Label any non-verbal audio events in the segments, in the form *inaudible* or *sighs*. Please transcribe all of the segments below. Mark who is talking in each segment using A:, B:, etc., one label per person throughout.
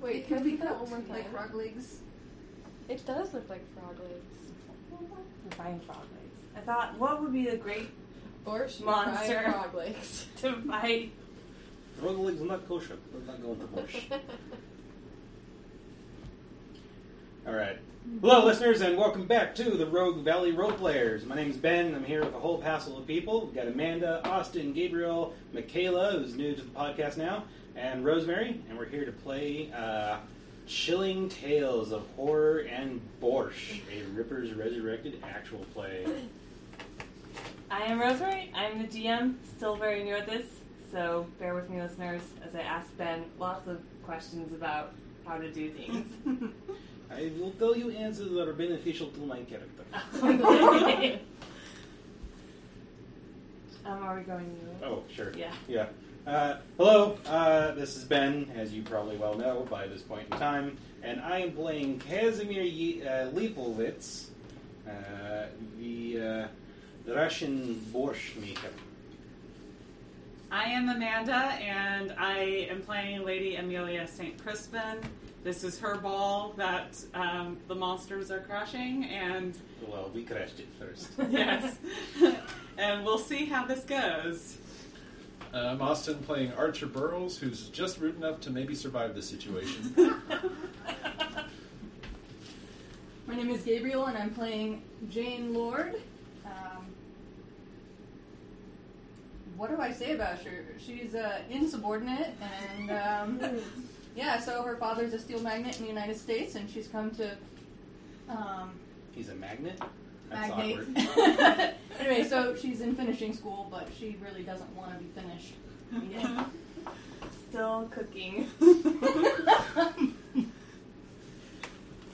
A: Wait,
B: It
A: can I
B: could be
A: repeat that
B: cooked,
A: one more time?
B: yeah.
A: Like frog legs.
B: It does look like frog legs.
C: Define frog legs. I thought, what would be the great *laughs*
A: Or should
C: Monster.
A: I frog
B: *laughs*
A: legs?
C: to fight?
D: Frog legs are not kosher. We're not going to borscht. All right. Hello, listeners, and welcome back to the Rogue Valley Role Players. My name's Ben. I'm here with a whole passel of people. We've got Amanda, Austin, Gabriel, Michaela, who's new to the podcast now, and Rosemary. And we're here to play uh, Chilling Tales of Horror and Borsch, a Ripper's Resurrected actual play.
C: I am Rosemary. I'm the GM, still very new at this, so bear with me, listeners, as I ask Ben lots of questions about how to do *laughs* things.
D: I will tell you answers that are beneficial to my character.
C: um, are we going? You?
D: Oh, sure.
C: Yeah.
D: Yeah. Uh, hello, uh, this is Ben, as you probably well know by this point in time, and I am playing Kazimir Ye- uh, Lipovitz, uh, the uh, Russian borscht maker.
E: I am Amanda, and I am playing Lady Amelia St. Crispin. This is her ball that um, the monsters are crashing, and
D: Well, we crashed it first.
E: yes, and we'll see how this goes.
F: I'm Um, Austin playing Archer Burrows, who's just rude enough to maybe survive the situation.
A: *laughs* My name is Gabriel, and I'm playing Jane Lord. Um, what do I say about her? She's uh, insubordinate, and
B: *laughs*
A: um,
B: Hmm.
A: yeah, so her father's a steel magnate in the United States, and she's come to. Um,
D: He's a magnet? That's
A: magnate.
C: *laughs*
D: awkward.
A: *laughs* anyway, so she's in finishing school, but she really doesn't want to be finished. Yeah.
C: *laughs* Still cooking.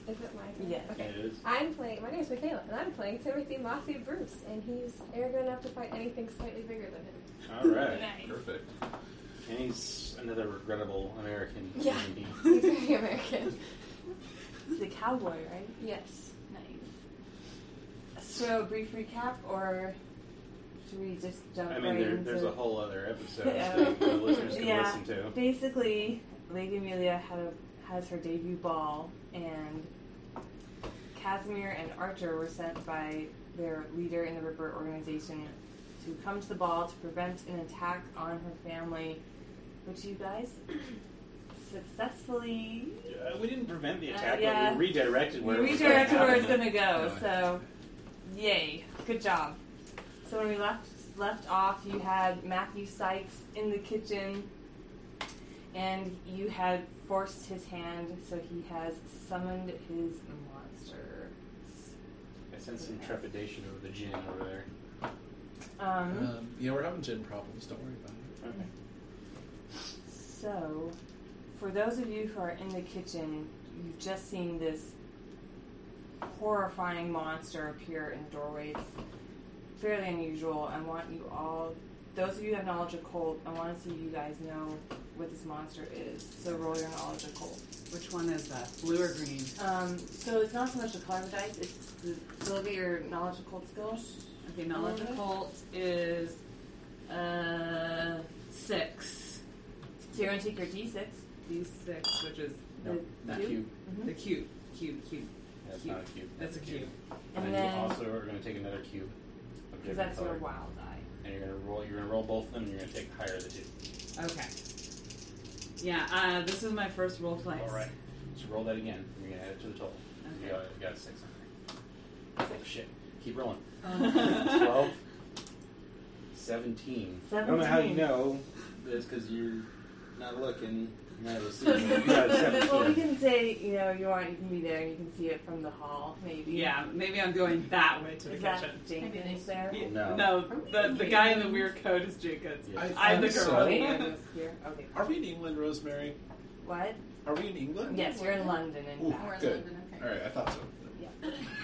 B: Is it my turn?
C: Yes.
B: Okay.
D: It is.
B: I'm playing. My name is Michaela, and I'm playing Timothy Mossy Bruce, and he's arrogant enough to fight anything slightly bigger
C: *laughs*
B: than him.
D: Alright.
F: Perfect.
D: And he's another regrettable American.
B: Yeah.
D: human being.
B: He's very American.
C: He's a cowboy, right?
B: Yes.
A: nice.
C: So, brief recap, or should we just jump
D: I mean,
C: right
D: there,
C: into?
D: there's a whole other episode
C: Yeah.
D: that the listeners can
C: *laughs* Yeah.
D: listen to.
C: Basically, Lady Amelia had a, has her debut ball, and Casimir and Archer were sent by their leader in the Ripper organization to come to the ball to prevent an attack on her family, which you guys *clears throat* successfully
D: Uh, we didn't prevent the
C: Uh,
D: attack,
C: yeah.
D: but we redirected
C: we
D: where it was gonna
C: redirected where it's
D: happen.
C: going to go.
F: No,
C: So, yay, good job. So when we left left off, you had Matthew Sykes in the kitchen, and you had forced his hand, so he has summoned his monster.
D: I sense some trepidation over the gin over there.
C: Um,
F: Um, yeah, we're having gin problems. Don't worry about it.
D: Okay.
C: so, for those of you who are in the kitchen, you've just seen this horrifying monster appear in doorways. Fairly unusual. I want you all, those of you who have knowledge of cold, I want to see you guys know what this monster is. So roll your knowledge of cold.
E: Which one is that? Blue or green?
C: Um, so it's not so much the color of the dice, it's the, so look at your knowledge of cold skill.
E: Okay, knowledge of cult is uh, six.
C: So you're going to take your d6.
E: D six, which is
C: The
D: Not
C: cube.
D: cube.
E: the cube, cube, cube.
D: That's
E: Cube.
D: not a cube.
E: That's a cube.
C: And
D: And, then
C: then-
D: you also are going to take another cube. of
C: Because
D: different
C: that's your
D: color.
C: wild die.
D: And you're going to roll. You're going to roll both of them. and You're going to take higher of the two.
E: Okay. Yeah, uh, this is my first role play.
D: All right. So roll that again. and You're going to add it to the total. You got, you got a six on there. Oh, shit. Keep rolling.
C: *laughs*
D: Twelve. Seventeen. I don't know how you
C: Seventeen.
D: know this because you're not looking.
C: *laughs*
D: You're not receiving. You got a
C: well, we
D: seventeen.
C: can say, you know, you want you can be there and you can see it from the hall, maybe.
E: *laughs* Yeah, maybe I'm going that way to the
C: Is that
E: kitchen.
C: Jenkins there?
E: Yeah,
D: No.
E: the, the guy in the weird coat is Jenkins.
D: Yeah.
F: I
E: I'm the
F: think
E: girl.
C: Wait,
F: so.
C: Jenkins here. Okay.
F: Are we in England, Rosemary?
C: What?
F: Are we in England?
C: Yes, you're in London, in
F: Ooh.
C: fact.
A: We're in
F: Good.
A: London, okay.
F: All right, I thought so.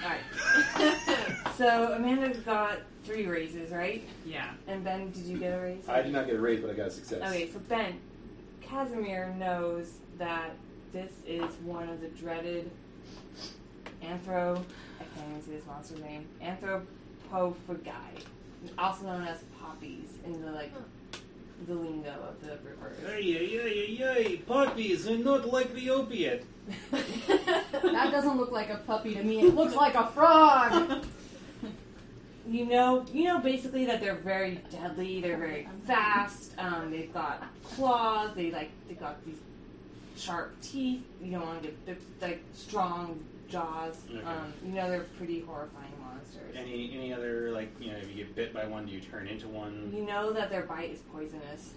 C: All right. *laughs* So Amanda got three raises, right?
E: Yeah.
C: And Ben, did you get a raise?
D: I did not get a raise, but I got a success.
C: Okay, so Ben, Casimir knows that this is one of the dreaded anthro. I can't even see this monster's name. Anthropophagai, also known as poppies in the like the lingo of the river.
D: Ay, ay, ay, ay, ay. Poppies are not like the opiate.
A: *laughs* That doesn't look like a puppy to me. It looks like a frog.
C: you know, you know, basically that they're very deadly. They're very fast. Um, they've got claws. They like they got these sharp teeth. You don't want to get they're, like strong jaws.
D: Okay.
C: Um, you know, they're pretty horrifying monsters.
D: Any any other like you know if you get bit by one, do you turn into one?
C: You know that their bite is poisonous.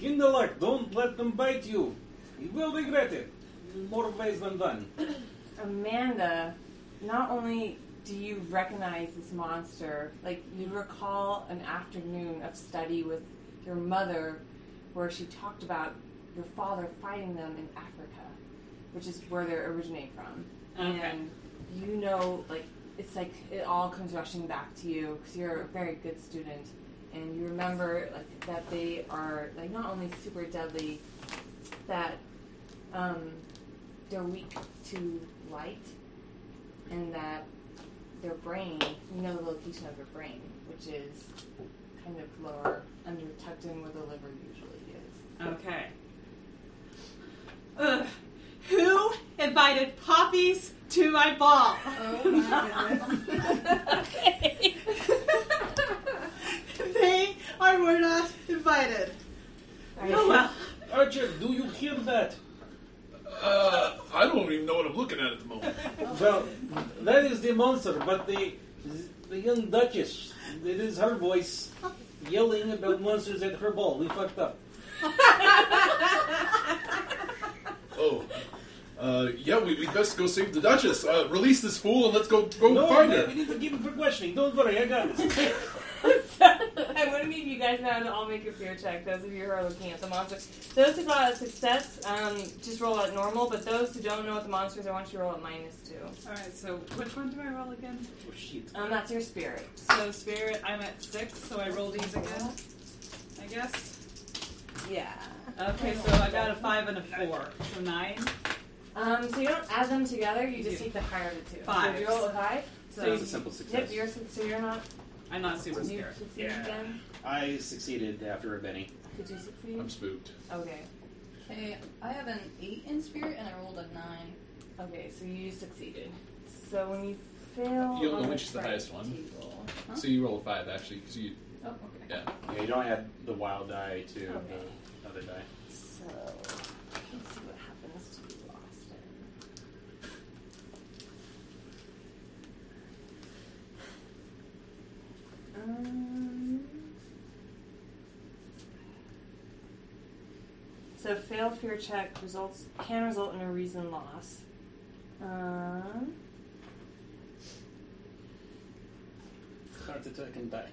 D: Gindelok, don't let them bite you. You will regret it. More ways than one.
C: Amanda, not only do you recognize this monster, like you recall an afternoon of study with your mother where she talked about your father fighting them in Africa, which is where they originate from.
E: Okay.
C: And you know, like, it's like it all comes rushing back to you because you're a very good student. And you remember like that they are like not only super deadly, that um, they're weak to light, and that their brain, you know the location of their brain, which is kind of lower, under tucked in where the liver usually is.
E: Okay. Ugh. Who invited poppies to my ball?
A: Oh my goodness.
E: *laughs*
B: *laughs*
E: they are were not invited. Oh well.
D: Archer, do you hear that?
F: Uh, I don't even know what I'm looking at at the moment.
D: Well, that is the monster, but the the young Duchess, it is her voice yelling about monsters at her ball. We fucked up.
F: *laughs* Oh. Uh, yeah, we, we best go save the Duchess. Uh, release this fool and let's go go
D: no,
F: find
D: no,
F: her.
D: we need to keep him for questioning. Don't worry, I got this.
C: *laughs* I want to need you guys now to all make a fear check. Those of you who are looking at the monster, those who got a success, um, just roll at normal. But those who don't know what the monster is, I want you to roll at minus two.
E: All right. So which one do I roll again?
D: oh shit.
C: Um, that's your spirit.
E: So spirit, I'm at six. So I roll these again. I guess.
C: Yeah.
E: Okay. So I got a five and a four. So nine.
C: Um, so you don't add them together. You just
E: Yeah.
C: take the higher of the two.
E: Fives.
C: So you roll a five.
E: So
D: That was a simple
C: Yep.
D: success.
C: You're su- so you're not.
E: I'm not super
C: You
E: scared.
C: succeed
D: Yeah.
C: again.
D: I succeeded after a Benny.
C: Could you succeed?
F: I'm spooked.
C: Okay.
A: *laughs* Okay, I have an eight in spirit and I rolled a nine.
C: Okay. So you succeeded. So when you fail,
F: You'll know
C: on
F: which is the
C: fright
F: highest one.
C: table-
F: So you roll a five actually, because you
A: Oh, okay.
F: yeah.
D: Yeah, you don't add the wild die to
C: Okay.
D: the other die.
C: So, let's see what happens to you, Austin. Um, so, failed fear check results can result in a reason loss. Um,
D: Heart attack and die.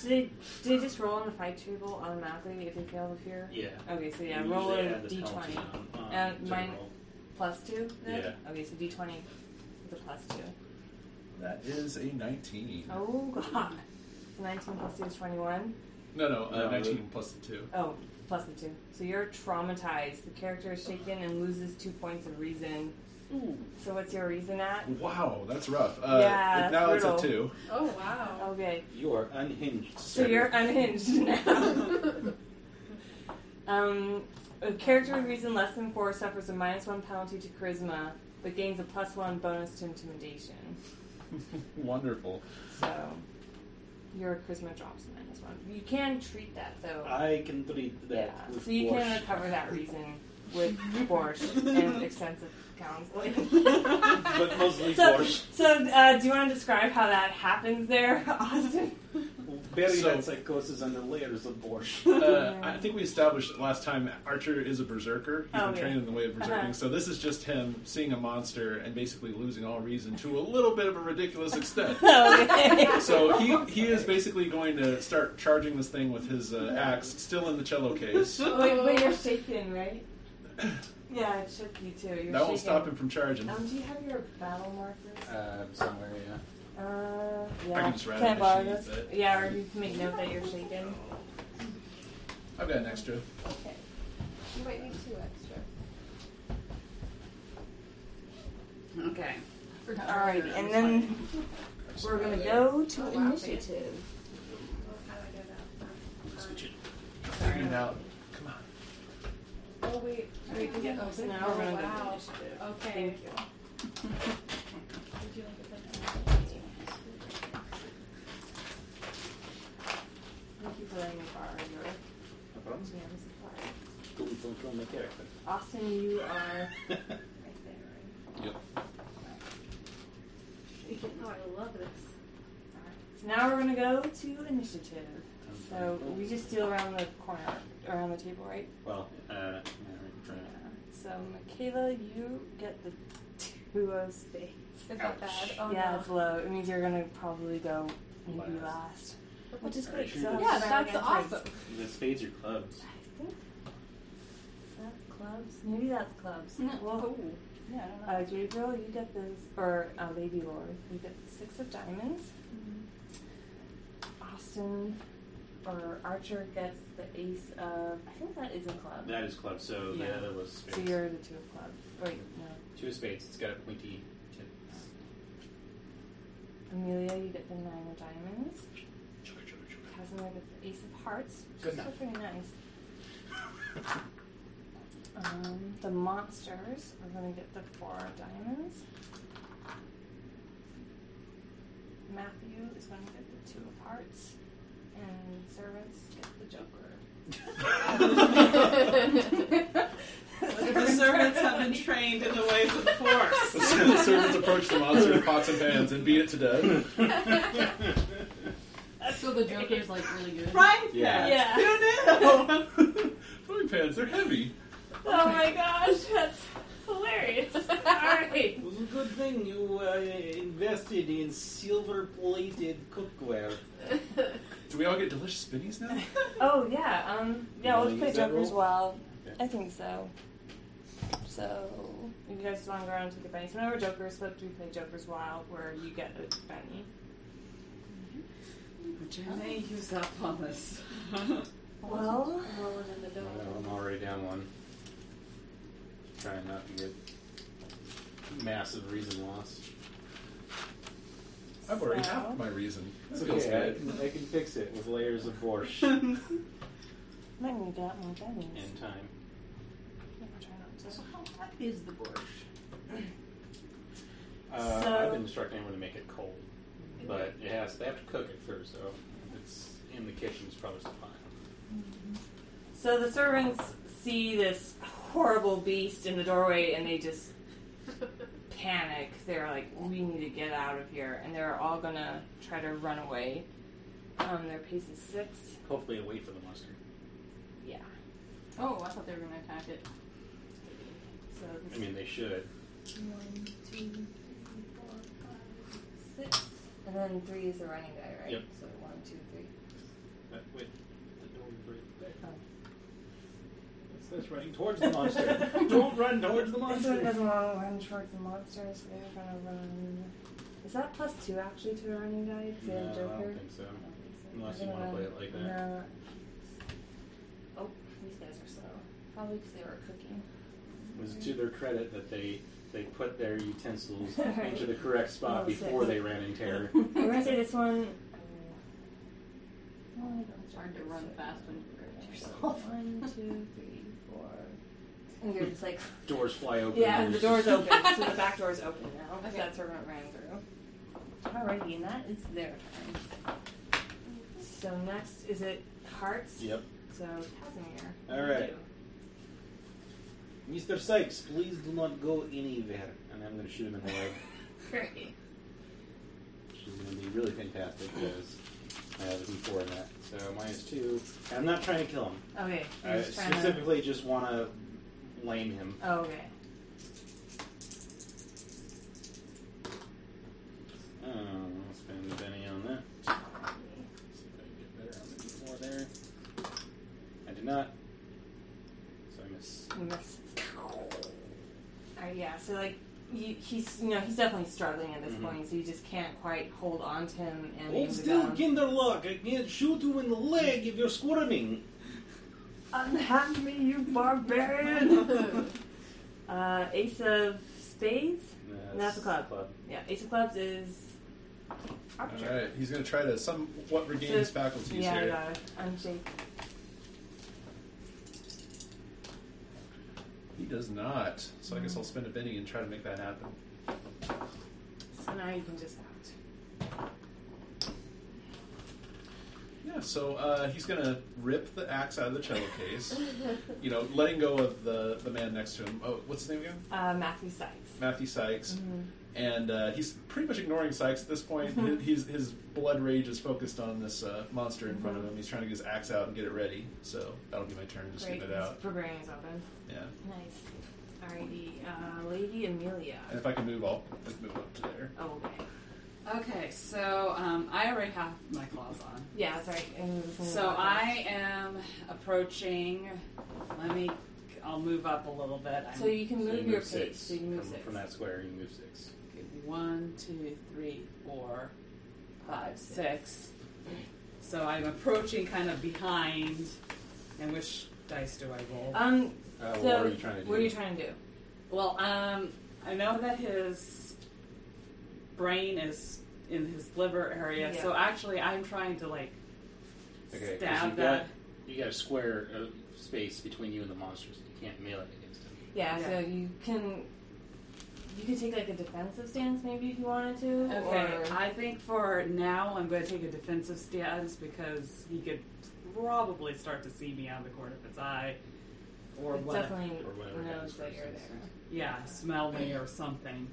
C: do they, do they just roll on the fight table automatically if they fail the fear?
D: Yeah.
C: Okay, so yeah,
D: You
C: roll
D: usually
C: a
D: add the penalty
C: d20.
D: on- on
C: And
D: to
C: mine-
D: roll.
C: Plus two? then? Okay, so d20 with a plus two.
F: That is a nineteen.
C: Oh *laughs* god. So 19 plus 2 is 21.
F: No, no, uh,
D: No,
F: nineteen
D: the-
F: plus the two.
C: Oh, plus the 2. So you're traumatized. The character is shaken and loses 2 points of reason. So what's your reason at?
F: Wow, that's rough. Uh,
C: Yeah,
F: now
C: that's
F: it's a two.
A: Oh, wow.
C: Okay.
D: You are unhinged.
C: So
D: sir.
C: you're unhinged *laughs* now. um, a character with reason less than 4 suffers a minus 1 penalty to charisma, but gains a plus 1 bonus to intimidation.
F: Wonderful.
C: So your charisma drops minus 1. You can treat that, though.
D: I can treat that.
C: Yeah,
D: with
C: so you
D: wash.
C: can recover that reason with borscht
F: *laughs*
C: and extensive counseling.
D: But mostly
C: so,
D: borscht.
C: So, uh, do you want to describe how that happens there, *laughs* Austin?
D: Bury
F: So-
D: that psychosis under layers of borscht.
C: *laughs* Oh,
F: Uh, I think we established last time Archer is a berserker. He's
C: Oh,
F: been
C: yeah.
F: trained in the way of berserking,
C: Uh-huh.
F: so this is just him seeing a monster and basically losing all reason to a little bit of a
C: *laughs*
F: ridiculous extent.
C: Oh. okay. *laughs*
F: So he, he is basically going to start charging this thing with his uh, axe, still in the
C: *laughs*
F: cello case.
C: Wait, wait, you're shaking, right? Yeah, it shook you too. You're shaking.
F: That won't stop him from charging.
C: Um, do you have your battle markers?
D: Uh, somewhere, yeah.
C: Uh, yeah.
F: I can just write
C: I
F: it
C: borrow
F: on the sheet,
C: those?
F: but-
C: Yeah, or you can make note that you're shaking.
F: I've got an extra.
B: Okay. You might need two extra.
E: *laughs* Okay.
C: Alrighty, and then we're gonna go to
B: Oh, wow.
C: initiative.
B: Well, how do I do that?
D: Switch it.
F: it out. Come
C: *laughs*
F: on.
B: Oh wait,
C: We can get
B: Oh,
C: those now.
B: wow.
C: We're going to the initiative.
B: Okay.
C: Thank you.
B: Would you like to put
C: Thank you for letting me borrow your jam supply.
D: Cool, cool, cool, make it happen.
C: Austin, you
D: *laughs*
C: are
B: right there?
F: Yep.
B: You can, oh, I love this.
C: So now we're gonna go to initiative. So we just deal around the corner, around the table, right?
D: Well, uh, yeah, we're
C: Yeah.
D: trying
C: So Michaela, you get the two of spades.
B: Is that bad? Oh
C: yeah,
B: no.
C: it's low. It means you're gonna probably go maybe
D: Last.
C: last, which is
D: Are you
C: great.
D: sure
C: so
D: that's-
A: Yeah,
C: I'll
A: that's
C: try again
A: awesome.
C: twice.
D: to- The spades are clubs.
C: I think that's clubs. Maybe that's clubs. Well,
A: Ooh. Oh.
C: yeah. I don't know. Uh, Gabriel, you get this, or uh, Baby Lord, you get the six of diamonds. Austin or Archer gets the ace of. I think that is a club.
D: That is clubs, so
C: Yeah.
D: the other was
C: So
D: spades.
C: you're the two of clubs. Wait, no.
D: Two of spades, it's got a pointy tip.
C: Amelia, you get the nine of diamonds.
F: Chugga, chugga,
C: Casimir gets the ace of hearts. which
D: Good
C: is still pretty
D: enough.
C: nice. Um, the monsters are going to get the four of diamonds. Matthew is going to get the two of hearts. And servants get the
A: *laughs*
C: *laughs* joker.
E: The servants have been trained in the ways of the force.
F: chugga. the servants approach the monster with pots and pans and beat it to death.
A: So the Joker's like really good.
E: Frying pan.
D: Yeah.
C: Yeah.
E: Who knew?
F: Frying pans, they're heavy.
C: Oh my gosh, that's hilarious. Alright.
A: *laughs*
D: It was a good thing you uh, invested in silver plated cookware.
F: Do we all get delicious spinnies now?
C: Oh yeah, um yeah,
D: You
C: we'll
D: wanna
C: play
D: use that
C: Joker as
D: roll?
C: well.
D: Okay.
C: I think so. So you guys just wanna go around and take a bunny. So now we're jokers, but we play Joker's Wild where you get a bunny.
E: Which I may use up on *laughs* this.
C: Well
B: Roll it in the dough.
D: Well, I'm already down one. Trying not to get massive reason loss.
F: I've already
C: So-
F: half my reason. That feels good.
D: I can fix it with layers of borscht *laughs*
C: might need to have more bunnies.
D: and time.
C: Yeah, try not to.
A: So how hot is the borscht?
D: Uh,
C: So-
D: I've been instructing everyone to make it cold, but it has. They have to cook it first, so if it's in the kitchen. It's probably still fine.
C: So the servants see this horrible beast in the doorway and they
D: *laughs*
C: just panic. They're like, we need to get out of here. And they're all gonna try to run away. Um, their pace is six.
D: Hopefully, it'll wait for the mustard.
C: Yeah.
A: Oh, I thought they were gonna attack it.
C: So
D: I mean, they should.
C: six. And then three is the running guy, right?
D: Yep.
C: So one, two, three.
D: But wait, the door's right there.
C: Oh.
A: Oh.
D: What's this running towards the monster?
A: *laughs*
D: Don't run towards
C: This
D: the
C: one
D: monster.
C: doesn't want to run towards the monster, so they're gonna run. Is that plus two actually to the running guy? Because they
D: No,
C: have
D: I
C: Joker.
D: don't think so. Unless
C: They're
D: you
C: gonna
D: wanna play
C: run-
D: it like that.
C: no. Oh, these guys are slow. Probably because they were cooking.
D: It was to their credit that they they put
A: *laughs*
D: their utensils
C: Right.
D: into the correct spot
C: Oh,
D: before
C: six.
D: they ran in terror.
C: We're gonna say this one. Oh, I don't
A: It's hard to
C: think
A: run
C: so.
A: fast when you hurt yourself. *laughs*
C: One, two, three, four. And you're just like,
D: *laughs* Doors fly open.
C: yeah,
D: and
C: the door's
D: there's just-
C: open, so the back door's open now. Okay. That's where it ran through. Alrighty, and that is their turn. So next is it hearts?
D: *laughs* Yep.
C: So Casimir.
D: All right. Mr. Sykes, please do not go anywhere. And I'm going to shoot him in the leg.
C: Great.
D: Which is going to be really fantastic because I have a D4 in that. So minus two. And I'm not trying to kill him.
C: Okay. you're
D: I
C: just trying to-
D: specifically just want to lame him.
C: Oh, okay.
D: Oh, I'll spend a penny on that. See if I can get better on the D4 there. I did not. So I miss.
C: You miss. Alright, yeah, so like you, he's you know, he's definitely struggling at this
F: Mm-hmm.
D: Mhm.
C: point, so you just can't quite hold on to him and
D: Hold
C: use the
D: still,
C: balance.
D: Kinderlock. I can't shoot you in the leg if you're squirming.
C: Unhand me, you barbarian! *laughs* uh, ace of spades? That's a club. Yeah, ace of clubs is. Archer.
F: Alright, he's going to try to somewhat regain his faculties
C: Yeah,
F: here.
C: yeah, unshake.
F: does not. So I guess I'll spend a penny and try to make that happen.
C: So now you can just act.
F: Yeah, so uh, he's gonna rip the axe out of the cello case. you know, letting go of the the man next to him. Oh, what's his name again?
C: Uh, Matthew Sykes.
F: Matthew Sykes.
C: Mm-hmm.
F: And uh, he's pretty much ignoring Sykes at this point. His- his his blood rage is focused on this uh, monster in front of him. He's trying to get his axe out and get it ready. So that'll be my turn. Just
C: Great.
F: get it out.
C: Barbarian's weapon.
F: Yeah.
C: Nice. Alrighty. Uh, Lady Amelia.
F: And if I can move, I'll like, move up to there.
C: Oh, okay.
E: Okay, so um, I already have my claws on.
C: Yeah, that's right. And we can move
E: So
C: on.
E: I am approaching. Let me. I'll move up a little bit. I'm,
C: So you can
D: So
C: move
D: you
C: your page.
D: six.
C: So you can move
D: from,
C: six.
D: from that square, you move six.
E: okay, one, two, three, four, five, six. So I'm approaching kind of behind. And which dice do I roll?
C: Um.
D: Uh,
C: so
D: what are you trying to do?
C: What are you trying to do?
E: Well, um, I know that his brain is in his liver area,
C: Yeah.
E: so actually, I'm trying to like
D: Okay, 'cause
E: stab
D: you've
E: that.
D: got you got a square uh, space between you and the monsters. You can't melee against them.
C: Yeah,
E: Yeah.
C: So you can. You could take like a defensive stance, maybe if you wanted to.
E: Okay,
C: Or,
E: I think for now, I'm going to take a defensive stance because he could probably start to see me out of the corner of his eye, or
C: it's
E: what?
C: definitely
D: Or whatever
C: knows
D: happens
C: that
D: first
C: you're
D: is-
C: there.
E: Yeah, smell me or something.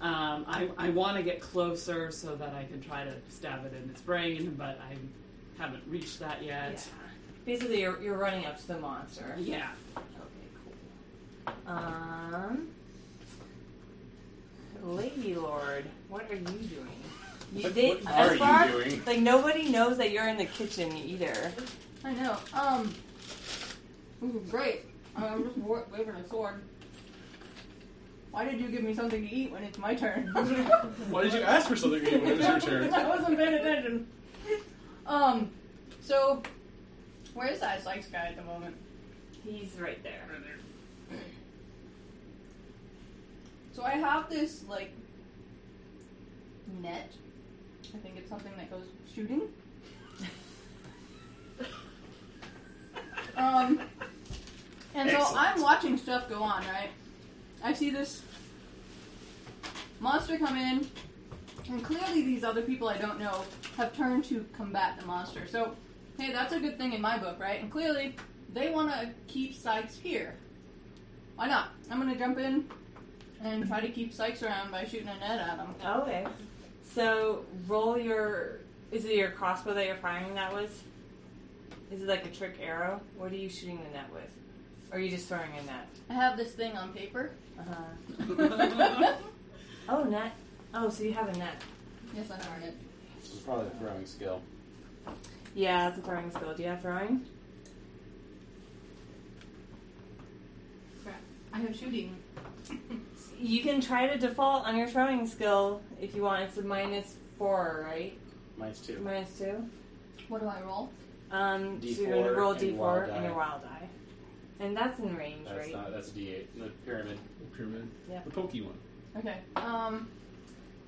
E: Um, I I want to get closer so that I can try to stab it in its brain, but I haven't reached that
C: Yeah.
E: yet.
C: Basically, you're, you're running up to the monster.
E: yeah.
C: Okay, cool. Um, Lady Lord, what are you doing? You,
D: What-
C: they,
D: what
C: as
D: are you
C: far-
D: doing?
C: Like nobody knows that you're in the kitchen either.
A: I know. Um. Ooh, great. I'm just wa- waving a sword. Why did you give me something to eat when it's my turn? *laughs*
F: Why did you ask for something when it was
C: *laughs*
F: your turn?
A: I wasn't paying attention. Um. So, where is that Sykes guy at the moment?
C: He's right there.
A: So I have this like net. I think it's something that goes shooting. um, and so
F: Excellent.
A: I'm watching stuff go on, right? I see this monster come in, and clearly these other people I don't know have turned to combat the monster. So, hey, that's a good thing in my book, right? And clearly they want to keep Sykes here. Why not? I'm gonna jump in and try to keep Sykes around by shooting a net at him.
C: Okay. So roll your. Is it your crossbow that you're firing that with? Is it like a trick arrow? What are you shooting the net with? Or are you just throwing a net?
A: I have this thing on *laughs* paper.
C: Uh-huh.
A: yes,
C: Oh, net. Oh, so you have a net.
A: I have it.
D: It's probably a throwing skill.
C: Yeah, that's a throwing skill. Do you have throwing?
A: I have shooting.
C: You can try to default on your throwing skill if you want. It's a minus four, right?
D: Mine's two.
C: Minus two.
A: What do I roll?
C: Um, so you're
D: D4
C: gonna roll
D: and
C: D four
D: wild
C: and your
D: die.
C: wild die, and that's in range,
D: That's
C: right?
D: not. That's a D8. The pyramid.
F: Pyramid.
C: Yeah.
F: The pokey one.
A: Okay. Um,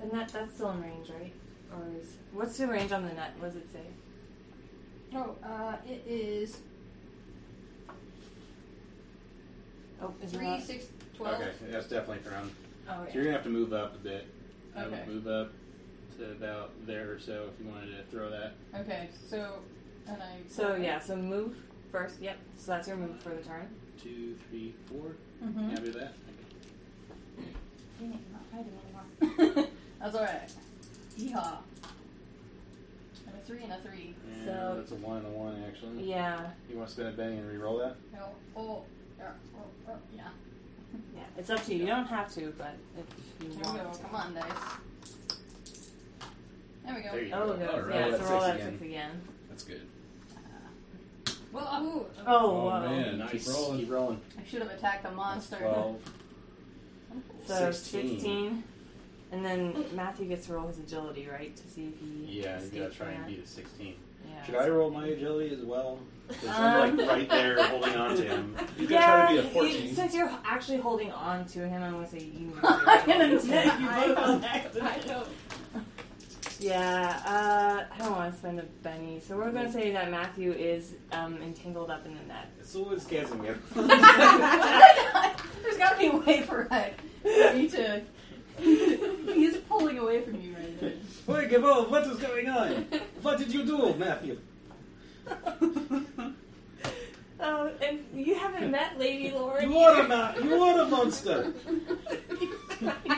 C: and that that's still in range, right? Or is what's the range on the net? What does it say?
A: oh, uh, it is
C: Oh, is it
A: 3,
C: not-
A: 6, 12.
D: Okay, that's definitely thrown.
C: Oh,
D: So
C: yeah.
D: you're gonna have to move up a bit. I would
A: Okay.
D: move up to about there or so if you wanted to throw that.
A: Okay, so, and I.
C: So yeah, so move first. Yep. So that's your move for the turn.
D: Two, three, four.
A: hmm
C: Mm-hmm.
D: Can I do that?
A: *laughs* That's alright. Yeehaw. And a 3 and a 3.
D: Yeah,
C: So-
D: that's a one and a one actually.
C: Yeah,
D: You want to spin a penny and re-roll that?
A: No. Oh. Yeah. Oh, oh, yeah.
C: yeah. It's up to you. You don't have to, but if you
A: There we go.
C: want. to.
A: Come on, dice. There we go.
D: There you
C: Oh,
D: go.
C: no.
F: All right.
C: yeah.
D: Roll
C: So roll
D: that six
C: that
D: again.
C: six again.
F: That's good.
A: Well, ahoo.
C: Oh,
F: Oh,
C: whoa.
F: man.
D: Nice.
F: Keep rolling.
D: Keep rolling.
A: I should have attacked the
D: That's
A: monster.
D: Twelve.
C: So 16.
D: 16.
C: And then Matthew gets to roll his agility, right? To see if he.
D: Yeah, you gotta
C: escapes
D: try
C: or
D: and
C: not.
D: beat a sixteen.
C: Yeah.
D: Should I roll my agility as well? 'Cause I'm
C: Um.
D: like right there holding on to him.
F: You
C: yeah,
F: gotta try to be a
C: you-
F: 14.
C: *laughs*
F: *laughs*
C: since you're actually holding on *laughs* to him, I'm gonna say you. *laughs*
A: I'm gonna
C: need to-
A: attack.
E: I-
A: I know.
C: Yeah, uh, I don't want to spend a penny, so we're going
D: Mm-hmm.
C: to say that Matthew is um, entangled up in the net.
D: So what is Casimir?
A: *laughs* There's got to be a way for *laughs* I for me to. He's pulling away from you right there.
D: Wait, Gabol, what is going on? What did you do, Matthew?
E: *laughs*
C: Oh, and you haven't met Lady Lauren.
D: You are a ma- you are a monster. You,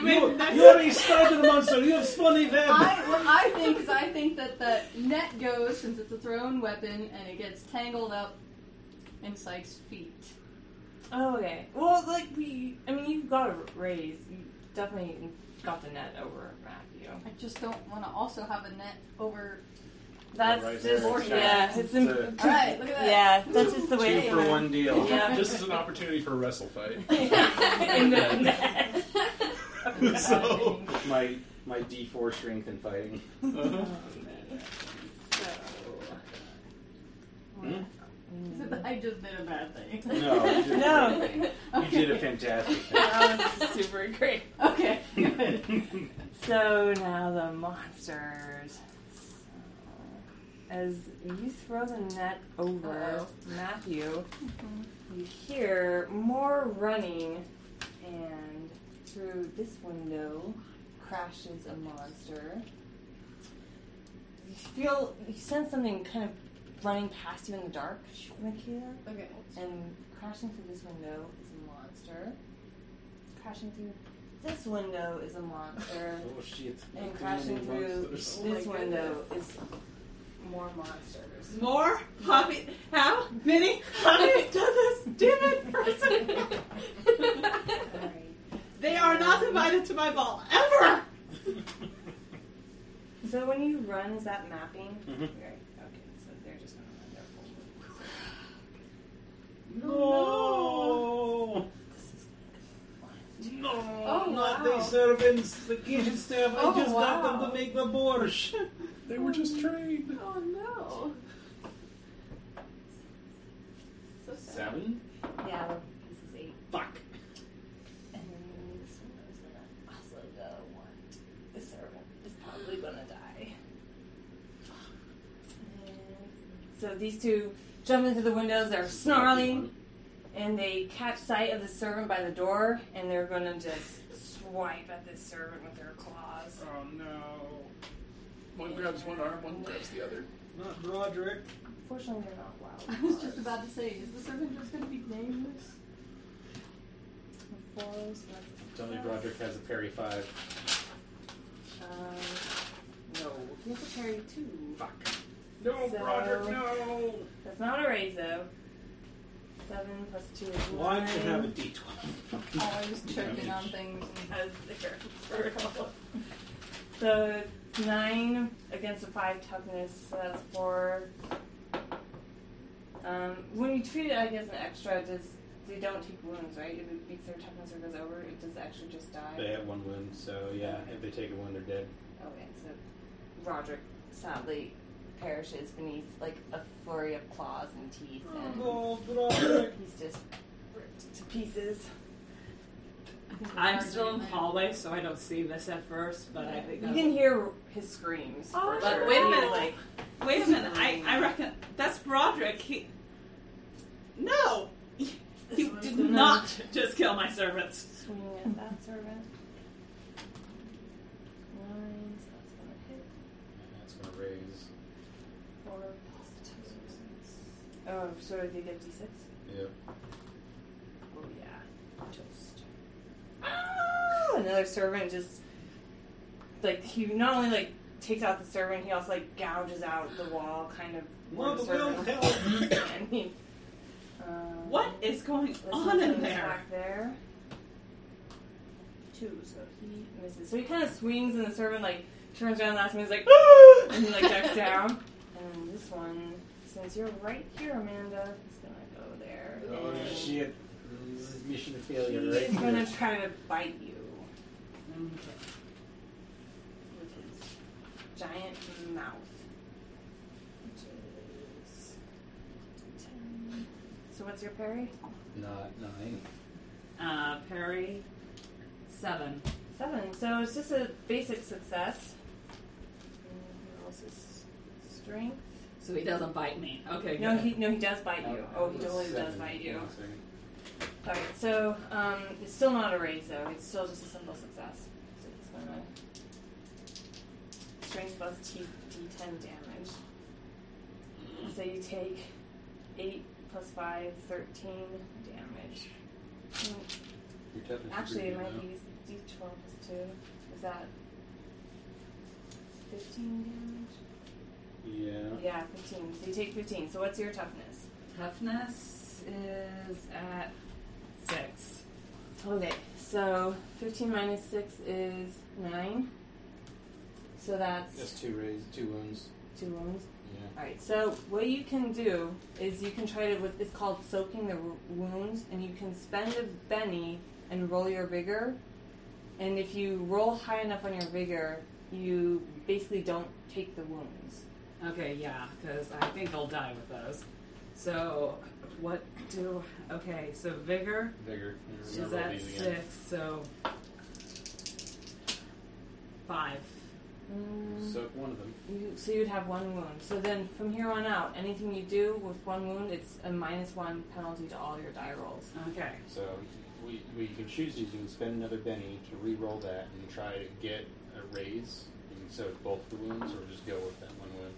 E: Wait,
D: you are a started monster. You have spun a web. *laughs*
A: I, what I think is I think that the net goes since it's a thrown weapon and it gets tangled up in Sykes' feet.
C: Oh, okay. Well, like we, I mean, you got a raise. You definitely got the net over Matthew.
A: I just don't want to also have a net over.
C: That's
D: right
C: just
D: there, it's
C: yeah.
D: nice.
C: It's
D: It's
C: im-
D: a-
A: All right, look at that.
C: yeah. That's just the way.
D: Two *laughs* for one deal.
C: Yeah.
F: This is an opportunity for a wrestle fight.
C: *laughs*
F: *laughs*
C: In the net.
F: So- *laughs*
D: My my D four strength in fighting.
F: Uh-huh.
D: Hmm?
A: *laughs* I just did a bad thing.
D: No, you did,
C: No.
D: you
A: *laughs*
D: did a fantastic
C: *laughs* That was super great.
A: Okay.
D: *laughs*
A: Good.
D: thing.
C: So now the monsters. As you throw the net over Matthew, you hear more running, and through this window crashes a monster. You feel, you sense something kind of running past you in the dark, Michaela,
A: Okay.
C: and crashing through this window is a monster. Crashing through this window is a
D: *laughs*
C: monster.
D: oh shit!
C: And crashing through this
D: Monsters.
A: my
C: window is more monsters.
E: More Poppy? How
C: *laughs*
E: many puppies does this demon person? They are not invited to my ball ever.
C: So when you run, is that mapping?
D: Mhm.
C: Right, Okay, so they're just gonna run their full movement.
D: No. No,
A: Oh,
D: not
A: wow.
D: the servants, the kitchen staff.
A: Oh,
D: I just got
A: wow.
D: them to make the borscht.
F: They were just trained.
A: Oh no. So sad.
D: Seven?
C: Yeah, well, this is eight.
D: Fuck.
C: And then this one is gonna also go one. The servant is probably gonna die. And so these two jump into the windows, they're snarling. and they catch sight of the servant by the door, and they're gonna just swipe at this servant with their claws.
F: Oh no. One grabs one arm, one grabs the other.
D: Not Broderick.
C: Fortunately, they're not wild.
A: I was just about to say, is the servant just going to be nameless?
C: Fours,
D: Tell me Broderick has a parry five.
C: um,
A: uh,
C: no, he has a parry two.
D: Fuck. No,
C: So-
D: Broderick, no!
C: That's not a raise though. Seven plus two is
D: Why
C: nine.
D: do you have a d12?
A: Oh, I was choking on things. And...
C: As there for real. So it's nine against a five toughness, so that's four. Um, when you treat it like as an extra, does they don't take wounds, right? If it beats their toughness or goes over, it does actually just die.
D: They have one wound, so yeah, if they take a wound, they're dead.
C: Okay, so Roderick sadly perishes beneath like a flurry of claws and teeth, and
D: Oh, Broderick!
C: he's just ripped to pieces.
E: I'm still in the hallway, so I don't see this at first, but I think
C: You
E: I'm-
C: can hear his screams. for
E: Oh,
C: sure.
E: wait a
C: He's
E: minute.
C: Like,
E: Wait a minute. I, I reckon that's Broderick. He. No! He he did not just kill my servants.
C: Swinging at that servant. Nine, so that's gonna hit.
D: That's gonna raise.
C: Four plus two. Oh, so did you get d6?
D: Yeah.
C: Oh, yeah. Toast. Ah! Another servant just. Like, he not only, like, takes out the servant, he also, like, gouges out the wall, kind of. where
D: Well,
C: the
D: the will
C: servant-
D: help!
C: *coughs* I mean. um,
E: What is going
C: Let's
E: on
C: see
E: in
C: who's
E: there?
C: back there. Two, so he misses. So he kind of swings, and the servant like turns around last minute, is *laughs* like, "Ah!" and he like ducks down. And this one, since you're right here, Amanda, is gonna go there.
D: Oh
C: and
D: shit. This is mission of failure, right?
C: He's
D: here.
C: gonna try to bite you with his giant mouth, which is ten. So what's your parry?
D: Not nine.
E: Uh, Perry. Seven.
C: Seven. So it's just a basic success.
G: was his strength?
E: So he doesn't bite me. Okay,
G: No,
E: good.
G: he no he does bite you. Oh, he totally does bite you. All right, so um, it's still not a raise though. It's still just a simple success. So he's gonna strength plus T D10 damage. So you take eight plus five, 13 damage.
C: Actually, it might be D12 plus 2. Is that 15
D: Yeah.
C: damage? Yeah, 15. So you take 15. So what's your toughness?
E: Toughness is at six.
C: Okay, so 15 minus 6 is 9. So that's
D: That's two rays, two wounds.
C: two wounds.
D: Yeah.
C: Alright, so what you can do is you can try to, what- it's called soaking the w- wounds, and you can spend a Benny and roll your vigor. And if you roll high enough on your vigor, you basically don't take the wounds.
E: Okay, yeah, because I think I'll die with those. So what do? Okay, so vigor
D: Vigor.
E: is at six. So five.
C: Mm.
D: Soak one of them.
C: You, so you'd have one wound. So then from here on out, anything you do with one wound, it's a minus one penalty to all your die rolls.
E: Okay.
D: So we, we can choose to you can spend another Benny to re-roll that and try to get a raise. You can soak both the wounds or just go with that one wound.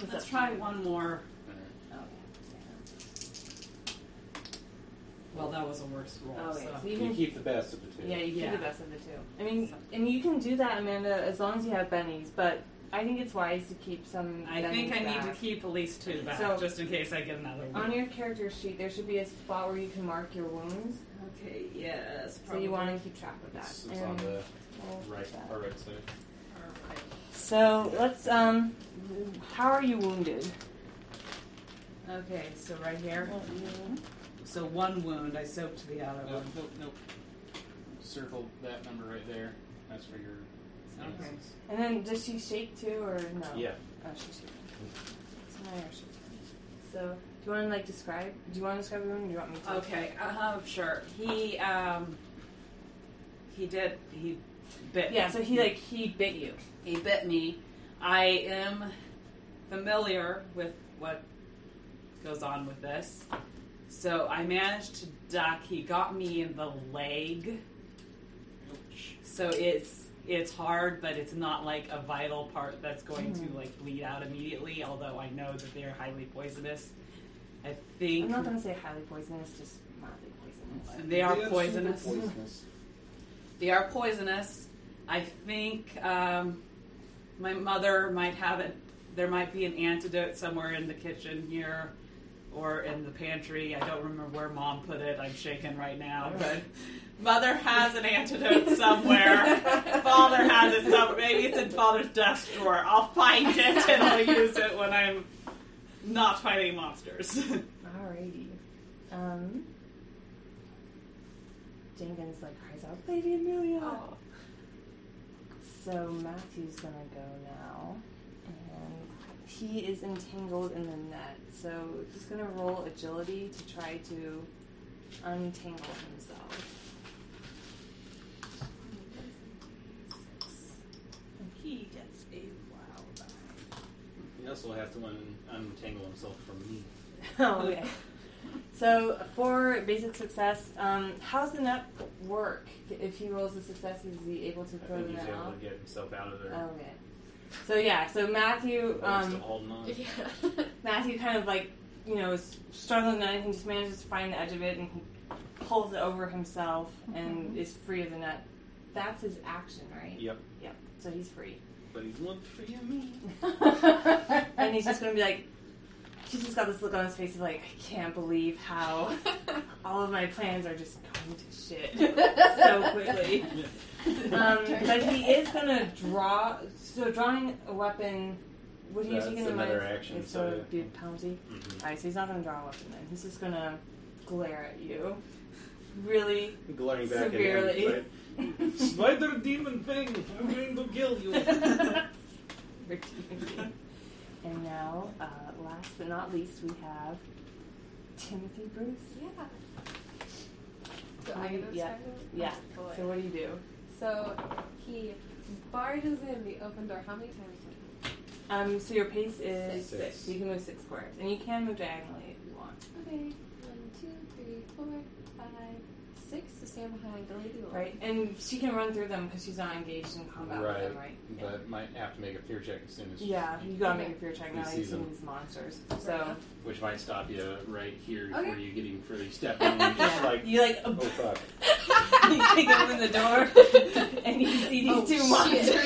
C: What's
E: Let's
C: up?
E: try one more.
D: Alright.
E: Well, that was a worse roll.
C: Oh,
E: so.
C: yeah. So you
D: You
C: can,
D: keep the best of the two.
C: yeah, you can
E: Yeah.
C: do the best of the two. I mean, and you can do that, Amanda, as long as you have bennies. But I think it's wise to keep some.
E: I think
C: bennies
E: I need
C: back.
E: to keep at least two back,
C: So-
E: just in case I get another one.
C: On your character sheet, there should be a spot where you can mark your wounds.
E: Okay, yes.
C: So you want to keep track of that.
D: It's, it's on
C: And
D: the
C: we'll
D: right,
C: put that.
D: our right side.
C: So let's. Um, how are you wounded?
E: Okay, so right here. So one wound, I soaked the other
D: Nope,
E: one.
D: nope, nope. Circle that number right there. That's for your.
E: Okay.
C: And then does she shake too, or no?
D: Yeah.
C: Oh, she's shaking. It's my hair shaking. So, do you want to like describe? Do you want to describe the room? Or do you want me to?
E: Okay, uh, sure. He, um, he did, he bit.
C: Yeah. So he like he bit you.
E: He bit me. I am familiar with what goes on with this. So I managed to duck. He got me in the leg. So it's it's hard, but it's not like a vital part that's going
C: Mm-hmm.
E: to like bleed out immediately, although I know that they are highly poisonous. I
C: I'm
E: think
C: not gonna say highly poisonous, just mildly poisonous.
E: they are
D: Yeah, it's
C: *laughs*
E: poisonous.
D: super poisonous.
E: They are poisonous. I think um, my mother might have it. There might be an antidote somewhere in the kitchen here or in the pantry. I don't remember where mom put it. I'm shaking right now. But mother has an antidote *laughs* somewhere. Father has it somewhere. Maybe it's in father's desk drawer. I'll find it and I'll use it when I'm not fighting monsters.
C: Alrighty. Um. Jenkins like cries out, "Lady Amelia!" So Matthew's gonna go now, and he is entangled in the net. So he's gonna roll agility to try to untangle himself.
E: he gets a wow.
D: He also has to un- untangle himself from me.
C: *laughs* Oh, okay. So for basic success, um, how's the net work? If he rolls a success, is he able to
D: I
C: throw
D: think
C: the
D: he's
C: net
D: able
C: off?
D: to get himself out of there.
C: Okay. So yeah, so Matthew,
D: He wants to
C: Oh. um,
D: hold on.
B: *laughs* Yeah.
C: Matthew kind of like, you know, is struggling with the net and just manages to find the edge of it and he pulls it over himself and is free of the net. That's his action, right?
D: Yep.
C: Yep. So he's free.
D: But he's not free of me.
A: *laughs*
C: And he's just gonna be like, he's just got this look on his face of like, I can't believe how all of my plans are just going to shit
A: *laughs*
C: so quickly. Um, but he is gonna draw. So drawing a weapon. What do you
D: That's
C: take in the
D: another
C: mind?
D: action,
C: It's
D: so
C: a
D: yeah.
C: be a penalty.
D: Mhm.
C: Alright, so he's not gonna draw a weapon then. He's just gonna glare at you. Really
D: Glaring back at
C: severely.
D: him. *laughs* like,
C: *laughs*
D: Spider demon thing, I'm going to kill you.
C: and now, uh, last but not least, we have Timothy Bruce.
B: So I get
C: Yeah.
B: upset?
C: Yeah.
B: Oh, Boy.
C: So what do you do?
B: So he barges in the open door. How many times?
C: Um, so your pace is
D: Six.
C: six. You can move six squares, and you can move diagonally if you want.
B: Okay. One, two, three, four, five, six. To stand behind the lady. lord.
C: Right, and she can run through them because she's not engaged in combat with them, right? Yeah.
D: But might have to make a fear check as soon as.
C: yeah, you gotta make a fear check
D: We
C: now.
D: see
C: You've seen
D: them.
C: these monsters, so
D: Which might stop you right here before
A: Okay.
D: you getting further step in. You're just
C: Oh, yeah.
D: like,
C: you like *laughs*
D: oh fuck.
C: you kick open the door, *laughs* and you see these two monsters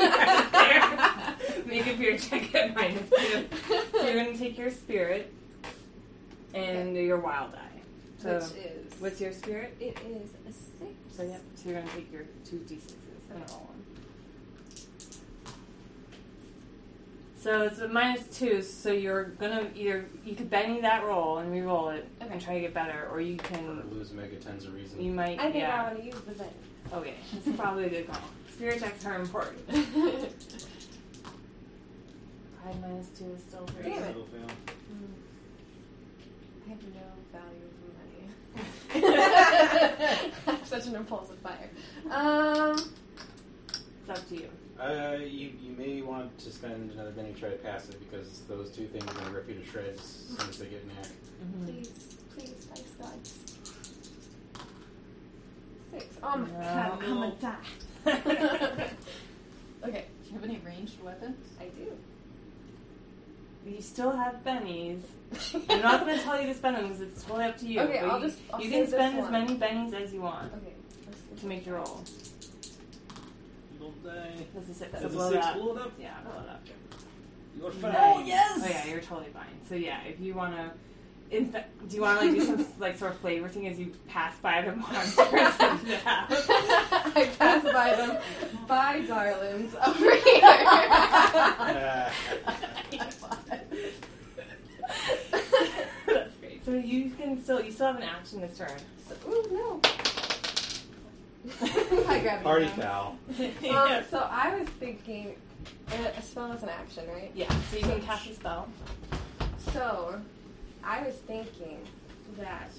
A: *laughs*
C: right there. *laughs* Make a fear check at minus two. So you're gonna take your spirit and your wild eye. So
B: Which is.
C: what's your spirit?
B: *laughs* It is a six.
C: So yep. So you're gonna take your two d6s and roll them. So it's a minus two. So you're gonna either you could bend that roll and re-roll it and try to get better, or you
D: Or
C: can
D: lose mega tens of reason.
C: you might
B: I think I
C: yeah.
B: want to use
C: *laughs*
B: the vent.
C: Okay, that's probably a good call. Spirit checks are important. Five minus two is still three.
B: Damn it.
D: It'll fail.
B: I have no value for
C: *laughs*
B: money. Such an impulsive buyer. Um,
C: It's up to you. *laughs*
D: Uh, you, you may want to spend another mini try to pass it because those two things are going to rip you to shreds as soon as they get in there.
B: please, please, dice gods. Six. Oh my
C: No.
B: god, I'm a
C: *laughs*
B: die. okay,
A: Do you have any ranged weapons?
B: I do.
C: You still have bennies. I'm not going to tell you to spend them because it's totally up to you.
B: Okay,
C: but
B: I'll
C: you,
B: just- I'll
C: you
B: save
C: can
B: this
C: spend as
B: one.
C: many bennies as you want
B: Okay. let's do
C: to make your roll.
D: You'll die.
C: That's a six.
D: That's
C: So
D: a
C: blow it
D: six.
C: up.
D: Blow it up.
C: Yeah, blow it up.
D: You're fine.
A: Oh yes.
C: Oh *laughs* yeah, you're totally fine. So yeah, if you want to. In fa- do you want to like do some
B: *laughs*
C: like sort of flavor thing as you pass by the monsters? *laughs* Yeah.
B: I pass by them. Bye, darlings.
C: *laughs*
B: Over here.
D: Ah.
C: That's great. So you can still you still have an action this turn.
B: so, ooh, no. *laughs* I grab it.
D: Party
B: now.
D: foul.
B: Um, so I was thinking, uh, a spell is an action, right?
C: *laughs* Yeah, so you can cast a spell.
B: So I was thinking that,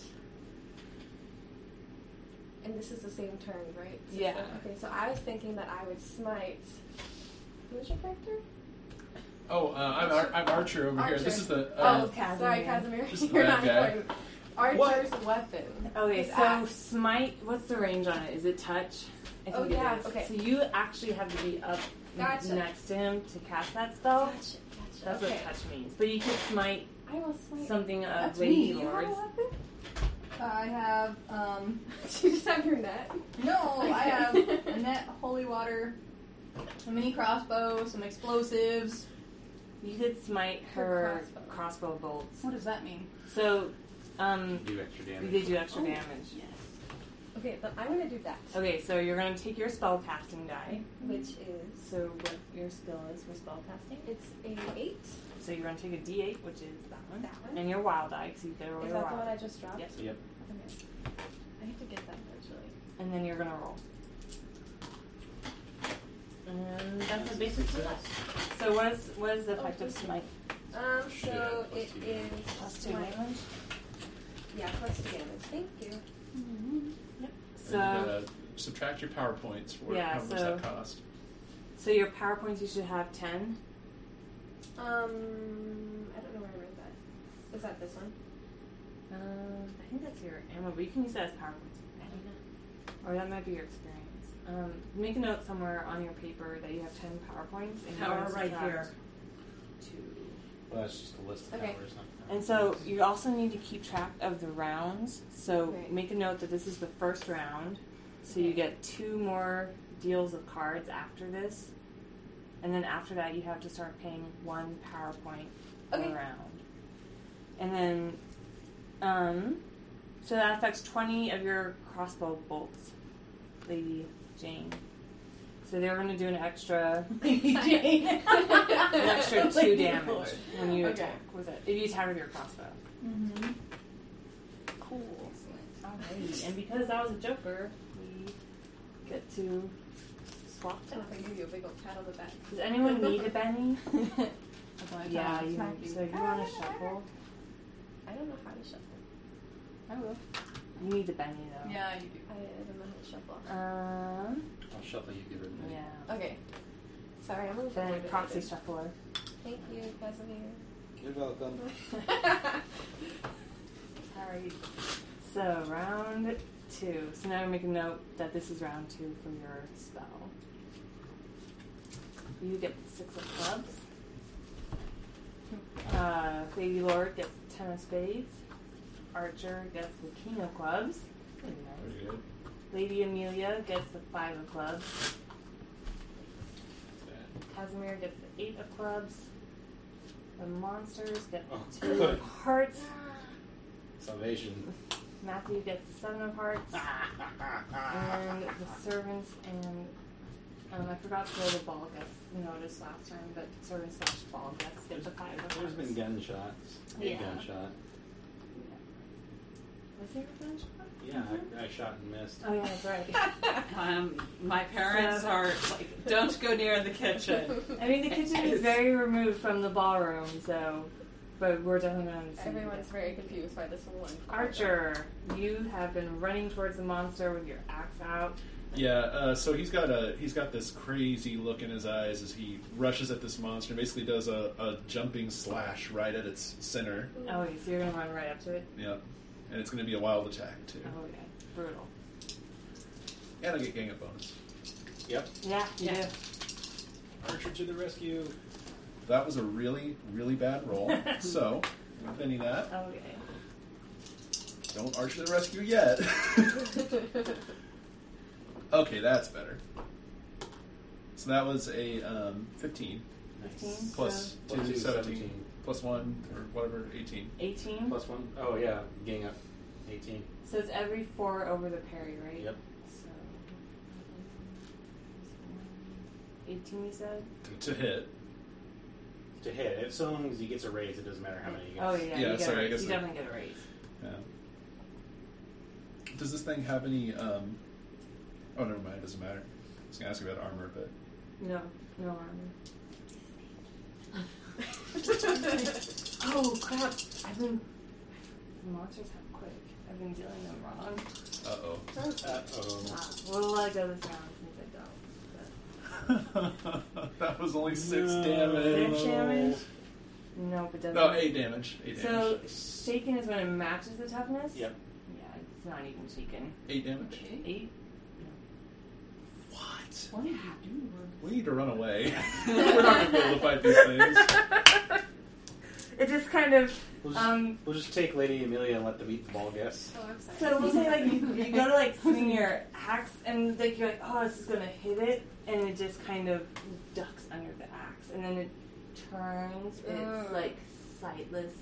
B: and this is the same turn, right? So-
C: Yeah.
B: Okay, so I was thinking that I would smite. Who's your character?
F: *coughs* Oh, uh, I'm, Ar- I'm Archer over here. This is the.
C: Oh,
F: Uh,
C: Casimir.
B: Sorry, Casimir.
F: This is the
B: *laughs* You're not
F: bad guy.
B: important. Archer's weapon.
C: Okay,
B: His
C: so
B: axe.
C: smite. What's the range on it? Is it touch? I
B: Oh,
C: think it
B: yeah,
C: is.
B: okay.
C: So you actually have to be up
B: Gotcha.
C: next to him to cast that spell.
B: Gotcha, gotcha.
C: That's
B: okay.
C: what touch means. But you could smite
B: I will smite.
C: something of
A: That's
C: Lady
A: me.
B: you have a
C: Lords.
B: weapon? *laughs*
A: I have um
B: you just have your net.
A: no, I have a net, holy water, a mini crossbow, some explosives.
C: You could smite her
B: Her
C: crossbow, bolts.
A: What does that mean? *laughs*
C: So, um,
D: Do extra damage.
C: they do
B: Oh.
C: extra damage.
A: Yes.
B: Okay, but I'm gonna do that,
C: Okay, so you're gonna take your spell casting die.
B: which is
C: So what your skill is for spell casting?
B: it's a eight.
C: So you're gonna take a D8, which is that one,
B: That one.
C: and your wild eye, because you get roll
B: Is
C: your
B: that the
C: wild
B: one
C: eye.
B: I just dropped?
C: Yes.
D: Yep.
B: Okay. I have to get that eventually.
C: and then you're gonna roll. And that's the basic
D: Success.
C: result. So what is what is the effect of smite?
B: Um,
D: Should
B: so
D: have plus
B: it
D: two
B: is
C: Plus two
B: my-
C: damage.
B: Yeah, plus two damage. Thank you.
F: and uh, you
C: Oh, So
F: gotta subtract your power points for
C: Yeah,
F: how much
C: so-
F: that cost.
C: so your power points you should have ten.
B: Um, I don't know where I wrote that. Is that this one?
C: Um, I think that's your ammo, but you can use that as power points. I don't know. Or that might be your experience. Um, make a note somewhere on your paper that you have ten power points. And you're
E: Power
C: gonna
E: right
C: subtract
E: here.
C: Two.
D: Well, that's just a list of
B: Okay.
D: powers. not-
C: And so you also need to keep track of the rounds. So
B: Right.
C: make a note that this is the first round. So you get two more deals of cards after this. And then after that, you have to start paying one PowerPoint
B: Okay.
C: per round. And then, um, so that affects 20 of your crossbow bolts, Lady Jane. So they're going to do an extra, an
A: *laughs*
C: extra two
A: Lady
C: damage
A: Lord.
C: when you
A: Okay.
C: attack with it. If you attack with your crossbow.
A: Mm-hmm.
C: Cool. Alrighty. And because that was a Joker, we get to swap
B: I
C: them.
B: don't think I give you a big old pat on the back.
C: Does anyone need a Benny? *laughs* Oh, yeah, you,
A: I
C: so you want to shuffle.
B: I don't know how to shuffle.
A: will.
C: You need a Benny though.
A: Yeah, you do.
B: I, I don't know how to shuffle.
C: Um,
D: I'll shuffle you, give her a minute.
C: yeah.
B: Okay. Sorry, I'm a little
C: Then
B: bit
C: Proxy Shuffler.
B: Thank you, Casimir.
D: You're welcome.
C: Alright. So round two. So now make a note that this is round two for your spell. You get the six of clubs. Uh, Lady Lord gets the ten of spades. Archer gets the king of clubs. Very nice.
F: Very good.
C: Lady Amelia gets the five of clubs. Casimir gets the eight of clubs. The monsters get
D: Oh,
C: the two
D: good.
C: of hearts. *laughs*
D: Salvation.
C: Matthew gets the seven of hearts. and the servants and um, I forgot to the ball gets noticed last time, but servants slash ball gets get the five of hearts.
D: There's been gunshots.
C: Yeah.
D: Yeah. Gunshot.
C: Was there a gunshot?
D: Yeah, I, I shot and missed.
C: Mm-hmm. Oh yeah, that's *laughs* right.
E: Um, my parents
C: So-
E: are like, don't go near the kitchen.
C: *laughs* I mean, the kitchen is very removed from the ballroom, so but we're definitely on
B: *laughs*
C: the same
B: Everyone's very confused by this one.
C: Archer, you have been running towards the monster with your axe out.
F: Yeah, uh, so he's got a he's got this crazy look in his eyes as he rushes at this monster and basically does a, a jumping slash right at its center.
C: Oh, wait, so you're gonna run right up to it?
F: Yeah, and it's going to be a wild attack too,
C: Oh yeah, brutal.
F: and I get gang up bonus.
D: Yep.
C: Yeah, you
E: Yeah.
C: do.
D: Archer to the rescue.
F: That was a really really bad roll. so, defending that,
C: Okay. *laughs*
F: don't arch to the rescue yet. *laughs* okay, that's better. So that was a um, fifteen
C: Fifteen.
F: plus
D: So-
F: two,
D: Plus two,
F: 17,
D: 17.
F: plus one or whatever eighteen.
C: Eighteen.
D: Plus one. Oh, yeah. Gang up. 18.
C: So it's every four over the parry, right?
D: Yep.
C: So. 18, you said?
F: To hit.
D: To hit. If so long as he gets a raise, it doesn't matter how many he gets.
C: Oh, yeah.
F: Yeah,
C: you get
F: sorry,
C: a
F: I
C: raise.
F: guess
C: You
F: I-
C: definitely get a raise.
F: Yeah. Does this thing have any? Um, oh, never mind. It doesn't matter. I was gonna ask you about armor, but
C: No, no armor. *laughs* oh, crap. I've been. The monsters have quick. I've been dealing them wrong.
F: uh oh.
D: Uh oh.
C: Ah, we'll let go this round since I don't.
F: *laughs* that was only six damage.
C: Six damage? Nope, it doesn't.
F: No, eight damage. Eight
C: So,
F: damage.
C: shaken is when it matches the toughness?
D: Yep.
C: Yeah, it's not even shaken.
F: Eight damage.
C: Eight?
F: What?
E: What did you do?
F: We need to run away. *laughs* We're not gonna be able to fight these things.
C: *laughs* It just kind of.
D: We'll just,
C: Um,
D: we'll just take Lady Amelia and let them eat the ball guess.
B: Oh, I'm sorry.
C: So we'll say like you, you go to like swing your axe and like you're like oh this is gonna hit it and it just kind of ducks under the axe and then it turns and it's
B: Ugh.
C: like sightless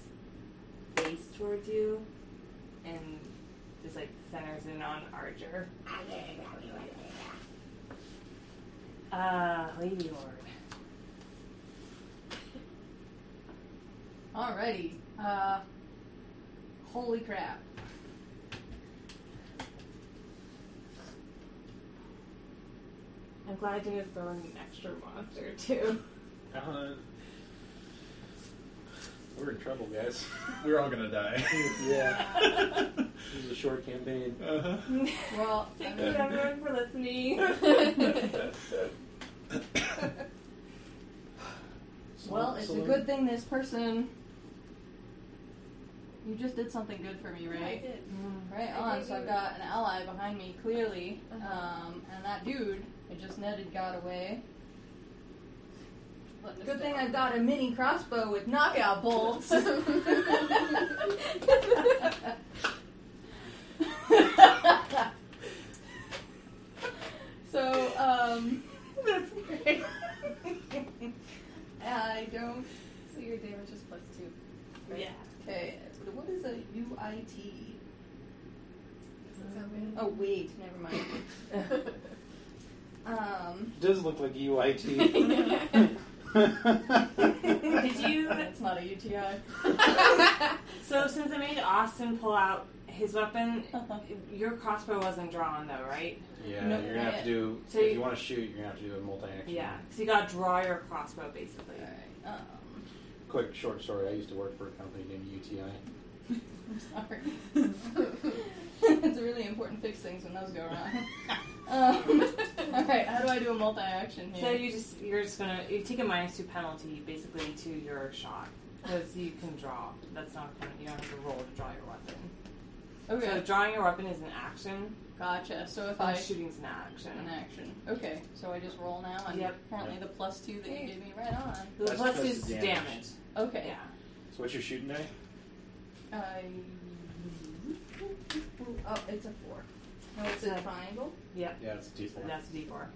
C: face towards you and just like centers in on Archer. Uh, Lady Lord.
A: Alrighty. Uh, holy crap.
C: I'm glad you didn't throw in an extra monster too.
D: Uh, we're in trouble, guys.
F: We're all gonna die.
D: *laughs* yeah.
F: uh
D: This is a short campaign.
F: huh.
C: *laughs*
A: Well,
C: Thank you everyone for
F: *laughs*
C: listening.
A: well, it's a
D: Excellent.
A: good thing this person. You just did something good for me,
B: I
A: right?
B: did.
A: Right
B: I
A: on.
B: gave
A: So I've
B: you-
A: got an ally behind me, clearly,
B: Uh-huh.
A: um, and that dude I just netted got away.
B: Let me
A: Good
B: stay
A: thing
B: on.
A: I've got a mini crossbow with knockout
B: *laughs*
A: bolts. *laughs* so, um,
C: That's
B: *laughs*
C: great.
A: I don't.
B: So your damage is plus two.
C: yeah.
A: Okay, what is a UIT?
B: Does that sound good?
A: Oh, wait, never mind.
B: *laughs*
A: Um,
D: It does look like *laughs* UIT.
C: Did you?
A: that's not a UTI.
C: So since I made Austin pull out his weapon, your crossbow wasn't drawn though, right?
D: Yeah,
A: No,
D: you're gonna have to do.
C: So
D: if
C: you-
D: you want to shoot, you're gonna have to do a multi-action.
C: Yeah. So you got to draw your crossbow basically.
A: Alright, um,
D: Quick short story. I used to work for a company named UTI.
A: I'm sorry. *laughs* *laughs* it's really important to fix things when those go wrong. Um, Alright, how do I I do a multi action here?
C: So you just you're just gonna you take a minus two penalty basically to your shot because you can draw. That's not a penalty. You don't have to roll to draw your weapon. So
A: okay,
C: drawing your weapon is an action.
A: gotcha. So Oh, if
C: And
A: I
C: shooting's an action.
A: an action, okay, so I just roll now, and
C: Yep.
A: apparently the plus two that you gave me right on.
C: The
D: That's
C: plus
D: plus
C: is
D: the
C: damage.
D: damage.
A: Okay,
C: Yeah.
D: So what's your shooting day?
A: I. Oh, it's a four. No, it's a triangle.
D: Yeah, it's D four.
C: And that's a D4.
F: I rolled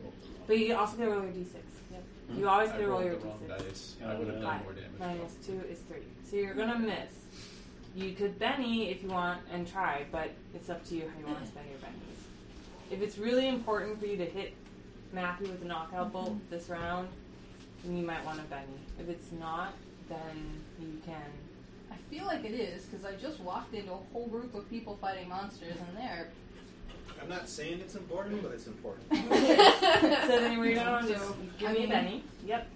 F: the wrong-
C: But you also gotta roll your D6. Yep. You always
F: I
C: gotta roll
F: rolled
C: your
F: the wrong
C: D6.
F: dice. I would have done
C: Five.
F: more damage.
C: Minus two is three. So you're gonna miss. You could Benny if you want and try, but it's up to you how you want to spend your Bennies. If it's really important for you to hit Matthew with a
A: Mm-hmm.
C: knockout bolt this round, then you might want to Benny. If it's not, then you can.
A: I feel like it is because I just walked into a whole group of people fighting monsters, and *laughs* they're
D: I'm not saying it's important, but it's important.
C: So
A: *laughs*
C: then we're gonna do.
A: So,
C: Give
A: I
C: me a
A: mean-
C: Benny. Yep.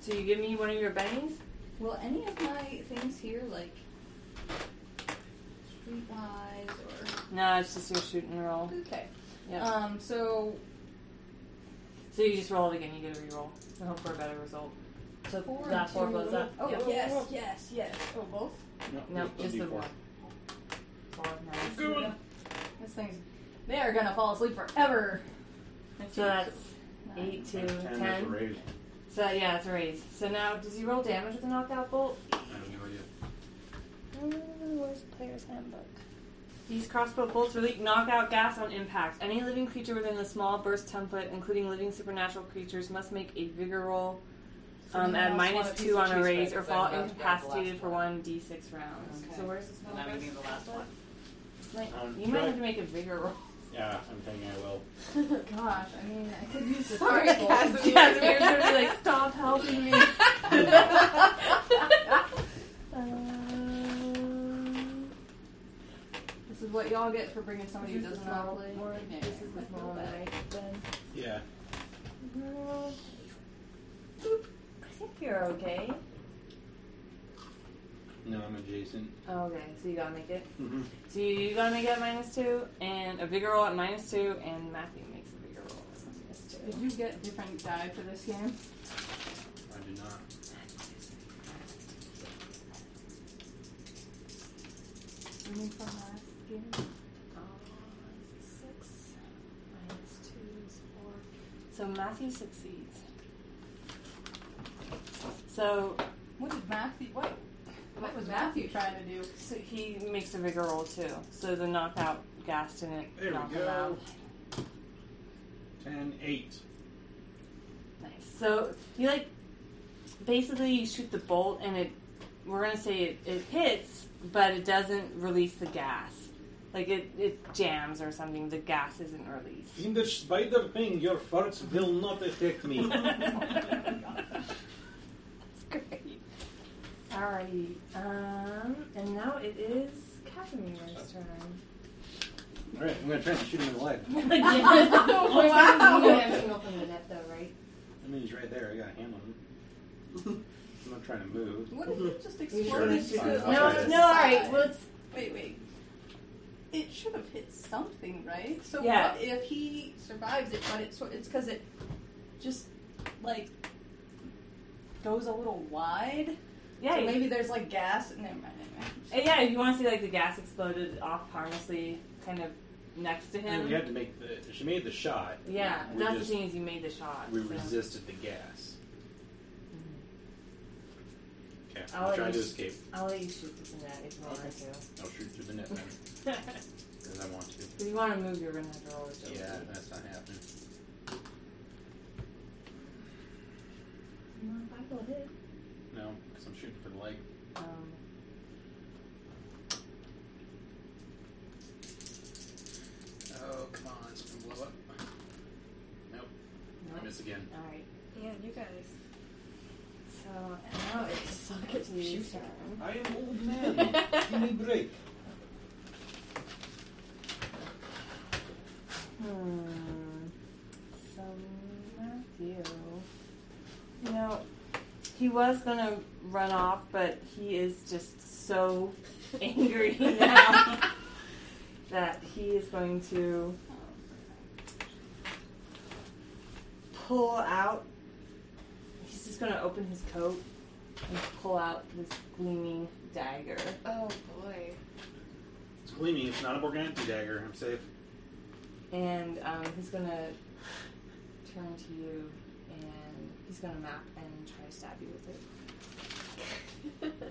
C: So you give me one of your Bennies.
A: Will any of my things here, like streetwise
C: No, it's just your shooting roll.
A: or okay?
C: Yep.
A: Um, so
C: so you just roll it again. You get a reroll and hope for a better result. So
A: four,
C: that four
A: two-
C: blows up.
A: Oh
C: Yep.
A: yes, yes, yes. Oh both.
C: No, just the
D: D4.
C: one. Four, nice.
A: This thing's they are gonna fall asleep forever.
C: So that's
A: Nine.
C: eight to
D: Ten is a
C: ten.
D: raise.
C: So yeah, it's a raise. So now, does he roll damage with a knockout bolt?
D: I have no idea.
E: Mm,
B: Where's player's handbook?
C: These crossbow bolts release knockout gas on impact. Any living creature within the small burst template, including living supernatural creatures, must make a vigor roll um,
A: Someone
C: at
A: else want
C: minus
A: a piece of
C: two on a
E: cheese
C: raise,
E: spread,
C: or
E: 'cause I'm
C: fall
E: about to grab the
C: incapacitated
E: last
C: for
E: one.
C: one d6 rounds.
E: Okay.
C: So where's this?
E: And I'm gonna be the last *laughs* one.
C: Like,
D: Um,
C: you might
D: try-
C: have to make a
E: *laughs*
C: vigor roll. *laughs*
D: Yeah, I'm thinking I will.
A: Gosh, I mean, I could use the
B: Sorry,
A: sparkle.
C: *laughs*
B: Casimir.
C: Yes, you're gonna be like, stop helping me.
E: *laughs*
B: Oh. Um,
A: This is what y'all get for bringing somebody who
C: This is
A: doesn't know
C: the
A: how to
C: small
A: play.
C: one.
A: Yeah,
C: This is the small one.
B: right then.
D: Yeah.
C: I think you're okay.
D: No, I'm adjacent.
C: Oh, Okay, so you gotta make it.
D: Mm-hmm.
C: So you gotta make it at minus two, and a bigger roll at minus two, and Matthew makes a bigger roll at minus
A: Did
C: two.
A: you get different die for this game?
D: I do not.
A: Any from last game?
B: Uh,
C: Six minus two is four. So Matthew succeeds. So,
A: What did Matthew? What? What was Matthew trying to do?
C: so he makes a bigger roll too. So the knockout gas didn't
D: There
C: knock
D: we
C: him out.
D: go. Ten, eight.
C: Nice. So you like basically you shoot the bolt and it we're gonna say it, it hits, but it doesn't release the gas. Like it, it jams or something, the gas isn't released.
D: In the spider thing, your farts will not affect *laughs* me.
C: That's great. Alrighty. Um and now it is Casimir's *laughs* turn.
D: Alright, I'm gonna try and shoot him in the leg.
C: *laughs*
B: Wow.
G: You haven't opened the net though, right?
D: I mean, he's right there. I got a hand on *laughs* him. I'm not trying to move.
A: What if it just
D: Sure,
A: exploded?
D: it's
A: to
D: fine.
A: the-
D: I'll try
C: No,
D: this.
C: no, alright, well it's
A: Wait, wait. It should have hit something, right? So
C: Yeah.
A: what if he survives it, but it's it's because it just like goes a little wide.
C: yeah,
A: So
C: you-
A: maybe there's like gas. Never mind. Never mind.
C: uh, yeah, if you wanna see like the gas exploded off harmlessly kind of next to
D: And
C: him.
D: we had to make the. She made the shot.
C: Yeah,
D: We
C: that's
D: just-
C: the thing is you made the shot.
D: We
C: so.
D: resisted the gas. Okay,
C: I'll
D: I'm trying to
C: just-
D: escape.
C: I'll let you shoot this and that if you want to.
D: I'll shoot through the net then, *laughs* because I want to.
C: if you want to move, you're gonna have to roll a
D: Yeah, that's not happening. No, because I'm shooting for the leg.
C: Um,
D: Oh, come on, it's gonna blow up.
C: no.
D: I miss again.
C: All right.
B: Yeah, you guys.
C: *laughs*
B: *laughs*
C: So now it's Matthew's turn.
D: I am old man. Give me a break.
C: Hmm. So Matthew, you know, he was gonna run off, but he is just so *laughs* angry now that he is going to. pull out. He's just gonna open his coat and pull out this gleaming dagger.
B: Oh boy.
D: It's gleaming. It's not a Morganti dagger. I'm safe.
C: And um, he's gonna turn to you and he's gonna map and try to stab you with it.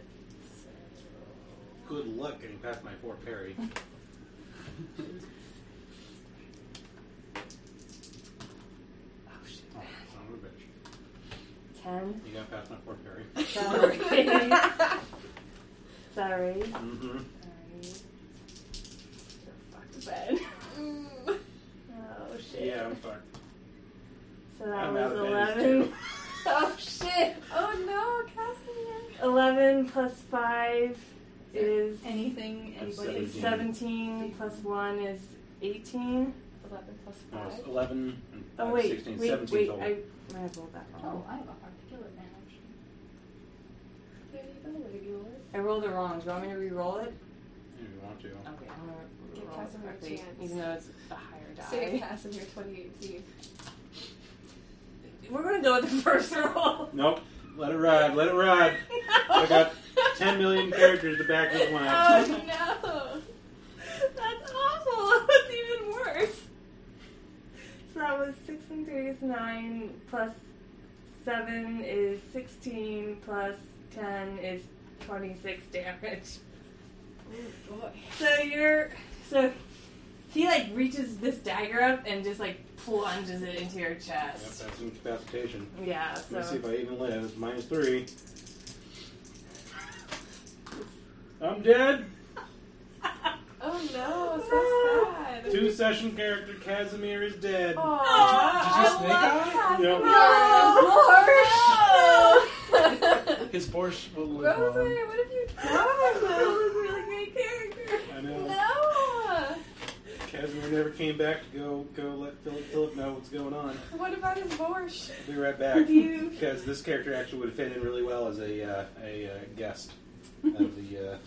D: Good luck getting past my poor Perry.
C: Oh shit.
D: Oh, son of a
C: Ten.
D: bitch. You got past my poor Perry.
C: Sorry. *laughs*
B: *laughs*
C: Sorry.
D: Mm-hmm.
C: *laughs* Sorry.
B: Mm.
C: Oh shit.
D: Yeah, I'm fucked.
C: So that
D: I'm
C: was
D: out of
C: eleven.
D: too.
C: oh shit.
B: Oh no, Casimir.
C: Eleven plus five is
A: Anything,
D: That's
A: anybody?
D: seventeen.
C: seventeen. Plus one is eighteen.
B: Eleven plus
D: No, it's
B: five.
D: 11 and
C: Oh
D: five,
C: wait,
D: 16,
C: wait,
D: 17
C: wait!
D: total.
C: I might have rolled that wrong.
A: Oh, I have a articulate man, actually.
B: There you go, regular.
C: Oh. I rolled it wrong. Do you want me to re-roll it?
D: If you want to.
C: Okay, I'm gonna
B: Give
C: re-roll it
B: Casimir a
C: correctly,
B: chance.
C: even though it's a higher die. *laughs*
B: Save Casimir 2018.
C: We're gonna go with the first *laughs* roll.
D: Nope. Let it ride. Let it ride. I got 10 million characters to
C: *laughs*
D: back this one up.
C: Oh no! That's awful! *laughs* That's even worse! So that was 6 and 3 is 9, plus 7 is 16, plus 10 is 26 damage.
B: Oh boy.
C: So you're. So he like reaches this dagger up and just like plunges it into your
D: Yep,
C: chest.
D: that's incapacitation.
C: Yeah,
D: Let me see
C: so.
D: if I even live. It's minus three. I'm dead.
B: Oh no, so sad.
D: Two session character Casimir is dead.
B: Oh, Aw,
D: Yep.
B: I love Casimir.
F: His Porsche will live on.
B: Rosemary, what have
C: *laughs*
B: you done?
C: was a really great character.
D: I know.
B: No.
D: Casimir never came back to go go let Philip, Philip know what's going on.
B: What about his borscht?
D: I'll be right back
C: You-
D: because this character actually would fit in really well as a uh, a uh, guest of the uh,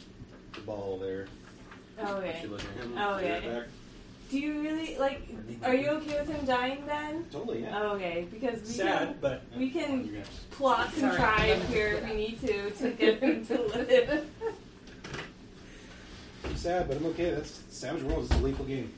D: the ball there.
C: Okay.
D: Actually, look at him.
C: Oh,
D: I'll be right
C: okay.
D: back.
C: Do you really like? Are you okay with him dying then?
D: Totally. Yeah.
C: Okay, because Uh, we
D: Sad, but
C: can we can
D: You guys-
C: plot and
E: Sorry,
C: try
E: let me
C: here
E: just
C: if
E: do
C: we need to to
B: *laughs*
C: get him to live.
D: I'm sad, but I'm okay. That's Savage Worlds is a lethal game.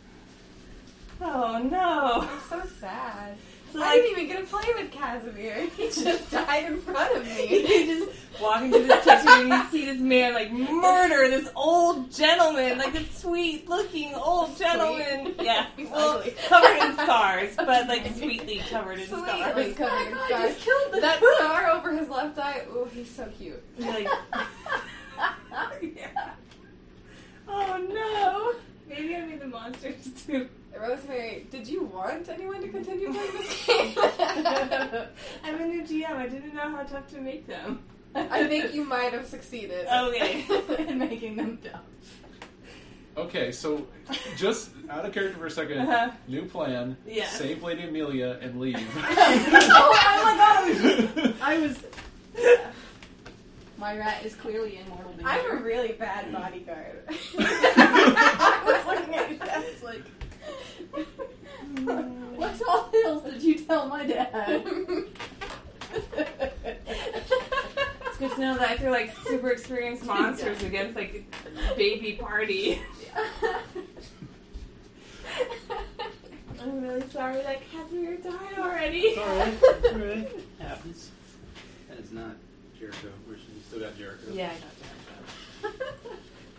C: Oh no!
B: I'm so sad.
C: So,
B: I
C: like,
B: didn't even get to play with Casimir. *laughs* He just died in front of *laughs*
C: you
B: me.
C: just walk into this kitchen and you see this man like murder this old gentleman, like this sweet-looking old gentleman.
B: *laughs*
C: Yeah, well,
B: Ugly.
C: covered in scars, but like sweetly covered in *laughs* scars.
B: Sweetly covered in
A: Oh my God,
B: scars.
A: just killed the-
B: That scar over his left eye. Oh, he's so
C: *laughs*
B: cute.
C: You're like,
B: Yeah.
C: oh no! Maybe I made the monsters too.
B: Rosemary, did you want anyone to continue playing
C: *laughs*
B: this game? *laughs*
C: I'm a new GM. I didn't know how tough to make them.
B: I think you might have
C: *laughs*
B: succeeded.
C: Okay.
A: and *laughs* making them dumb.
F: Okay, so just out of character for a 2nd
C: Uh-huh.
F: New plan.
C: Yes.
F: Save Lady Amelia
C: *laughs*
F: and leave.
C: oh
A: I was. My rat is clearly immortal. being
B: I'm a
A: here.
B: really bad bodyguard.
A: I was looking at your dad. It's like, what tall tales did you tell my dad?
C: It's good to know that I threw like super experienced monsters against like baby party. I'm really sorry that Casimir died already. *laughs*
D: Happens. That is not Jericho. We should we still got Jericho.
C: Yeah, I got Jericho.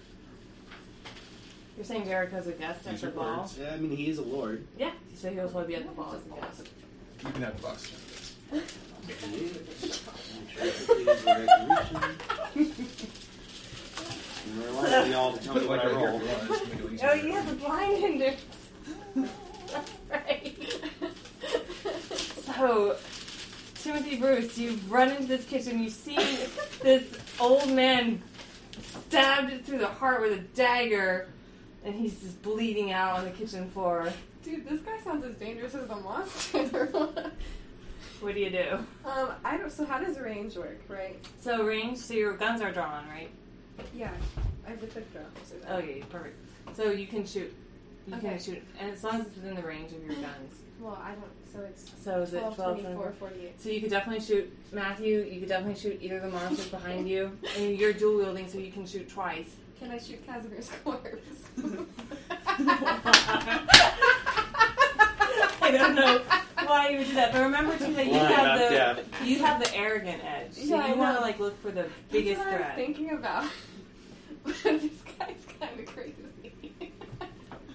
C: *laughs* You're saying Jericho's a guest at
F: These
C: the
F: are
C: ball?
F: words.
D: Yeah, I mean, he is a lord.
C: Yeah. So he'll probably be at the ball as a guest.
F: You can have the box.
D: He is. Jericho is the resurrection. *laughs* And we're likely all to tell
F: Put
D: me
F: it
D: what
F: like
D: I
F: right here
D: rolled.
F: if you want. Just make it easier.
C: Oh, you have the blind hinder. *laughs* right. Oh.
B: *laughs*
C: So, Timothy Bruce, you run into this kitchen, you see this old man stabbed through the heart with a dagger, and he's just bleeding out on the kitchen floor.
B: Dude, this guy sounds as dangerous as the monster. *laughs*
C: What do you do?
B: um, I don't. So how does range work, right?
C: So, range, so your guns are drawn, right? Oh,
B: Yeah, I have the quick draw. So
C: Okay, perfect. So you can shoot. You
B: Okay.
C: can shoot, and as long as it's within the range of your guns.
B: Well, I don't. So it's
C: So is it
B: 12,
C: 12,
B: 24,
C: 24?
B: 48.
C: So you could definitely shoot Matthew. You could definitely shoot either of the monsters behind you. And you're dual wielding, so you can shoot twice.
B: Can I shoot Casimir's *laughs* corpse?
C: *laughs* I don't know why you would do that, but remember too that you
D: Blind, not
C: have the
D: deaf.
C: you have the arrogant edge. So
B: Yeah, I
C: you want
B: know.
C: to like look for the biggest
B: That's what I was
C: threat.
B: thinking about. *laughs* this guy's kind of crazy. *laughs*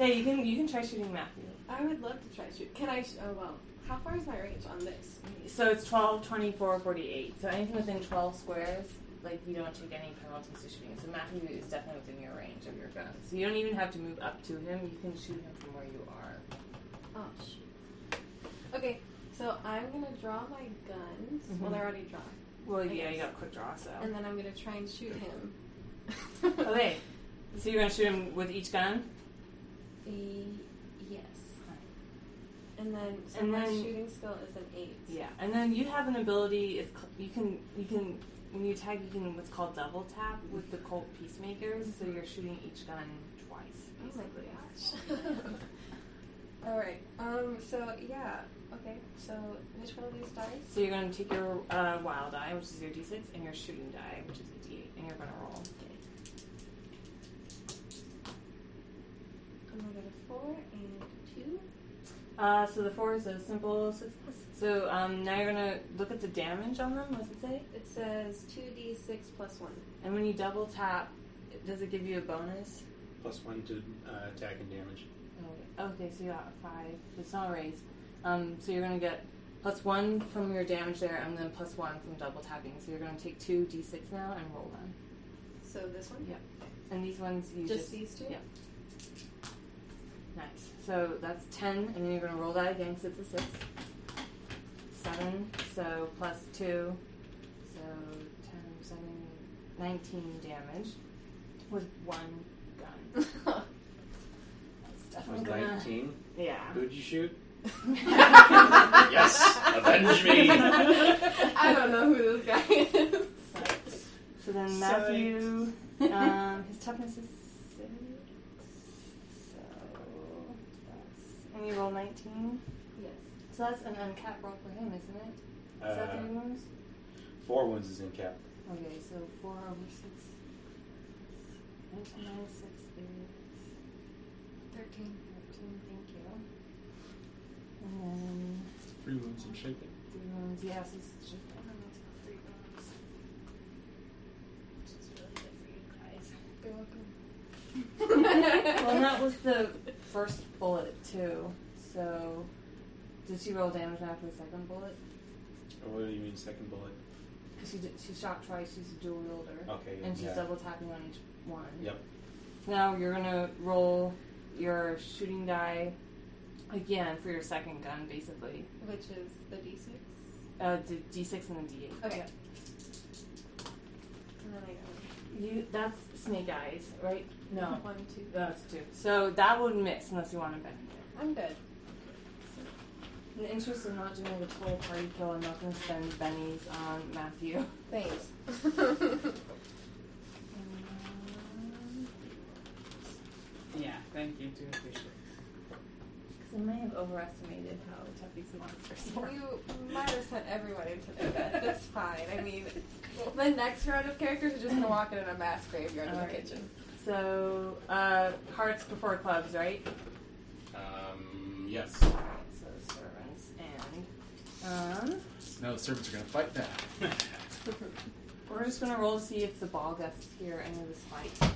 C: Yeah, you can you can try shooting Matthew.
B: I would love to try shoot. Can I? Sh- oh well. How far is my range on this?
C: So it's 12, 24, 48. So anything within 12 squares, like you don't take any penalties to shooting. So Matthew is definitely within your range of your gun. So you don't even have to move up to him. You can shoot him from where you are.
B: Oh shoot. Okay, so I'm gonna draw my guns.
C: Mm-hmm.
B: Well, they're already drawn,
C: Well,
B: yeah,
C: yeah,
B: you
C: you got quick draw, so.
B: and then I'm gonna try and shoot him. *laughs*
C: Okay. So you're going to shoot him with each gun?
B: E- yes. And then, so
C: And
B: my
C: then-
B: shooting skill is an eight.
C: Yeah. And then you have an ability, it's, cl- you can, you can, when you tag, you can what's called double tap with the Colt Peacemakers. So you're shooting each gun twice,
B: Oh my
C: basically. *laughs*
B: gosh. All right. Um. So yeah. Okay. So which one of these dice?
C: So you're going to take your uh, wild die, which is your d6, and your shooting die, which is a d8, and you're going to roll.
B: I'm gonna get a four and two.
C: Uh, so the four is a simple success. So um, now you're gonna look at the damage on them. What's it say?
B: It says two d six plus one.
C: And when you double tap, does it give you a bonus?
D: Plus one to uh, attack and damage.
C: Oh, okay, so you got five. It's not a raise. Um, so you're gonna get plus one from your damage there, and then plus one from double tapping. So you're gonna take two d6 now and roll them.
B: So this one.
C: Yeah. And these ones you
B: Just
C: just,
B: these two?
C: Yeah. Nice. So that's ten, and then you're gonna roll that again because it's a six. Seven. So plus two. So ten, seven, nineteen damage with one gun. That's
D: I was
C: definitely gonna.
D: 19. *laughs*
C: Yeah.
D: Who'd you shoot? *laughs*
F: Yes, avenge me.
B: *laughs* I don't know who this guy is.
C: So then
D: Psych.
C: Matthew, um, his toughness is six. So that's and you roll nineteen.
B: Yes.
C: So that's an uncapped roll for him, isn't it? Is
D: Uh,
C: that the bonus?
D: four ones is in cap.
C: Okay, so four over six. Eight, nine, six, eight,
B: Thirteen.
C: thirteen, thank you. And then
F: Three wounds and shaking.
C: three wounds, yes, it's just, I don't know, it's got three wounds. Which is really good for you guys.
B: You're
C: *laughs*
B: welcome.
C: Well, and that was the first bullet, too, so, did she roll damage after the second bullet?
D: Or what do you mean, second bullet?
C: 'Cause she did, she shot twice, she's a dual wielder.
D: Okay,
C: And she's
D: Oh, yeah.
C: double tapping on each one.
D: Yep.
C: Now you're gonna roll your shooting die again for your second gun, basically.
B: Which is the d six.
C: Uh, d- d6 and then d8.
B: Okay. And then I got
C: You that's snake eyes, right? No,
B: one, two.
C: that's two. So that would miss unless you want to bend it.
B: I'm good.
C: In the interest of not doing a full party kill, I'm not gonna spend bennies on *laughs* Matthew.
B: *laughs* Thanks.
E: Yeah, thank you. Do appreciate it.
C: Because I may have overestimated how tough these monsters were.
B: you might have sent everyone into the death. That's fine. I mean, the next round of characters are just gonna walk in a mass graveyard in the
C: Alright.
B: kitchen.
C: So uh, hearts before clubs, right?
D: Um, yes.
C: So servants and um,
F: Now the servants are going to fight back.
C: we're just gonna roll to see if the ball guests here any of this fight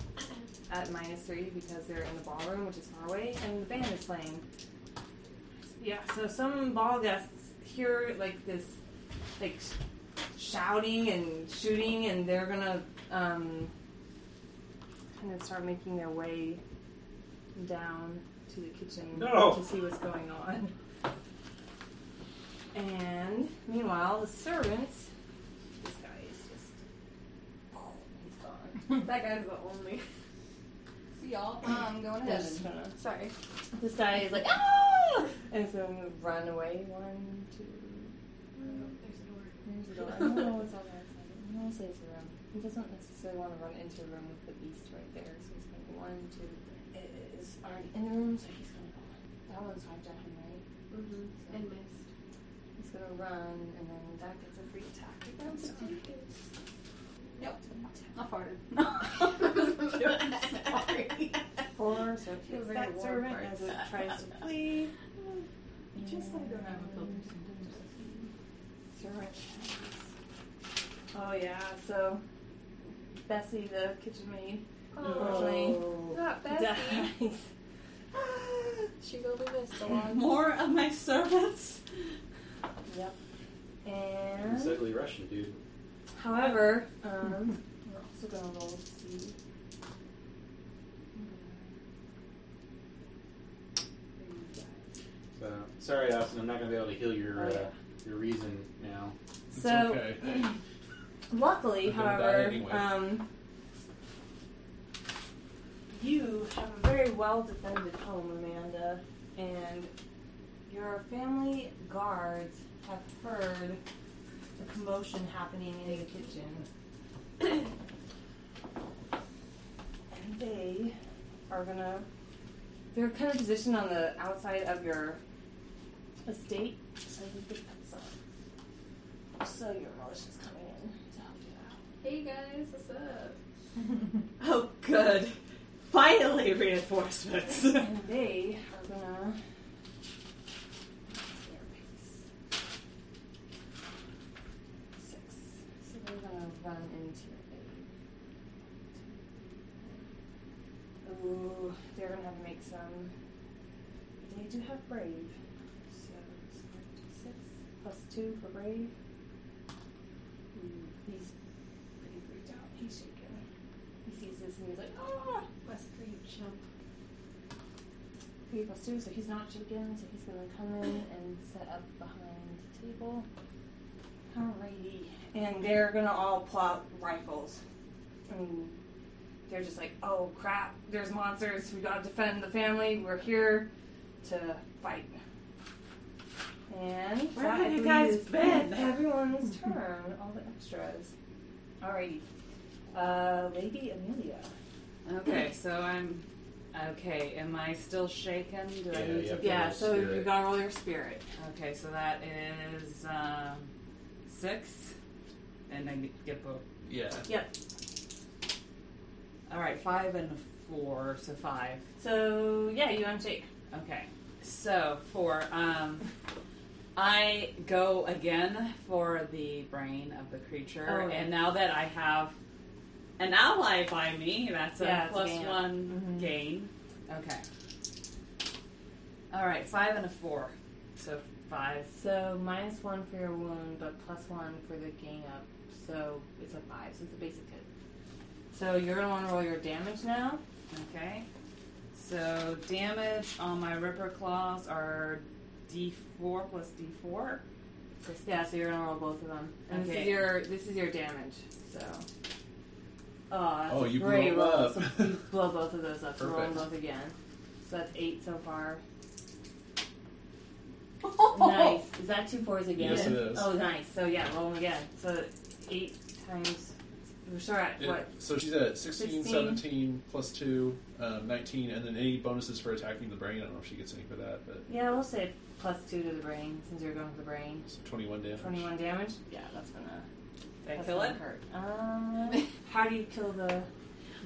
C: at minus three because they're in the ballroom, which is far away, and the band is playing. Yeah, so some ball guests hear like this, like sh- shouting and shooting, and they're gonna um, kind of start making their way down to the kitchen
D: No.
C: to see what's going on. And meanwhile, the servants. This guy is just. He's gone.
B: That guy's the only.
A: See y'all. Um, I'm going to
C: That's
A: heaven.
C: gonna-
B: Sorry.
C: This guy is like, ah! And so I'm gonna run away. One, two. There's a door. I don't know what's on that side. I don't say it's a room. He doesn't necessarily want to run into a room with the beast right there. So he's like, one, two, three. is already in the room, so he's gonna go. That one's swiped at him, right?
B: Mm-hmm. And missed.
C: He's gonna run, and then that gets a free attack against him. Nope.
A: I farted. *laughs* I'm sorry.
C: Four, so he
H: It's
C: was
H: that servant as it tries to
C: *laughs*
H: flee.
A: Just like don't have a filter.
C: Servant. Oh yeah, so Bessie, the kitchen maid,
A: Oh.
C: unfortunately
B: Not Oh,
A: *laughs*
B: Bessie.
C: dies.
B: she will be missed a
A: *laughs*
B: lot.
E: More of my servants.
C: Yep.
D: This
C: And
D: ugly Russian dude.
C: however, um, we're also gonna roll to see.
D: So Uh, sorry, Austin. I'm not gonna be able to heal your
C: Oh,
D: uh, your reason now.
F: It's
C: So
F: okay.
C: *clears throat* Luckily,
F: I'm gonna die
C: however,
F: anyway.
C: um, you have a very well defended home, Amanda, and your family guards have heard the commotion happening in the kitchen. *clears throat* and they are gonna. They're kind of positioned on the outside of your estate, so you think that's uh, So your militia's coming in to help you out.
B: Hey guys, what's up?
E: Oh, good. Finally, reinforcements.
C: And they are gonna. Their pace. Six. So they're gonna run into your aid. Ooh, they're gonna have to make some. They do have brave. So it's like six plus two for brave. Ooh, he's pretty freaked out. He's shaking. He sees this and he's like, ah!
B: West Green Chump.
C: Three plus two, so he's not shaken, so he's gonna come in and set up behind the table. Alrighty. And they're gonna all pull out rifles. And they're just like, oh crap, there's monsters, we gotta defend the family, we're here to fight. And
E: Where
C: that,
E: have
C: I
E: you
C: believe,
E: guys
C: is
E: been?
C: Everyone's turn, all the extras. Alrighty. Uh, Lady Amelia.
E: *laughs* okay, so I'm. Okay, am I still shaken? Do I
D: Yeah,
E: need
D: you
E: to
D: have to
E: yeah,
D: roll
E: so you
D: spirit.
E: gotta roll your spirit. Okay, so that is um, six, and I get both.
F: yeah.
E: All right, five and four, so five.
C: So yeah, you unshake.
E: Okay, so for um, I go again for the brain of the creature,
C: Oh, yeah.
E: and now that I have an ally by me, that's a
C: Yeah, it's a
E: plus
C: gain. Mm-hmm.
E: one gain. Okay. All right, five and a four, so five.
C: So minus one for your wound, but plus one for the gain up. So it's a five. So it's a basic hit. So you're gonna want to roll your damage now.
E: Okay. So damage on my ripper claws are D4 plus D4.
C: Yeah. So you're gonna roll both of them. And this is
E: Okay.
C: your this is your damage. So. Oh, that's
F: Oh,
C: a
F: you blew
C: great
F: them
C: roll.
F: up.
C: So *laughs* you blow both of those up. So roll them
F: Perfect.
C: both again. So that's eight so far. Nice. Is that two fours again?
F: Yes, it is.
C: Oh, nice. So yeah, roll them again. So eight times. We're sure at
F: It-
C: what?
F: So she's at 16,
C: 16.
F: 17, plus 2, um, 19, and then any bonuses for attacking the brain. I don't know if she gets any for that, but
C: Yeah, we'll say plus two to the brain since you're going for the brain.
F: so 21 damage.
C: Twenty-one damage. Yeah, that's gonna.
E: Did I
C: that's
E: kill
C: gonna
E: it?
C: Hurt. Um, how do you kill the?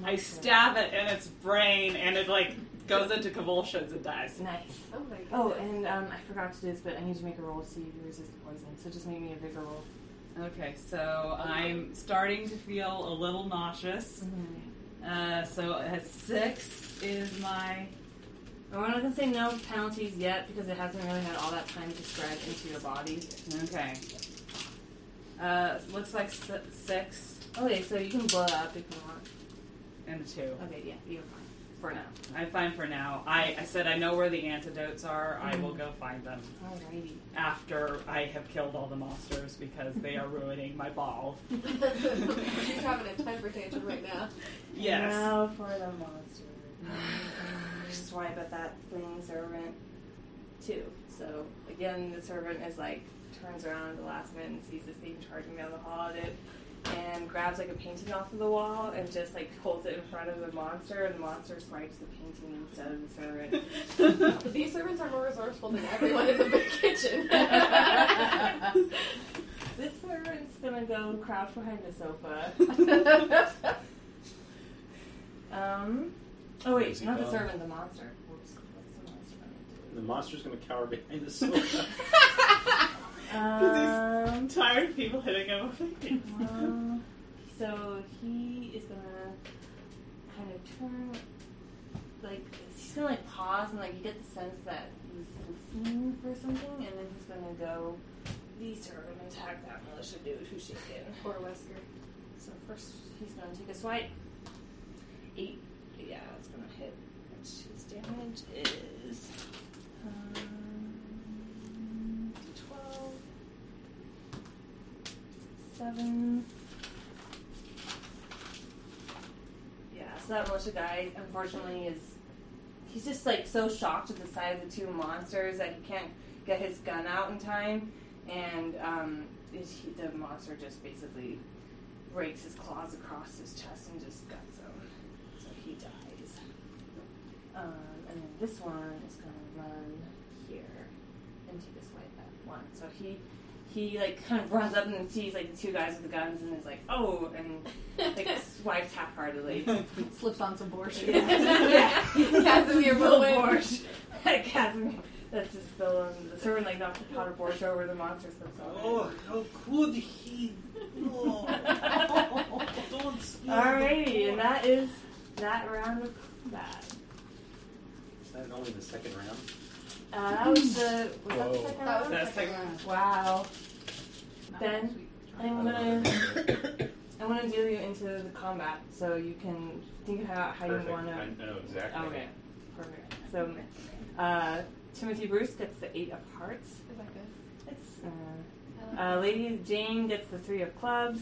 E: I stab it in its brain, and it like goes into convulsions and dies.
C: Nice.
B: Oh *laughs* my god.
C: Oh, and um, I forgot to do this, but I need to make a roll to see if you resist the poison. So just make me a bigger roll.
E: Okay, so I'm starting to feel a little nauseous.
C: Mm-hmm.
E: Uh, so a six is my
C: And we're not gonna say no penalties yet because it hasn't really had all that time to spread into your body.
E: okay. Uh, looks like si- six
C: Okay, so you can blow that up if you want.
E: and a two.
C: Okay, yeah, you're fine for now.
E: I'm fine for now. I, I said I know where the antidotes are. I will go find them.
C: Alrighty.
E: after I have killed all the monsters because they are ruining my ball.
B: She's having a temper tantrum right now.
E: Yes.
C: Now for the monster. Which is why I bet that fleeing servant too. So again, the servant is like turns around at the last minute and sees this thing charging down the hall at it, and grabs like a painting off of the wall and just like holds it in front of the monster, and the monster swipes the painting instead of the servant.
E: *laughs*
B: These servants are more resourceful than everyone in the big *laughs* kitchen.
C: this servant's gonna go crouch behind the sofa. Um. Oh wait,
F: Where's he
C: not the
F: gone?
C: servant, the monster. Whoops, what's the monster gonna
D: The monster's gonna cower behind the *laughs*
C: do?
D: sofa.
C: Um,
I: I'm tired of people hitting him. with things.
C: Um, *laughs* so he is gonna kind of turn, like he's gonna like pause and like you get the sense that he's listening for something, and then he's gonna go. These are gonna attack that militia dude who's shaken.
B: or Wesker.
C: So first he's gonna take a swipe. Eight. Yeah, it's gonna hit. Which his damage is um, twelve. Seven. Yeah, so that militia guy unfortunately is he's just like so shocked at the size of the two monsters that he can't get his gun out in time and um, it, he, the monster just basically breaks his claws across his chest and just guts him. So he dies. Um, and then this one is gonna run here and take a swipe at one. So he he like kind of runs up and sees like the two guys with the guns and is like, oh, and
B: *laughs*
C: like swipes half heartedly.
A: *laughs*
D: *laughs*
A: Slips on some *laughs* borscht.
C: yeah,
B: Casimir will win.
C: *laughs* Borscht. Casimir. That's his bill. And the servant like knocked the pot of borscht over the monster slips on it.
D: Oh, how
C: *laughs*
D: could he? No. Don't steal
C: Alrighty, and that is that round of combat.
D: Is that only the second round?
C: Uh, that was the was that the
F: Whoa.
C: second
B: That was
C: round?
E: That's like,
C: Wow.
A: Not
C: Ben?
A: next week.
C: I'm
D: Uh,
C: gonna I'm gonna deal you into the combat so you can think about how
D: Perfect.
C: you wanna Oh,
D: I know exactly.
C: Okay. Perfect. So uh, Timothy Bruce gets the eight of hearts.
B: Is that good?
C: It's uh, uh, Lady Jane gets the three of clubs.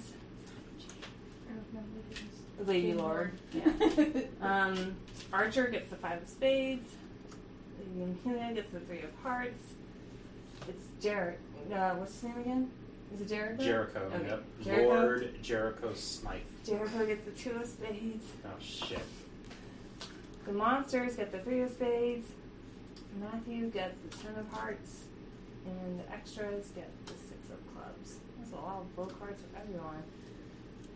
C: Lady Lord. Yeah. Um, Archer gets the five of spades. Lady Amelia gets the three of hearts. It's Jared. Uh, what's his name again? Is it Jericho?
D: Jericho.
C: Okay.
D: Yep.
C: Jericho.
D: Lord Jericho Smythe.
C: Jericho gets the two of spades.
D: Oh shit.
C: The monsters get the three of spades. Matthew gets the ten of hearts. And the extras get the six of clubs. So all blow cards for everyone.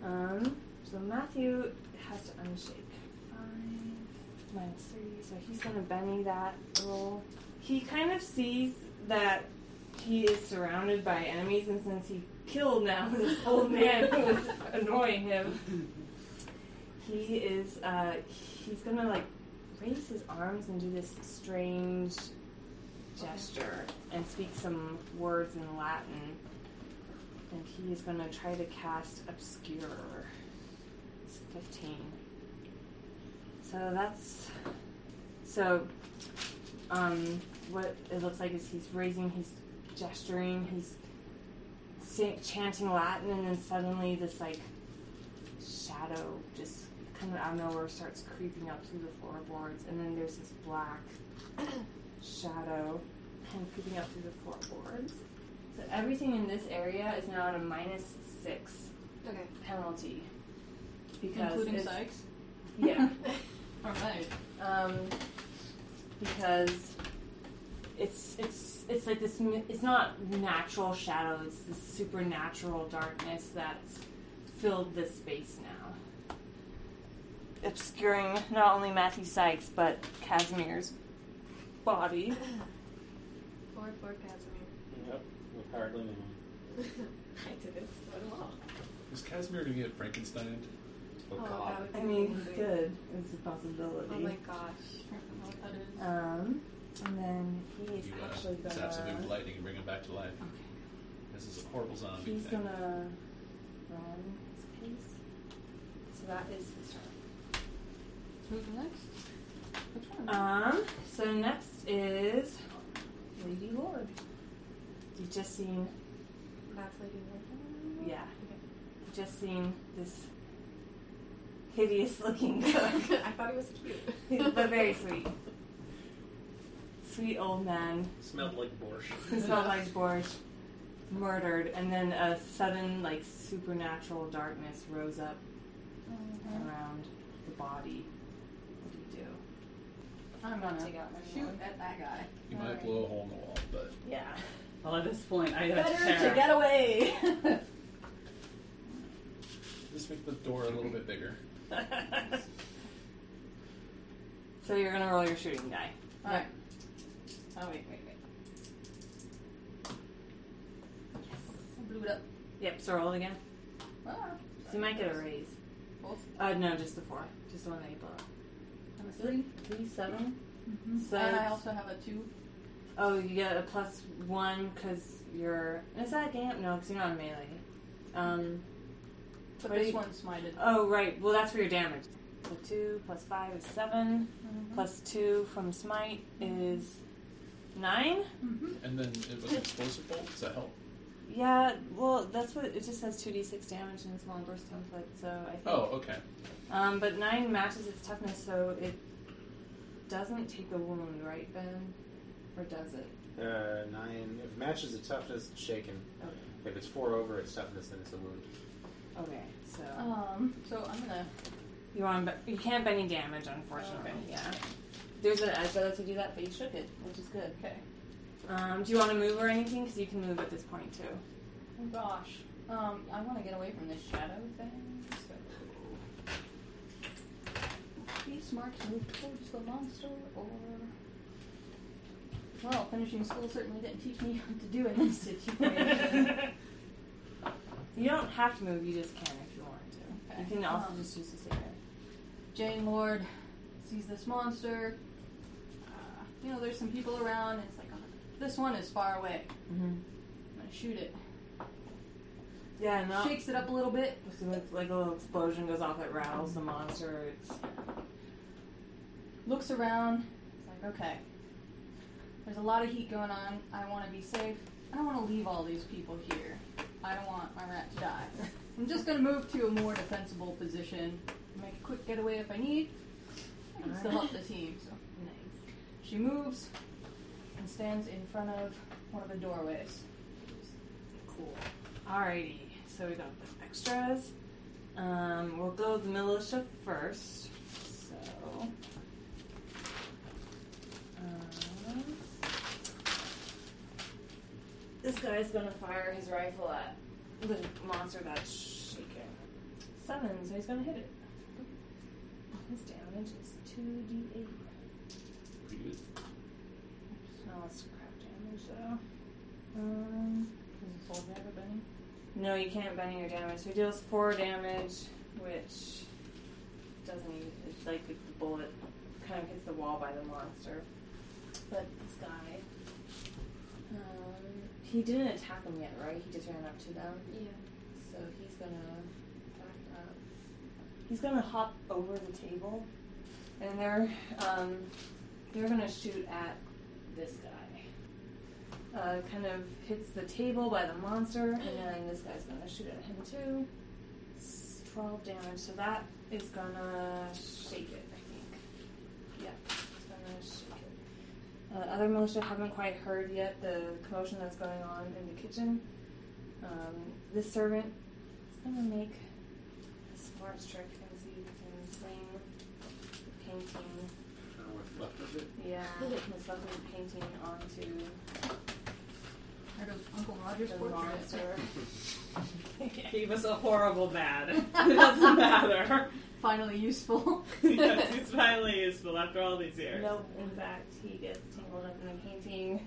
C: Um, so Matthew has to unshake. Five minus three. So he's gonna Benny that roll. He kind of sees that he is surrounded by enemies, and since he killed now this old man who was annoying him, he is uh, he's gonna like raise his arms and do this strange gesture and speak some words in Latin. And he is gonna try to cast obscure. It's fifteen. So that's so. Um, what it looks like is he's raising, he's gesturing, he's sing, chanting Latin, and then suddenly this like shadow just kind of out of nowhere starts creeping up through the floorboards, and then there's this black shadow kind of creeping up through the floorboards. So everything in this area is now at a minus six
B: Okay.
C: penalty because
A: Including
C: it's-
A: Sykes.
C: yeah.
A: Alright.
C: *laughs* um, because it's it's it's like this. mi- It's not natural shadow. It's this supernatural darkness that's filled this space now, obscuring not only Matthew Sykes but Casimir's body.
B: Lord, Lord Casimir.
D: Yep. Well, Hardly anyone.
B: *laughs* I did it so well.
F: Is Casimir gonna get Frankenstein?
D: Oh,
B: Oh, that
D: god.
B: would be
C: I mean,
B: amazing.
C: good. It's a
B: Oh
C: possibility.
B: my gosh.
A: I don't know what that is.
C: Um, and then he is
F: You
C: actually
F: uh, zap
C: gonna.
F: something with lightning and bring him back to life. This is a horrible zombie
C: He's
F: thing.
C: gonna run his pace. So that is his turn.
A: Who's next? Which one?
E: Uh,
C: Um, so next is Lady Lord. You've just seen,
B: That's Lady Lord.
C: yeah, you've just seen this hideous looking cook,
B: *laughs* I thought he was
C: *laughs*
B: cute.
C: but very sweet. Sweet old man
D: Smelled like borscht.
C: who smelled like borscht. murdered, and then a sudden, like, supernatural darkness rose up around the body. What do you do?
A: I'm gonna
G: Take out my
A: shoot
G: one.
A: at that guy.
F: You might blow a hole in the wall, but
G: Yeah.
E: Well, at this point, I have
A: Better to
E: terror.
A: get
C: *laughs*
A: away.
F: just make the door a little bit bigger.
C: *laughs* So you're gonna roll your shooting die.
A: All right. Oh wait, wait, wait. I blew it up.
C: Yep, so roll it again.
A: Ah,
C: So you might get a raise.
A: Both?
C: Uh, no, just the four. Just the one that you blew up.
A: I'm a three.
C: seven. So
A: and I
C: it's-
A: also have a two.
C: Oh, you get a plus one because you're. Is that damn? No, because you're not a melee. Um.
A: But
C: What do
A: this
C: you-
A: one's smited.
C: Oh, right. Well, that's for your damage. So two plus five is 7 plus two from smite is nine.
F: And then it was an explosive bolt. Does that help?
C: Yeah. Well, that's what it just says. Two d six damage and it's one burst conflict. So I think.
F: Oh, okay.
C: Um, but nine matches its toughness, so it doesn't take a wound, right, Ben? Or does it?
D: Uh, nine. If it matches the toughness, it's shaken.
C: Okay.
D: If it's four over its toughness, then it's a wound.
C: Okay. So
A: Um. So I'm gonna.
C: you want to, you can't bend any damage, unfortunately. Yeah. There's an ability to do that, but you shook it, which is good.
A: Okay.
C: Um, do you want to move or anything? Because you can move at this point too.
A: Oh gosh. Um. I want to get away from this shadow thing. So. Be smart to move towards the monster, or. Well, finishing school certainly didn't teach me *laughs* what to do in this situation.
E: *laughs*
C: You don't have to move. You just can if you want to. You
A: Okay.
C: can also
A: Um,
C: just use the save.
A: Jane Lord sees this monster. Uh, you know, there's some people around, and it's like, oh, this one is far away.
C: Mm-hmm.
A: I'm gonna shoot it.
C: Yeah. No.
A: Shakes it up a little bit.
C: So it's like a little explosion goes off. It rattles the monster. It's
A: Looks around. It's like, okay. There's a lot of heat going on. I want to be safe. I don't want to leave all these people here. I don't want my rat to die. *laughs* I'm just gonna move to a more defensible position. Make a quick getaway if I need. I can still help the team. So
C: nice.
A: she moves and stands in front of one of the doorways.
C: Cool. Alrighty. So we got the extras. Um, we'll go with militia first. So. Um, this guy's gonna fire his rifle at the monster that's shaking. Seven, so he's gonna hit it. His damage is 2d8.
F: Pretty good.
C: No, it's crap damage though. Um, No, you can't bend your damage. So it deals four damage, which doesn't even. It's like the bullet kind of hits the wall by the monster. But this guy. Um, he didn't attack them yet, right? He just ran up to them.
B: Yeah.
C: So he's gonna back up. He's gonna hop over the table, and they're um, they're gonna shoot at this guy. Uh, kind of hits the table by the monster, and then this guy's gonna shoot at him too. It's Twelve damage. So that is gonna shake it, I think. Yeah, it's gonna shake it. Uh, other militia haven't quite heard yet the commotion that's going on in the kitchen. Um, this servant is going to make a smarts trick and see if he can sling the painting.
D: I don't know what's left of it.
C: Yeah, this lovely painting onto
A: There goes Uncle Roger's
C: the
A: portrait.
C: monster.
E: Gave us a horrible bad. *laughs* It doesn't matter. *laughs*
A: Finally *laughs* useful.
I: yes, it's finally useful after all these years.
C: Nope, in fact, he gets tangled up in the painting,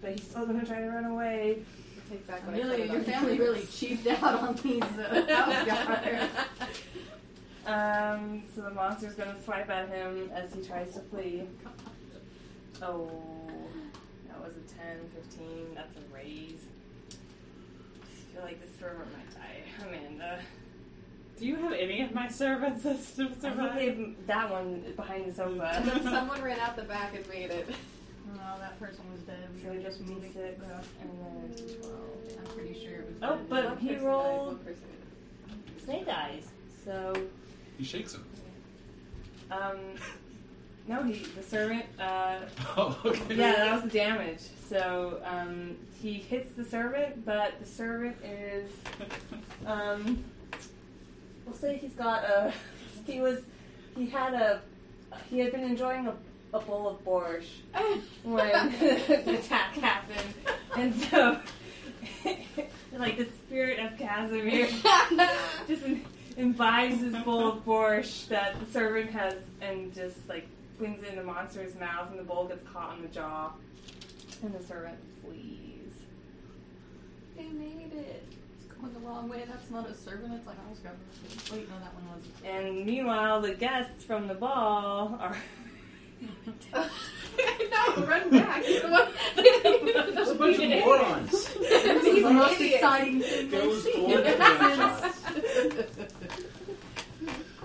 C: but he's still going to try to run away.
B: Take back what I said
A: Really,
B: about
A: your
B: the
A: family really
B: favorites.
A: cheaped out on these uh, *laughs* caviar.
C: Um, so the monster's gonna swipe at him as he tries to flee. Oh, that was a 10, 15. That's a raise. I feel like this servant might die. Amanda.
E: Do you have any of my servants that still
C: I
E: survive?
C: think they- that one behind the
B: And
C: sofa. *laughs*
B: then someone ran out the back and made it.
A: No, that person was dead. We
C: So
A: were
C: just
A: moving
C: D6
A: stuff.
C: and then 12.
A: I'm pretty sure it was.
C: Oh,
A: dead.
C: but
B: One
C: he
B: person died,
C: rolled
B: one person
C: snake eyes. So,
F: He shakes him.
C: um, No, he the servant. Uh,
F: *laughs* Oh, okay.
C: yeah, that was the damage. So um, he hits the servant, but the servant is. Um, we'll say he's got a. *laughs* He was. He had a. He had been enjoying a, a bowl of borscht
A: Oh,
C: when *laughs* the attack happened, and so *laughs* like the spirit of Casimir just im- imbibes this bowl of borscht that the servant has, and just like flings it in the monster's mouth, and the bowl gets caught in the jaw, and the servant flees.
B: They made it.
A: it's going the wrong way. That's not a servant. It's like I was grabbing this. Wait, no, that one was.
C: And meanwhile, the guests from the ball are.
B: *laughs* no, run
C: *laughs*
B: back.
D: There's a bunch of morons.
A: *laughs* This is the most exciting thing
D: Those
A: I've seen.
D: dwarf
C: *laughs*
D: gunshots.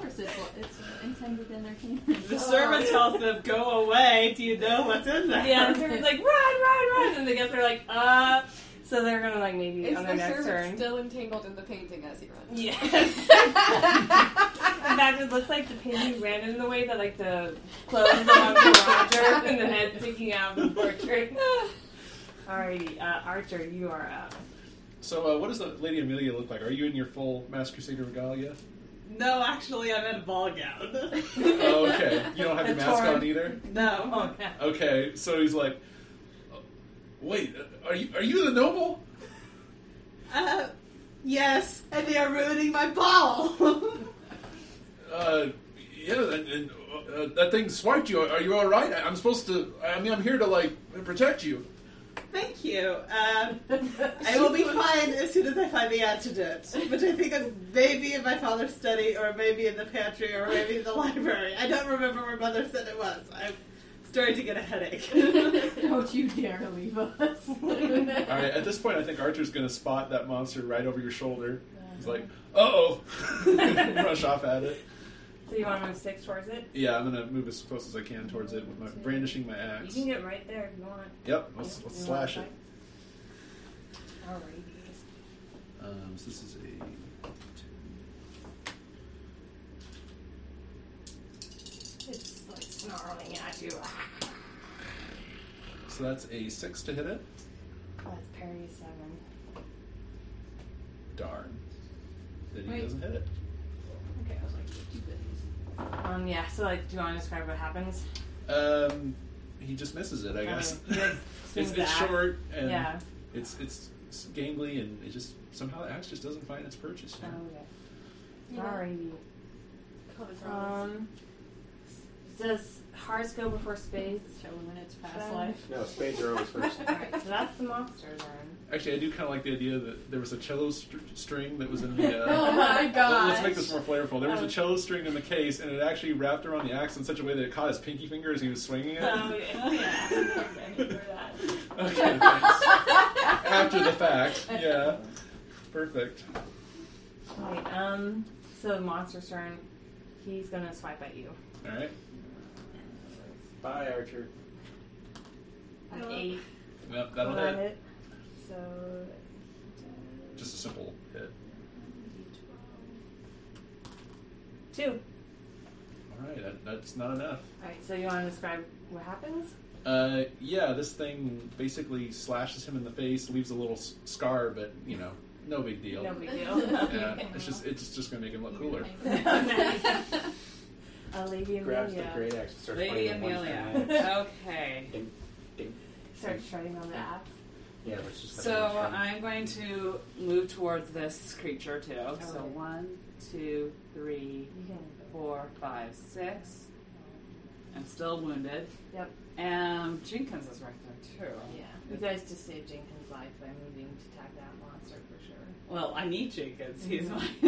A: Of course, it's, it's intended entertainment.
C: Oh.
E: The servant tells them, "Go away." Do you know what's in there?
C: Yeah, the servant's like run, run, run, and the guests are like uh. So they're gonna like maybe
B: Is
C: on their
B: the
C: next
B: servant
C: turn.
B: still entangled in the painting as he
C: *laughs*
B: runs? *laughs*
C: Yes. In fact, it looks like the painting ran in the way that like the clothes on Roger *laughs* and the head sticking out of the *laughs* portrait. Alrighty, uh, Archer, you are *laughs* up.
F: So, uh, what does the Lady Amelia look like? Are you in your full Master
C: *laughs*
F: Crusader regalia?
E: *laughs* No, actually, I'm in a ball gown. *laughs*
F: Oh, okay. You don't have your
E: It's
F: mask on
E: hard.
F: either.
E: no.
C: Oh, yeah.
F: Okay. So he's like, "Oh, "Wait, are you are you the noble?"
E: Uh, yes, and they are ruining my ball. *laughs*
F: Uh, yeah, and, and, uh, that thing swiped you. Are you all right? I, I'm supposed to. I mean, I'm here to like protect you.
E: Thank you. Um, I will be fine as soon as I find the antidote, which I think is maybe in my father's study, or maybe in the pantry, or maybe in the library. I don't remember where mother said it was. I'm starting to get a headache.
A: *laughs*
E: *laughs*
A: Don't you dare leave *laughs* us.
F: All right. At this point, I think Archer's going to spot that monster right over your shoulder. He's like, "Uh oh!" *laughs* Rush off at it.
C: So you want to move six towards it?
F: Yeah, I'm going to move as close as I can towards it with my brandishing my
C: You
F: axe.
C: can get right there if you want.
F: Yep. Let's, let's
C: You
F: slash it.
C: want to fight? Alrighty.
F: Um, so this is a.
C: It's like snarling at you.
F: So that's a six to hit it.
C: Oh, it's parry seven.
F: Darn. Then he
A: Wait.
F: doesn't hit it.
A: Okay, I was like, you bitches.
C: Um, yeah. So like, do you want to describe what happens?
F: Um, he just misses it, I
C: Oh,
F: guess.
C: yeah. Yeah,
F: *laughs* it's
C: swings the
F: it's
C: axe.
F: short and
C: yeah.
F: it's it's it's gangly and it just somehow the axe just doesn't find its purchase.
C: Oh,
F: you know?
C: okay.
B: Yeah.
C: Alrighty.
B: Colours are always-
C: Um, does hearts go before spades? Shall we minutes
A: Past life.
D: No, spades are always first.
C: Alright, so that's the monster then.
F: Actually, I do kind of like the idea that there was a cello st- string that was
C: *laughs*
F: in the.
A: *laughs*
F: Uh,
A: Oh *laughs* my
F: Let-
A: god.
F: Let's make this more flavorful. There was
C: Oh.
F: a cello string in the case, and it actually wrapped around the axe in such a way that it caught his pinky finger as he was swinging
C: *laughs* *laughs*
F: it.
C: Oh, yeah. yeah. Remember *laughs* that.
F: *laughs* Okay, thanks.
C: *laughs*
F: After the fact, yeah, perfect.
C: Alright, um, so the monster's turn. He's gonna swipe at you.
F: All right.
D: Bye, Archer.
C: An
B: Oh.
C: Eight.
F: Yep, that'll
C: Will that
F: hit.
C: So,
F: Just a simple hit.
C: two.
F: All right, that, that's not enough.
C: Alright, so you want to describe what happens?
F: Uh, yeah, this thing basically slashes him in the face, leaves a little s- scar, but you know, no big deal.
C: No big deal. *laughs*
F: Yeah, it's just it's just gonna make him look cooler.
C: A Uh, lady
D: Grabs the
C: Amelia
D: great axe and starts
E: Lady
D: playing with one
E: Amelia.
C: *laughs*
D: hand.
E: okay.
C: starts shredding on the axe.
D: Yeah, but it's just like
E: So
D: one hand.
E: I'm going to move towards this creature too. So
C: Okay.
E: one, two, three,
C: You can.
E: four, five, six. I'm still wounded.
C: Yep.
E: Um, Jenkins is right there too.
C: Yeah. You guys just saved Jenkins' life by moving to attack that monster for sure.
E: Well, I need Jenkins. He's my *laughs*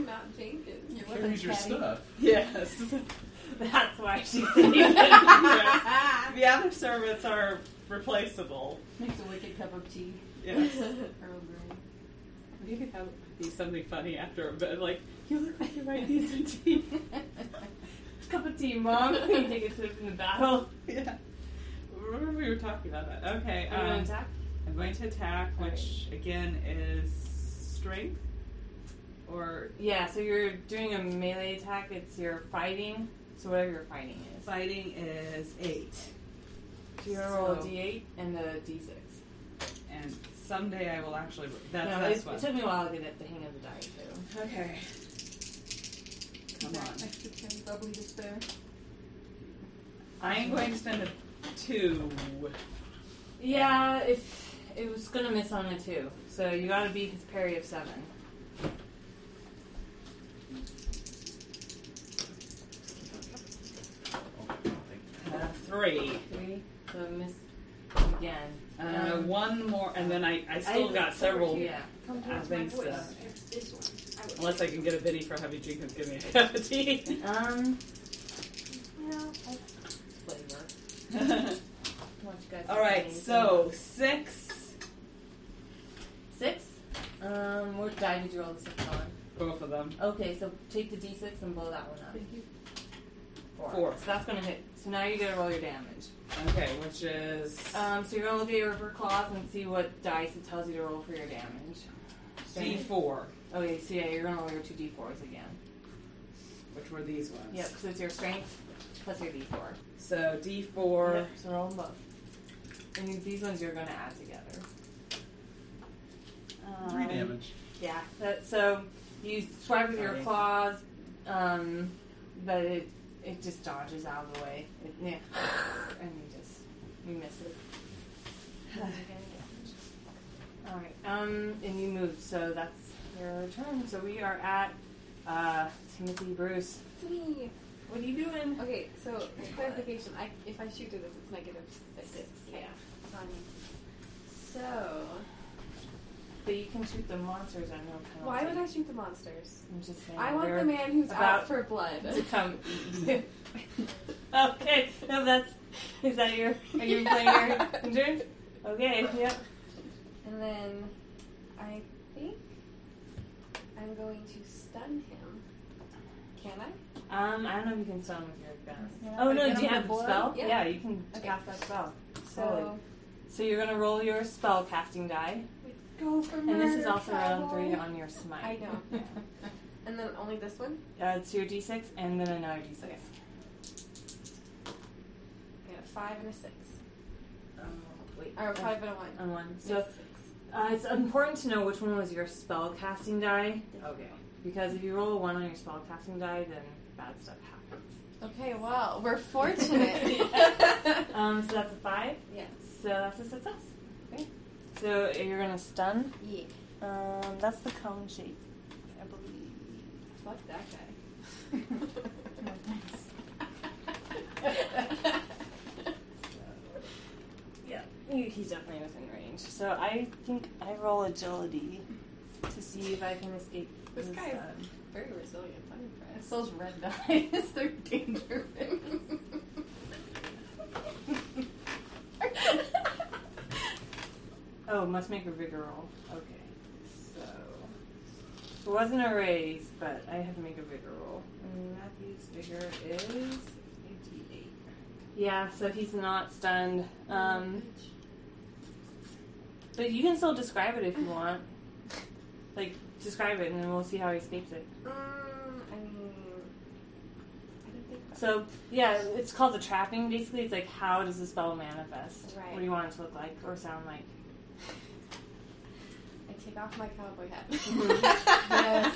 B: Not Jenkins.
A: Your weapons,
F: Here's your
A: Patty.
F: stuff.
E: *laughs* yes.
C: *laughs* That's why she's
E: Yes. The other servants are replaceable.
A: Makes a wicked cup of tea.
E: Yes.
A: Earl Grey.
E: *laughs*
A: *laughs*
E: Maybe that would be something funny after, but like you look like you're my *laughs* niece and tea.
C: *laughs* cup of tea, mom. *laughs* You take a sip from the battle.
E: Yeah. Remember we were talking about that. Okay.
C: Are you gonna
E: Um,
C: attack?
E: I'm going to attack, which again is strength. Or
C: Yeah. So you're doing a melee attack. It's your fighting So whatever you're fighting is.
E: Fighting is eight.
C: So you're gonna roll a
E: So-
C: d8 and a d6.
E: And someday I will actually. That's
C: no,
E: this
C: it,
E: one.
C: it took me a while to get it, the hang of the die too.
E: Okay. Come on.
A: Extra ten, doubly despair.
E: I am going to spend a two.
C: Yeah, if it was gonna miss on a two, so you gotta beat his parry of seven.
D: Oh,
E: Uh, three.
C: Three, so miss again.
E: Uh,
C: Um,
E: one more, and then I, I still
C: I-
E: got several.
C: Yeah.
B: Come
E: I
B: towards my
E: think so.
B: voice.
C: uh,
B: It's this one. I would.
E: Unless I can get a biddy for heavy drink and give me a cup of tea.
C: *laughs*
E: *laughs*
C: Um,
B: Well, I-
C: flavor. Why don't you guys
E: All
C: do
E: right,
C: anything?
E: so six.
C: six. Um, what die did you roll the six on?
E: Both of them.
C: Okay, so take the d6 and blow that one up. Four.
E: Four.
C: So that's gonna hit. So now you gotta roll your damage.
E: Okay, which is.
C: Um, so you're gonna look at your river claws and see what dice it tells you to roll for your damage.
E: D4,
C: Okay, so yeah, you're gonna roll your two d4s again.
E: which were these ones.
C: Yep, so it's your strength plus your d4.
E: So D4.
C: Yep, so roll them both. And you- these ones you're gonna add together.
F: Three
C: Um,
F: damage.
C: Yeah. That, so you swipe with your
E: Sorry.
C: claws, um, but it it just dodges out of the way. It, yeah, and you just you miss it. *sighs* All right. Um, and you moved, so that's your turn. So we are at uh, Timothy Bruce.
B: It's me.
C: What are you doing?
B: Okay, so clarification. I, if I shoot through this, it's negative six.
C: Yeah.
B: It's on you. So,
C: But you can shoot the monsters at no penalty.
B: why would I shoot the monsters?
C: I'm just saying.
B: I want
C: they're
B: the man who's
C: about-
B: out for blood.
C: to come eat you. *laughs* okay. No, that's is that your are you playing your
B: Yeah.
C: endurance? Okay. Yep.
B: And then I think I'm going to stun him. Can I?
C: Um, I don't know if you can stun with your gun.
G: Yeah.
C: Oh no,
G: Like,
C: do you
G: get
C: have
G: him
C: the
G: with
A: *laughs*
C: spell?
B: Yeah.
C: you can
B: Okay.
C: cast that spell.
B: So
C: So you're gonna roll your spell casting die,
B: go for
C: and this is
B: murder,
C: also round
B: cowboy.
C: three on your smite.
B: I know. And then only this one.
C: Uh, it's your d6 and then another d6.
B: I got a five and a six, Oh,
C: Um, wait,
B: or a
C: uh,
B: five and a one.
C: on one. So
B: Makes six.
C: uh, it's important to know which one was your spell casting die,
E: Okay. *laughs*
C: because if you roll a one on your spell casting die, then bad stuff happens.
B: Okay, well, we're *laughs* fortunate.
C: Um, so that's a five.
B: Yeah.
C: So that's a success. Okay. So you're gonna stun.
B: yeah.
G: Um, that's the cone shape, I believe.
B: Fuck that guy. *laughs*
C: Yeah. He definitely was in range.
G: So I think I roll agility.
C: To see if I can escape.
B: This
C: his,
B: guy's-
C: um,
B: Very resilient. I'm impressed.
A: It's those red *laughs* dice. They're
B: *laughs*
A: dangerous.
C: Oh, must make a vigor roll. Okay. So it wasn't a raise, but I had to make a vigor roll. And Matthew's vigor is eighty-eight. Yeah, so he's not stunned. Um, but you can still describe it if you want. Like describe it, and then we'll see how he escapes it.
B: Mm, I mean, I don't think so.
C: So yeah, it's called the trapping. Basically, it's like how does the spell manifest?
B: Right.
C: What do you want it to look like or sound like?
B: I take off my cowboy hat.
C: Mm-hmm.
B: *laughs*
C: Yes.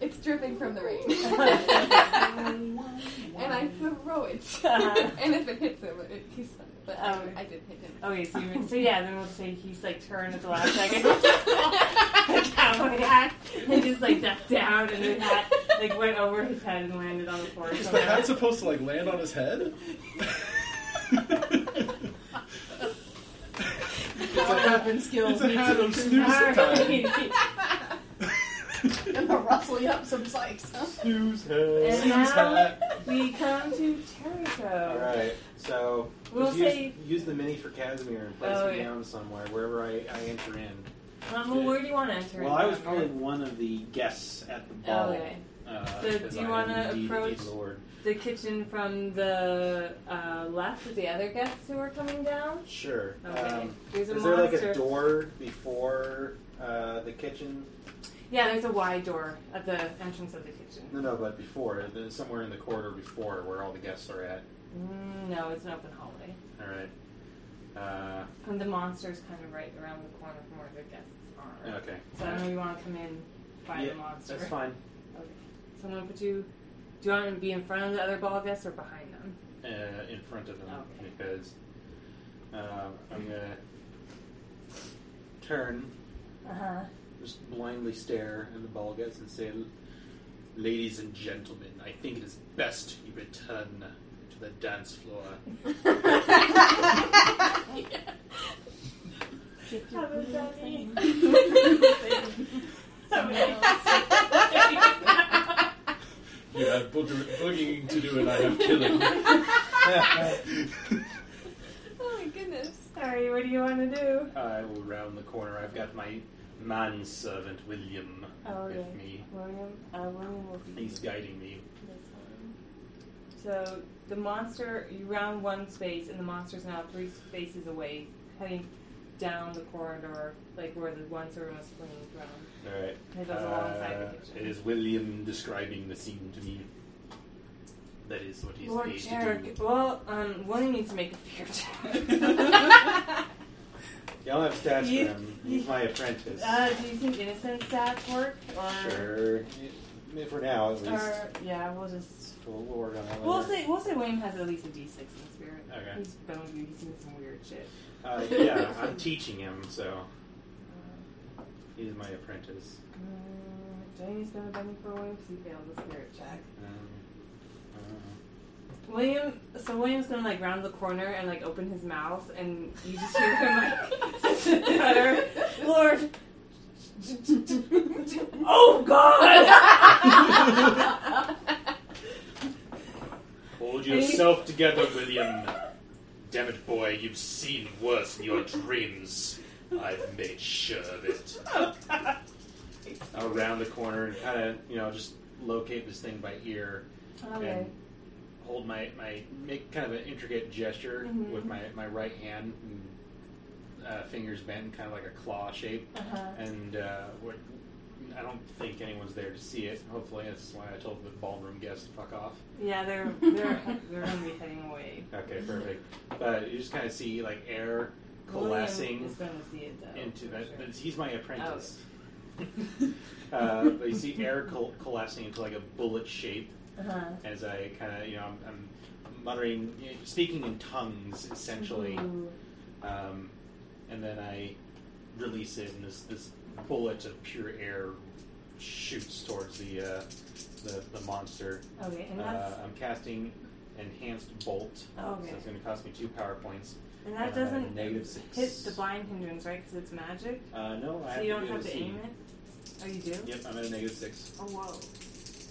B: It's dripping from the
C: *laughs*
B: rain. and I throw it.
C: Uh-huh.
B: and if it hits him, it, he's fine. But
C: Um,
B: I, I did hit him.
C: Okay, so you so yeah, then we'll say he's like turned at the last second, the cowboy hat, and just like ducked down, and the hat like went over his head and landed on the floor.
F: Is the
C: somewhere.
F: hat supposed to like land on his
D: *laughs*
F: head? it's a hat. It's a hat of
C: *laughs*
F: snooze
C: Alright.
F: time.
A: Gonna rustle you up some psychs. Huh?
F: snooze
C: And
F: hat. Snooze
C: now-
F: hat.
C: we come to Terrico.
D: *laughs* All right. So
C: We'll
D: just
C: say-
D: use, use the mini for Casimir and place
C: Oh,
D: it
C: yeah.
D: down somewhere wherever I, I enter in.
C: Um, well, where do you want to enter?
D: Well,
C: in?
D: I was probably one of the guests at the ball.
C: Okay.
D: Uh,
C: So
D: 'cause
C: do you
D: I am
C: wanna
D: indeed the
C: approach-
D: Lord.
C: The kitchen from the uh, left with the other guests who are coming down.
D: Sure.
C: Okay.
D: Um,
C: There's a
D: is there
C: monster.
D: like a door before uh, the kitchen?
C: Yeah, there's a wide door at the entrance of the kitchen.
D: No, no, but before, the, somewhere in the corridor before where all the guests are at.
C: Mm, no, it's an open hallway.
D: All right. Uh,
C: And the monster's kind of right around the corner from where the guests are.
D: okay.
C: So I don't know if you want to come in by
D: Yeah,
C: the monster.
D: That's fine.
C: Okay. So I'm going to put you. Do you want to be in front of the other ball guests or behind them?
D: Uh, in front of them
C: Okay.
D: because um, I'm gonna turn,
G: Uh
C: Uh-huh.
G: huh.
D: just blindly stare at the ball guests and say, "Ladies and gentlemen, I think it is best you return to the dance floor."
F: You have boog- boogieing to do, and I have killing.
B: *laughs* Oh my goodness.
C: Sorry, what do you want to do?
D: I will round the corner. I've got my manservant William
C: Oh,
D: with
C: yeah.
D: me.
C: William, uh, William will be.
D: He's guiding me.
C: So the monster, you round one space, and the monster's now three spaces away, heading down the corridor, like where the one servant was fleeing from.
D: All right. Uh,
C: It goes alongside the kitchen.
D: it is William describing the scene to me. That is what he's
C: Lord
D: paid to
C: Jarek. Well, um, William needs to make a fear check. *laughs*
E: I
D: do. Y'all have stats
C: You-
D: for him. He's my apprentice.
C: uh, do you think innocent stats work? Or,
D: sure. Yeah, For now, at least.
C: Or yeah, we'll just
D: We'll, we'll work on that
C: we'll Mm.
D: later.
C: say we'll say William has at least a D six in spirit.
D: Okay.
C: He's bone you. He's seen some weird shit.
D: Uh, yeah, I'm teaching him, so he's my apprentice.
C: Um, Jamie's been a bunny for a while because he failed the spirit check.
D: Um, uh,
C: William, so William's gonna like round the corner and like open his mouth, and you just hear him *laughs* like stutter, Lord. oh
D: *laughs*
C: God!
D: *laughs* Hold
C: Hey.
D: yourself together, William. Damn it, boy, you've seen worse in your dreams. I've made sure of it. I'll round the corner and kind of, you know, just locate this thing by ear
C: okay.
D: and hold my, my, make kind of an intricate gesture
C: Mhm.
D: with my, my right hand and uh, fingers bent, kind of like a claw shape.
C: Uh-huh.
D: And uh, what, I don't think anyone's there to see it. Hopefully, that's why I told the ballroom guests to fuck off.
C: Yeah, they're they're they're gonna be heading away.
D: Okay, perfect. But you just kind of see like air
C: William
D: coalescing
C: is gonna see it though.
D: into
C: for
D: that.
C: sure.
D: that's- He's my apprentice. uh, but you see air coal coalescing into like a bullet shape
C: Uh-huh.
D: as I kind of you know I'm, I'm muttering, you know, speaking in tongues essentially,
C: Ooh.
D: um, and then I release it, and this this bullet of pure air shoots towards the uh, the, the monster.
C: Okay, and
D: Uh,
C: that's oh,
D: I'm casting enhanced bolt.
C: okay,
D: So it's going to cost me two power points.
C: and that
D: uh,
C: doesn't
D: negative
C: hit
D: six.
C: the blind hindrance, right? Because it's magic,
D: Uh, no, I
C: so
D: have
C: you
D: to
C: don't
D: do
C: have
D: the
C: to
D: scene.
C: aim it. Oh, you do?
D: Yep, I'm at a negative six.
C: Oh, whoa.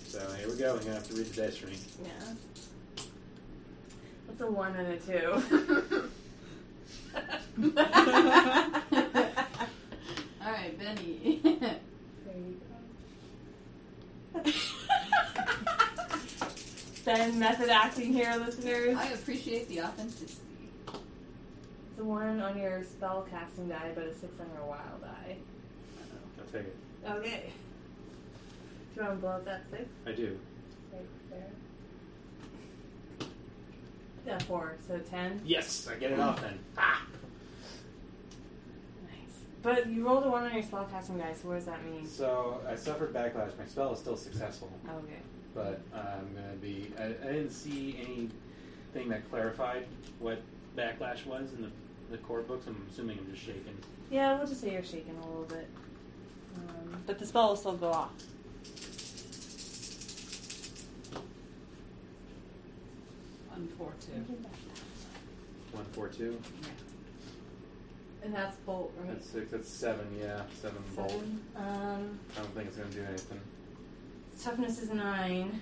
D: So here we go. I'm gonna have to read the dice for me.
C: Yeah. That's a one and a two. *laughs*
A: All right, *laughs* Benny.
C: *laughs* ben, method acting here, listeners.
A: I appreciate the authenticity.
C: It's a one on your spell casting die, but a six on your wild die.
D: I'll take it.
C: Okay. Do you want to blow up that six?
D: I do.
C: Right there. Yeah, four, so ten.
D: Yes, I get it off then. Ah!
C: Nice. But you rolled a one on your spell casting die, so what does that mean?
D: So I suffered backlash. My spell is still successful,
C: Oh, Okay.
D: but I'm gonna be. I, I didn't see anything that clarified what backlash was in the the core books. I'm assuming I'm just shaken.
C: Yeah, we'll just say you're shaking a little bit. Um, but the spell will still go off.
E: One, four, two. *laughs*
D: One, four, two.
C: And that's bolt, right?
D: That's six. That's seven. Yeah, seven, bolt.
C: Seven. Um,
D: I don't think it's gonna do anything.
C: toughness is nine.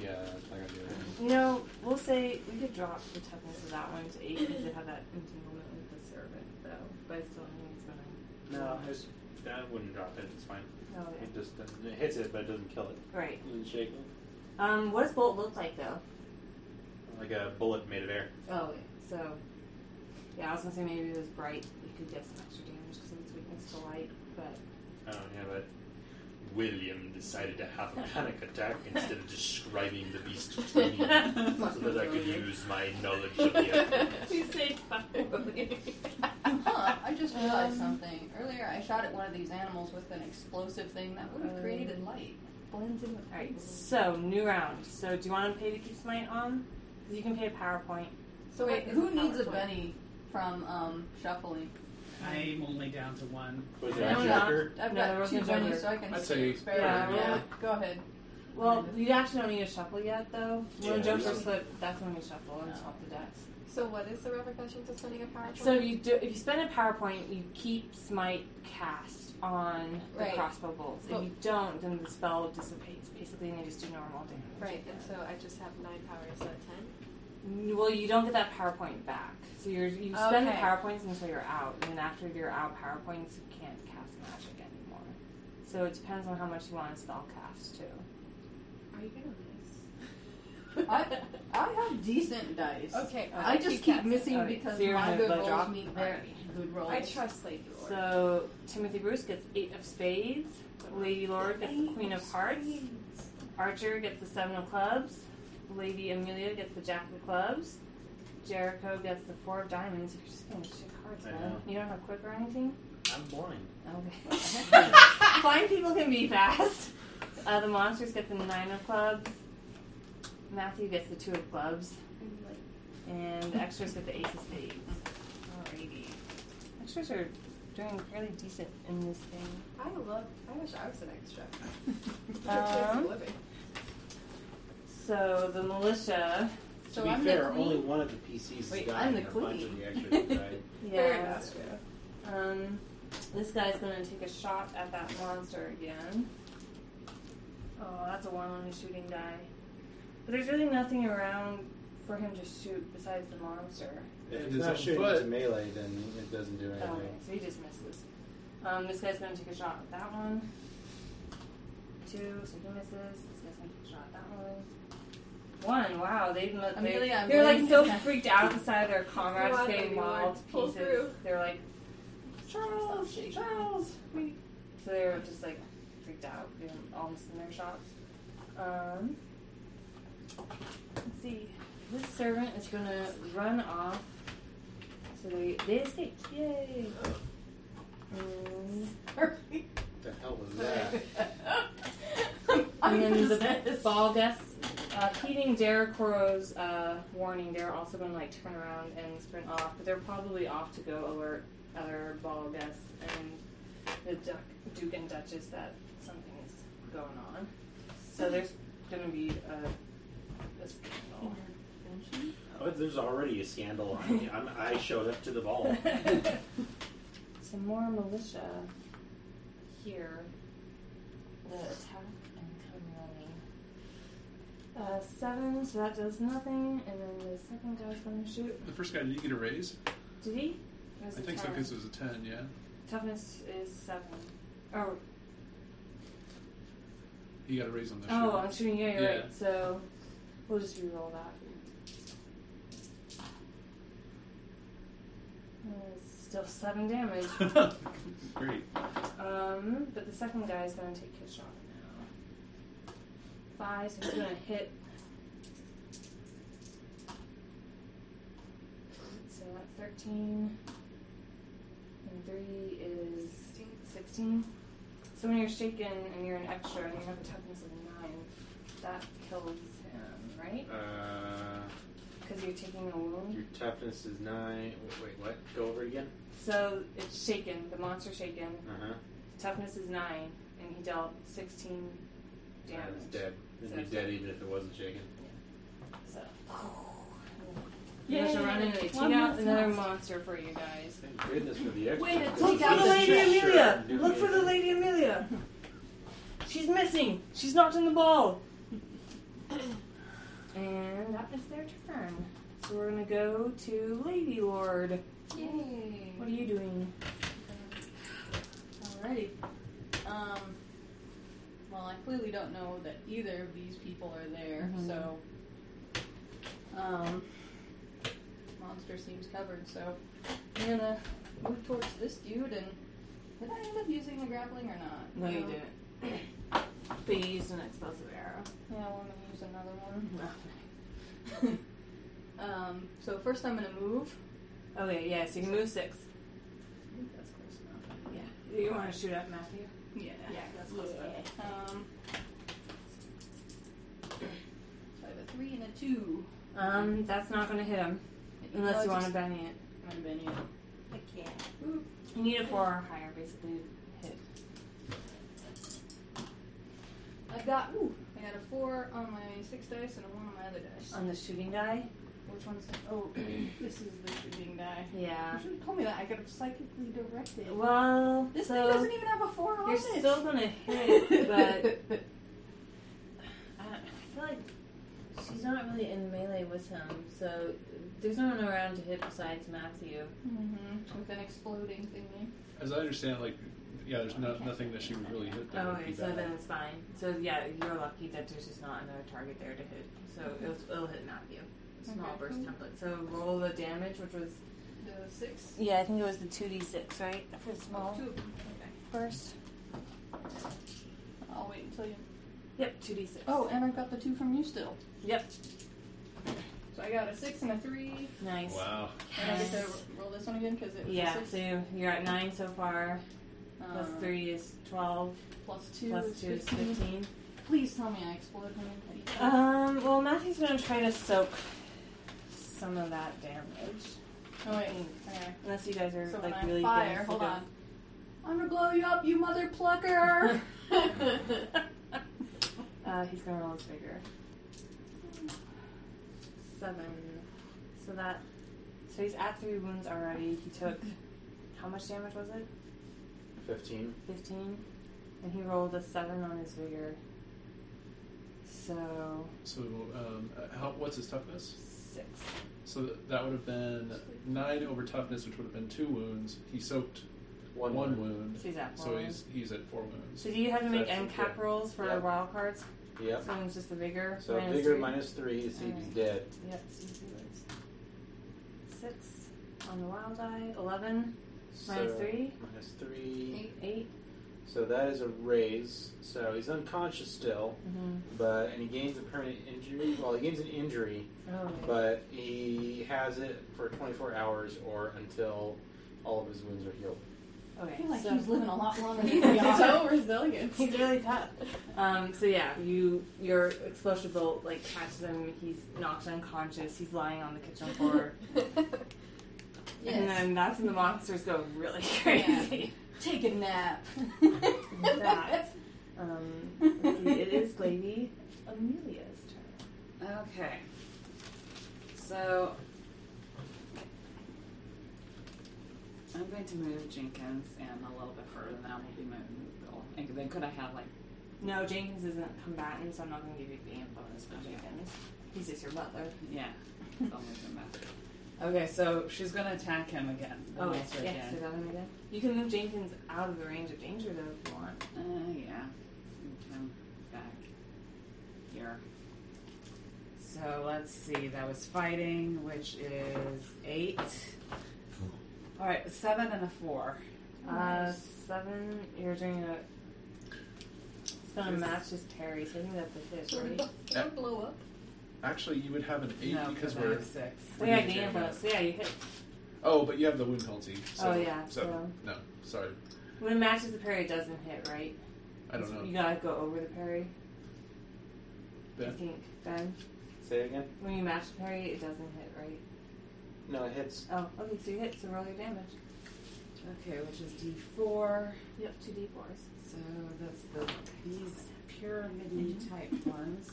D: Yeah, it's not gonna do anything.
C: You know, we'll say we could drop the toughness of that one to eight because it had that entanglement with the servant, though. But I still think it's nine.
D: No, I just I wouldn't drop it. It's fine.
C: Oh,
D: It just doesn't- it hits it, but it doesn't kill it.
C: yeah. Right.
D: It doesn't shake it.
C: Um, what does bolt look like, though?
D: Like a bullet made of air.
C: Oh, okay. So, yeah, I was gonna say maybe it was bright. You could get some extra damage because of its weakness to light, but
J: I don't know, but William decided to
D: *laughs*
J: have a panic attack instead of describing the beast to me so that I could use my knowledge of the animal.
B: you say fuck William.
A: Huh, I just realized something. Earlier I shot at one of these animals with an explosive thing that would have created light.
G: Blends in with
C: Alright, so new round. So do you want to pay to keep smite on? Because you can pay a PowerPoint.
A: So wait, who needs a Benny from um, shuffling?
E: I'm only down to one.
D: Was
A: No,
D: there a
A: no,
D: joker?
A: I've
C: No, there
A: got two
C: wasn't a joker.
A: Bennies, so I can
F: I'd say-
A: experiment.
C: Yeah.
A: Yeah, go ahead.
C: Well, you actually don't need a shuffle yet, though. When
D: Yeah,
C: jokes
D: we
C: are
D: don't-
C: slipped, that's when we shuffle and swap the decks.
B: So what is the repercussions of sending a PowerPoint?
C: So you do, if you spend a PowerPoint, you keep smite cast on the
B: Right.
C: crossbow bolts.
B: Well-
C: if you don't, then the spell dissipates basically, and you just do normal damage.
B: right, and so I just have nine powers, so ten.
C: N- Well, you don't get that PowerPoint back. So you're, you
A: Okay.
C: spend the PowerPoints until you're out, and then after you're out, PowerPoints you can't cast magic anymore. So it depends on how much you want to spell cast too.
B: Are you gonna *laughs*
A: I, I have decent dice.
B: Okay,
A: I just keep
B: casting.
A: missing
C: Okay,
A: because
C: so you're
A: my
C: gonna
A: good
C: budge
A: rolls
C: off.
A: mean
C: Alright.
A: good rolls.
B: I trust Lady Lord.
C: So Timothy Bruce gets eight of spades. Lady Laura gets the Queen of Hearts. Archer gets the Seven of Clubs. Lady Amelia gets the Jack of Clubs. Jericho gets the Four of Diamonds. You're just getting shit cards,
D: I
C: man.
D: know.
C: You don't have quick or anything.
J: I'm blind.
D: *laughs*
C: Okay. Blind people can be fast. Uh, the monsters get the Nine of Clubs. Matthew gets the Two of Clubs. And the extras get the Ace of Spades. Alrighty. Extras are doing fairly decent in this thing.
B: I love. I wish I was an *laughs* extra.
C: Um,
B: living.
C: So the militia.
A: so
D: to be
A: I'm
D: fair,
A: the queen. *laughs*
D: only one of the PCs
A: Wait,
D: died.
A: I'm the
D: and a bunch of
A: queen.
D: the
A: *laughs*
D: extras died.
B: Yeah.
C: Um, this guy's gonna take a shot at that monster again. Oh, that's a one on the shooting die. But there's really nothing around for him to shoot besides the monster.
D: If
F: And
D: it's
F: his
D: not
F: own
D: shooting
F: foot.
D: to melee, then it doesn't do
C: Oh,
D: anything.
C: so he just misses. Um, this guy's gonna take a shot at that one. Two, so he misses. This guy's gonna take a shot at that one. One, wow, they, mu- they
A: Amelia, I'm
C: they're like
A: waiting.
C: so freaked out inside their comrades
B: Come on,
C: getting
B: baby,
C: mauled
B: Lord,
C: to
B: pull
C: pieces.
B: through.
C: They're like,
A: Charles, Charles.
C: So they were just like freaked out, you know, all missing their shots. Um, let's see. This servant is gonna run off. So they they escaped. Yay! And,
D: What the hell
A: *laughs*
D: was that?
C: *laughs* and then the ball guests, uh, heeding Derricoro's uh, warning, they're also gonna like turn around and sprint off, but they're probably off to go alert other ball guests and the duck, Duke and Duchess that something is going on. So there's gonna be a, a scandal.
J: Oh, there's already a scandal on me. I'm, I showed up to the
A: *laughs*
J: ball.
C: *laughs* Some more militia here.
G: the attack and come running.
C: Uh, seven, so that does nothing, and then the second guy's gonna shoot.
F: The first guy, did you get a raise?
C: Did he? It was
F: I
C: a
F: think so,
C: 10.
F: because it was a 10, yeah.
C: Toughness is seven. Oh,
F: He got a raise on the
C: oh,
F: shoot.
C: I'm shooting you. You're
F: Yeah.
C: right. So we'll just re-roll that. Uh, Still seven damage.
F: *laughs* Great.
C: Um, but the second guy is going to take his shot now. Five, so he's going to hit. So that's 13. And three is 16. So when you're shaken and you're an extra and you have a toughness of nine, that kills him, right?
D: Uh,
C: Because you're taking a wound.
D: your toughness is nine. Wait, what? Go over it again.
C: So it's shaken. The monster shaken.
D: Uh huh.
C: Toughness is nine, and he dealt 16 damage.
D: It's dead. It'd be
C: So-
D: dead even if it wasn't shaken.
C: So. You guys are running and they take
E: One
C: out
E: last
C: another
E: monster.
C: monster for you guys.
D: Thank goodness for the extra.
A: Way to
D: because
A: take out
D: it's
A: the
D: just
A: Lady
D: sure and do amazing.
C: Lady Amelia. She's missing. She's not in the ball. and that is their turn. So we're gonna go to Lady Lord.
B: Yay.
C: What are you doing?
A: Alrighty. Um, well, I clearly don't know that either of these people are there,
C: Mm-hmm.
A: so. Um, monster seems covered, so I'm gonna move towards this dude and Did I end up using the grappling or not?
C: No, you
G: No.
C: didn't. *coughs* but you used an explosive arrow.
G: Yeah, I want to use another one.
C: Mm-hmm.
A: *laughs* Um, so first I'm gonna move.
C: Okay, yeah, so you can move six.
A: I think that's close enough.
C: Yeah. You want to shoot at Matthew?
A: Yeah.
C: that's
A: Um, so I have a three and a two.
C: Um, that's not going to hit him. Unless you want to
A: to.
C: bend it.
A: I'm bending it.
G: I can't.
B: *laughs*
C: You need a four or higher, basically.
A: I got ooh, I got a four on my six dice and a one on my other dice.
C: On the shooting die?
A: Which one's the,
C: *clears throat*
A: oh? this is the shooting die.
C: Yeah.
A: You should have told me that. I could have psychically directed.
C: Well,
A: This
C: so
A: thing doesn't even have a four on
C: you're
A: it.
C: still going to hit, but *laughs* I don't- I feel like she's not really in melee with him, so there's no one around to hit besides Matthew.
A: mm-hmm. with an exploding thingy.
F: As I understand, like, yeah, there's no, nothing that she would really hit. That would
C: Oh, Okay,
F: be
C: so
F: bad.
C: then it's fine. So yeah, you're lucky that there's just not another target there to hit. So it'll, it'll hit Matthew. Small
A: Okay,
C: burst
A: cool.
C: template. So roll the damage, which was
A: The six.
C: yeah, I think it was the two d six, right? For the small
A: Two of them. Okay.
C: burst.
A: I'll wait until you.
C: Yep, two d six.
A: Oh, and I've got the two from you still.
C: yep,
A: So I got a six and a three.
C: nice.
F: Wow.
A: And I get to roll this one again because it was
C: Yeah,
A: a
C: so
A: six.
C: you- you're at nine so far. Plus
A: Um,
C: three is twelve.
A: Plus two.
C: plus
A: is
C: two is
A: 15.
C: fifteen.
A: Please tell me I explode when I
C: Um. Well, Matthew's gonna try to soak some of that damage.
A: Oh wait. Okay.
C: Unless you guys are
A: So
C: like
A: when
C: really
A: I
C: getting
A: fire,
C: sick
A: hold
C: of-
A: on. I'm gonna blow you up, you mother *laughs*
C: *laughs*
A: plucker.
C: Uh, he's gonna roll his figure. Seven. So that. So he's at three wounds already. He took. How much damage was it?
D: 15.
C: Fifteen. And he rolled a seven on his vigor. So
F: So, um, uh, how, what's his toughness?
C: six.
F: So th- that would have been nine over toughness, which would have been two wounds. He soaked one,
D: One. one.
F: wound,
C: So he's at four.
F: so he's he's at four wounds.
C: So do you have to make
D: So I
C: end
D: think,
C: cap
D: yeah.
C: rolls for
D: Yeah.
C: wild cards?
D: Yep.
C: So it's just the vigor.
D: So
C: minus
D: vigor
C: three.
D: minus 3 is see if he's
C: Alright.
D: dead.
C: Yep. So you do it. Six on the wild die. Eleven minus
D: so,
C: three.
D: Minus 3.
C: Eight.
D: So that is a raise. So he's unconscious still,
C: Mm-hmm.
D: but and he gains a permanent injury. Well, he gains an injury,
C: Oh.
D: but he has it for 24 hours or until all of his wounds are healed.
C: Okay.
A: I feel like
C: so
A: he's living a lot
C: *laughs*
A: longer than we are.
B: so resilient.
C: he's really
B: *laughs*
C: tough. Um, so yeah, you your explosive bolt like catches him. He's knocked unconscious. He's lying on
A: *laughs*
C: the kitchen floor, and
A: yes.
C: then that's when the monsters go really crazy. *laughs*
A: Take a nap. *laughs*
C: That. Um, let's see, it is Lady Amelia's turn.
E: Okay. So I'm going to move Jenkins and a little bit further, and that will be my move goal. And then could I have like
C: No, Jenkins isn't combatant, so I'm not going to give you the amp bonus for Jenkins. He's just your butler. *laughs*
E: yeah? I'll move him back. Okay, so she's going to attack him again. the
C: Oh, yes,
E: monster
C: yes,
E: again.
C: is that him again? You can move Jenkins out of the range of danger though if you want.
E: Uh, yeah. Move him back here. So let's see. That was fighting, which is eight. All right, seven and a four.
C: Uh, seven. You're doing a. It's gonna match his Terry, so I think that's a hit, *laughs* right?
F: Yeah.
A: blow
B: *laughs*
A: up.
F: Actually, you would have an eight
E: no,
F: because
E: I
F: we're.
E: have six.
C: Oh, yeah, game bonus. Yeah, you hit.
F: Oh, but you have the wound penalty. So,
C: Oh, yeah,
F: So,
C: so-
F: no, sorry,
C: When it matches the parry, it doesn't hit, right?
F: I don't know.
C: You gotta go over the parry. I
F: Ben?
C: think Ben.
D: Say it again?
C: When you match the parry, it doesn't hit, right?
D: No, it hits.
C: Oh, okay. So you hit. So roll your damage.
E: Okay, which is D four.
C: Yep, two d4s.
E: So that's the these pyramid
F: Mm-hmm.
E: type ones.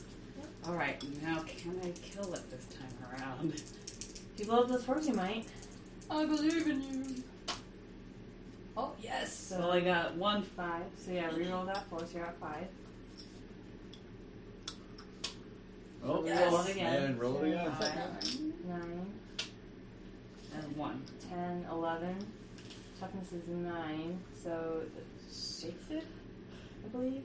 E: All right, now can I kill it this time around?
C: If you blow up those fours, you might.
A: I believe in you. Oh yes.
C: So
E: I
C: like
E: got one.
C: five. So yeah, reroll that four. So you're at five.
F: Oh,
C: Roll it again.
F: man, roll it again.
C: Five, nine.
E: And one.
C: 10, 11. Toughness is 9, so it shakes it, I believe.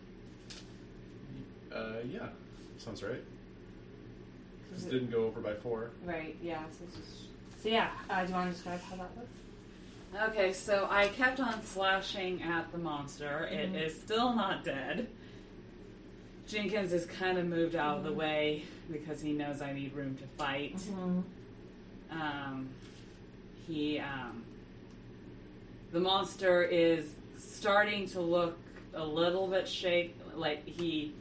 F: Uh, yeah, sounds right.
C: 'Cause
F: Because it
C: it-
F: didn't go over by four.
C: right, yeah. So, it's just, so yeah, uh, do you want to describe how that looks?
E: Okay, so I kept on slashing at the monster.
F: Mm-hmm.
E: It is still not dead. Jenkins is kind of moved out of
F: Mm-hmm.
E: the way because he knows I need room to fight.
C: *laughs*
E: Um, he, um, the monster is starting to look a little bit shake, like he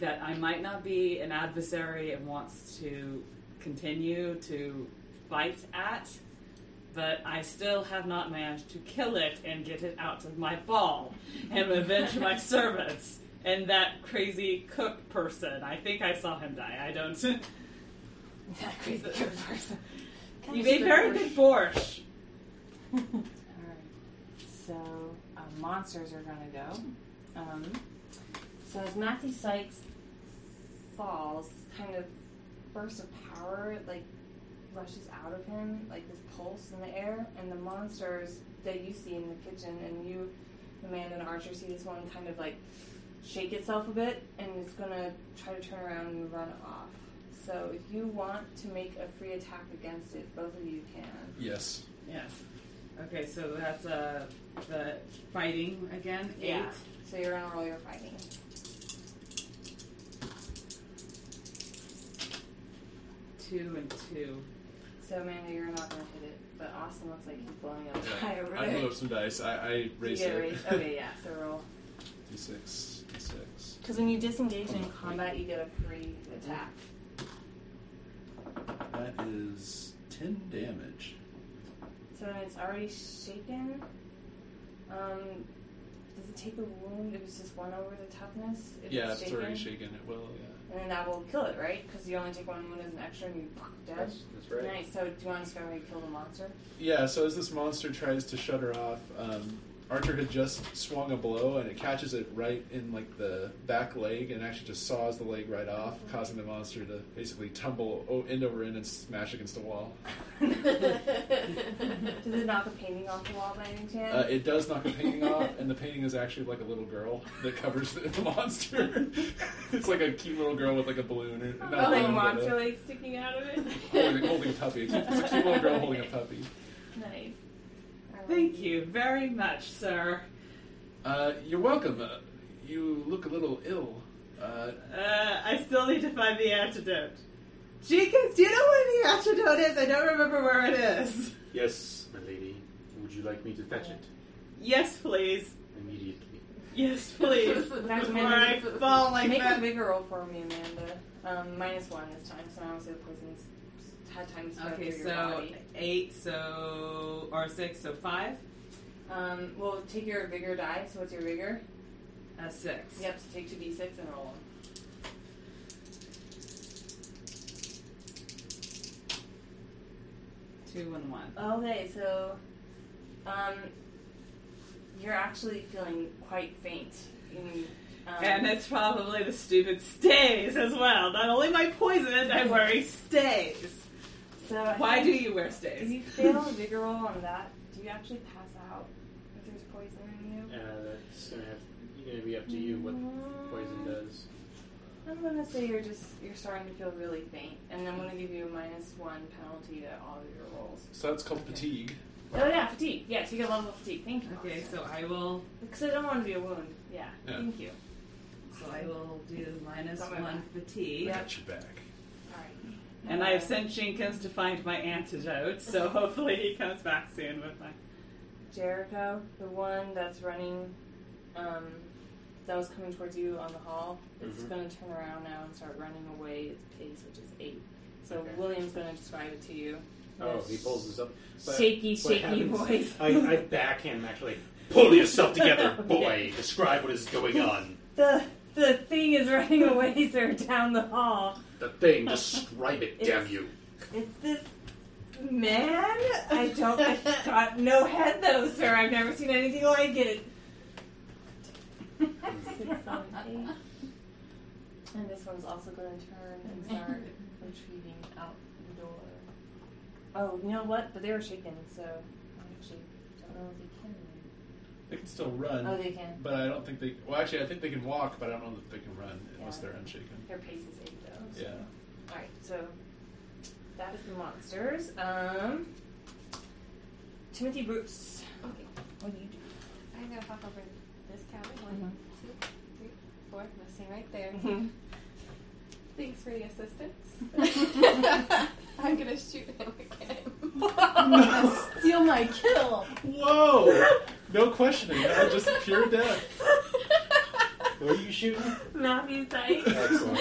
E: that I might not be an adversary and wants to continue to fight at but I still have not managed to kill it and get it out of my ball and revenge my servants and that crazy cook person. I think I saw him die. I don't. *laughs*
C: That crazy good person.
E: you made very good borscht.
K: Alright. So, uh, monsters are going to go. Um,
C: So as Matthew Sykes falls, this kind of burst of power like rushes out of him, like this pulse in the air, and the monsters that you see in the kitchen and you, the man and Archer see this one kind of like shake itself a bit and it's gonna try to turn around and run off. So if you want to make a free attack against it, both of you can.
F: Yes.
E: Yes. Okay, so that's uh, the fighting again.
C: Yeah. So you're gonna roll your fighting.
E: Eight, two, and two.
C: So Amanda, you're not gonna hit it, but Austin looks like he's blowing *laughs* up the
F: Yeah.
C: high over
F: I
C: there.
F: blew up some dice. I, I raised
C: you get
F: it.
C: raised.
F: *laughs*
C: Okay, yeah. So roll.
F: D6. D6.
C: Because when you disengage in combat, you get a free attack.
F: That is 10 damage.
C: So when it's already shaken, um, does it take a wound if it's just one over the toughness? If it's
F: yeah, it's
C: shaken,
F: already shaken. It will, yeah.
C: And then that will kill it, right? Because you only take one wound as an extra and you *laughs* dead.
L: That's, that's right.
C: Nice. So do you want to just go ahead and kill the monster? *laughs*
F: Yeah, so as this monster tries to shut her off, um, Archer had just swung a blow and it catches it right in like the back leg and actually just saws the leg right off,
C: Mm-hmm.
F: causing the monster to basically tumble o- end over end and smash against the wall.
C: Does it knock the painting off the wall by any chance?
F: Uh, it does knock the painting off, and the painting is actually like a little girl that covers the, the monster. *laughs* it's like a cute little girl with like a balloon. Or, not
C: Oh,
F: balloon,
C: like
F: but, uh,
C: monster legs sticking out of it.
F: holding, holding
C: *laughs*
F: a puppy. It's a cute little girl holding a puppy.
C: Nice. Um,
E: Thank you very much, sir.
F: Uh, you're welcome. Uh, you look a little ill. Uh,
E: Uh, I still need to find the antidote. Jenkins, do you know where the antidote is? I don't remember where it is.
D: Yes, my lady. Would you like me to fetch it
E: Yes, please.
D: immediately?
E: Yes, please.
C: *laughs* That's
E: Before I fall like
C: Make a
E: that.
C: bigger roll for me, Amanda. Um, minus one this time, so now the poison's had time to spread
E: Okay,
C: through your
E: so
C: body.
E: eight, so or six, so five,
C: Um, well, take your vigor die. So what's your vigor?
E: a six.
C: Yep. So take two d6 and roll them.
E: Two and one.
C: Okay, so um, you're actually feeling quite faint. You, um,
E: And it's probably the stupid stays as well. Not only my poison, I worry stays.
C: so I
E: Why
C: think
E: do you wear
C: If
E: stays?
C: you fail a vigor roll on that, do you actually pass out if there's poison in you?
D: Uh, that's gonna have gonna be up to you what poison does.
C: I'm gonna say you're just you're starting to feel really faint, and I'm gonna give you a minus one penalty to all of your rolls.
F: so that's called fatigue.
C: Oh yeah, fatigue. Yes, you get level of fatigue. Thank you.
E: Okay, so I will.
C: because I don't want to be a wound. Yeah.
F: Yeah.
C: Thank you.
E: So I will do minus
C: Somewhere
E: one fatigue.
F: I got your back.
C: All right.
E: And I have sent Jenkins to find my antidote, so hopefully he comes back soon with my.
C: Jericho, the one that's running, um, that was coming towards you on the hall, it's
D: Mhm.
C: gonna turn around now and start running away its pace, which is eight. So
D: Okay.
C: William's gonna describe it to you.
D: Oh, he pulls us up. But
C: shaky,
L: What
C: shaky
L: happens-
C: voice.
D: *laughs*
L: I, I backhand him actually.
D: Pull yourself together, boy. Describe what is going on.
C: the the thing is running away, *laughs* sir, down the hall.
D: The thing. Describe it, damn
C: It's-
D: you.
C: It's this man. I don't. *laughs* I've got no head though, sir. I've never seen anything like it. *laughs* Six, seven, eight. And this one's also going to turn and start *laughs* retreating out the door. Oh, you know what? But they were shaken, so I actually don't know if they can.
F: They can still run,
C: Oh, they can.
F: but I don't think they. Well, actually, I think they can walk, but I don't know that they can run unless
C: Yeah.
F: they're
C: *laughs*
F: unshaken.
C: Their pace is eight though.
F: Yeah.
C: All right, so that is the monsters. Um, Timothy Boots.
B: Okay.
C: What do you do?
B: I'm gonna fuck over this counter. One, two, three, four. Missing right there. *laughs*
C: *laughs*
B: Thanks for the *laughs*
C: *laughs*
B: assistance. I'm gonna shoot him *laughs* again.
A: Steal my kill.
F: *laughs* Whoa! No questioning. That was just pure death.
D: Who are you shooting?
C: Not me, sorry.
F: Excellent.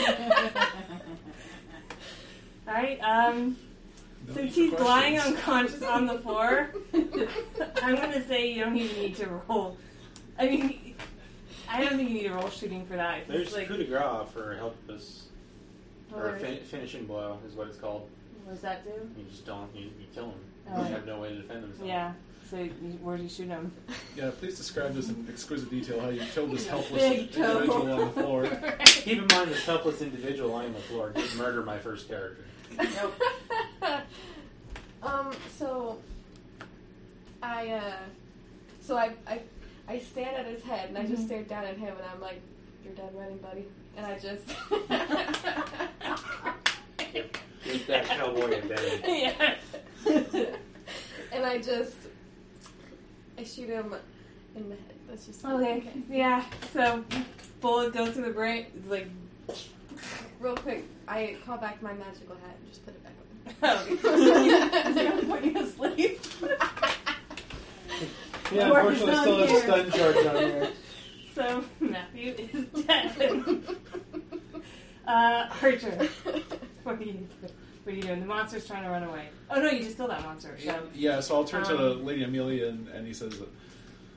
C: Alright, um,
F: No
C: since he's
F: questions.
C: lying unconscious on the floor, I'm gonna say you don't even need to roll. I mean, I don't think you need to roll shooting for that. It's
D: There's
C: like,
D: coup de grace for helpless or
C: what
D: fin- finishing blow is what it's called.
C: does that do?
D: You just don't. You, you kill them.
C: Oh.
D: They have no way to defend themselves.
C: Yeah. So you, where do you shoot him?
F: *laughs* Yeah, please describe this in exquisite detail how you killed this helpless
A: Big toe.
C: *laughs*
F: individual on the floor. *laughs*
D: Keep in mind this helpless individual lying on the floor did murder my first character.
A: Nope.
B: *laughs* um, so I uh so I I I stand at his head and I just stare down at him and I'm like, You're dead running, buddy and I just
D: With that cowboy embedded.
C: yes.
B: and I just I shoot him in the head. That's just
C: Okay. Yeah. So bullet goes through the brain. it's Like *laughs*
B: Real quick, I call back my magical hat and just put it back on.
C: oh.
A: Is that gonna put you to sleep?
D: Yeah,
A: Or
D: unfortunately, I still have a
A: he's
D: stun charge
B: *laughs*
D: on here.
C: *laughs* so, Matthew is dead. uh, Archer, what are you? What are you doing? The monster's trying to run away. Oh no, you just killed that monster. So
F: Yeah, so I'll turn to the
C: Um,
F: Lady Amelia and, and he says,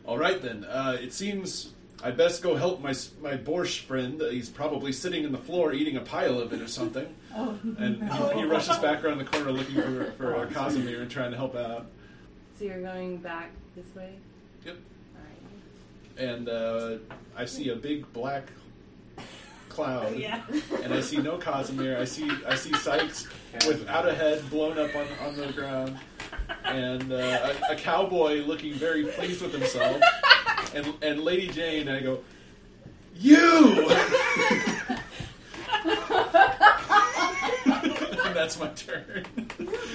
F: All right then, uh, it seems I best go help my, s- my Borsch friend. He's probably sitting in the floor eating a pile of it or something.
A: Oh,
F: And he, he rushes back around the corner looking for, for uh, Casimir and trying to help out.
M: So you're going back this way?
F: Yep.
M: Alright.
F: And uh, I see a big black cloud.
C: *laughs* yeah.
F: And I see no Casimir. I see I see Sykes without a head blown up on, on the ground. And uh, a, a cowboy looking very pleased with himself. And, and Lady Jane, I go, You! *laughs* and that's my turn.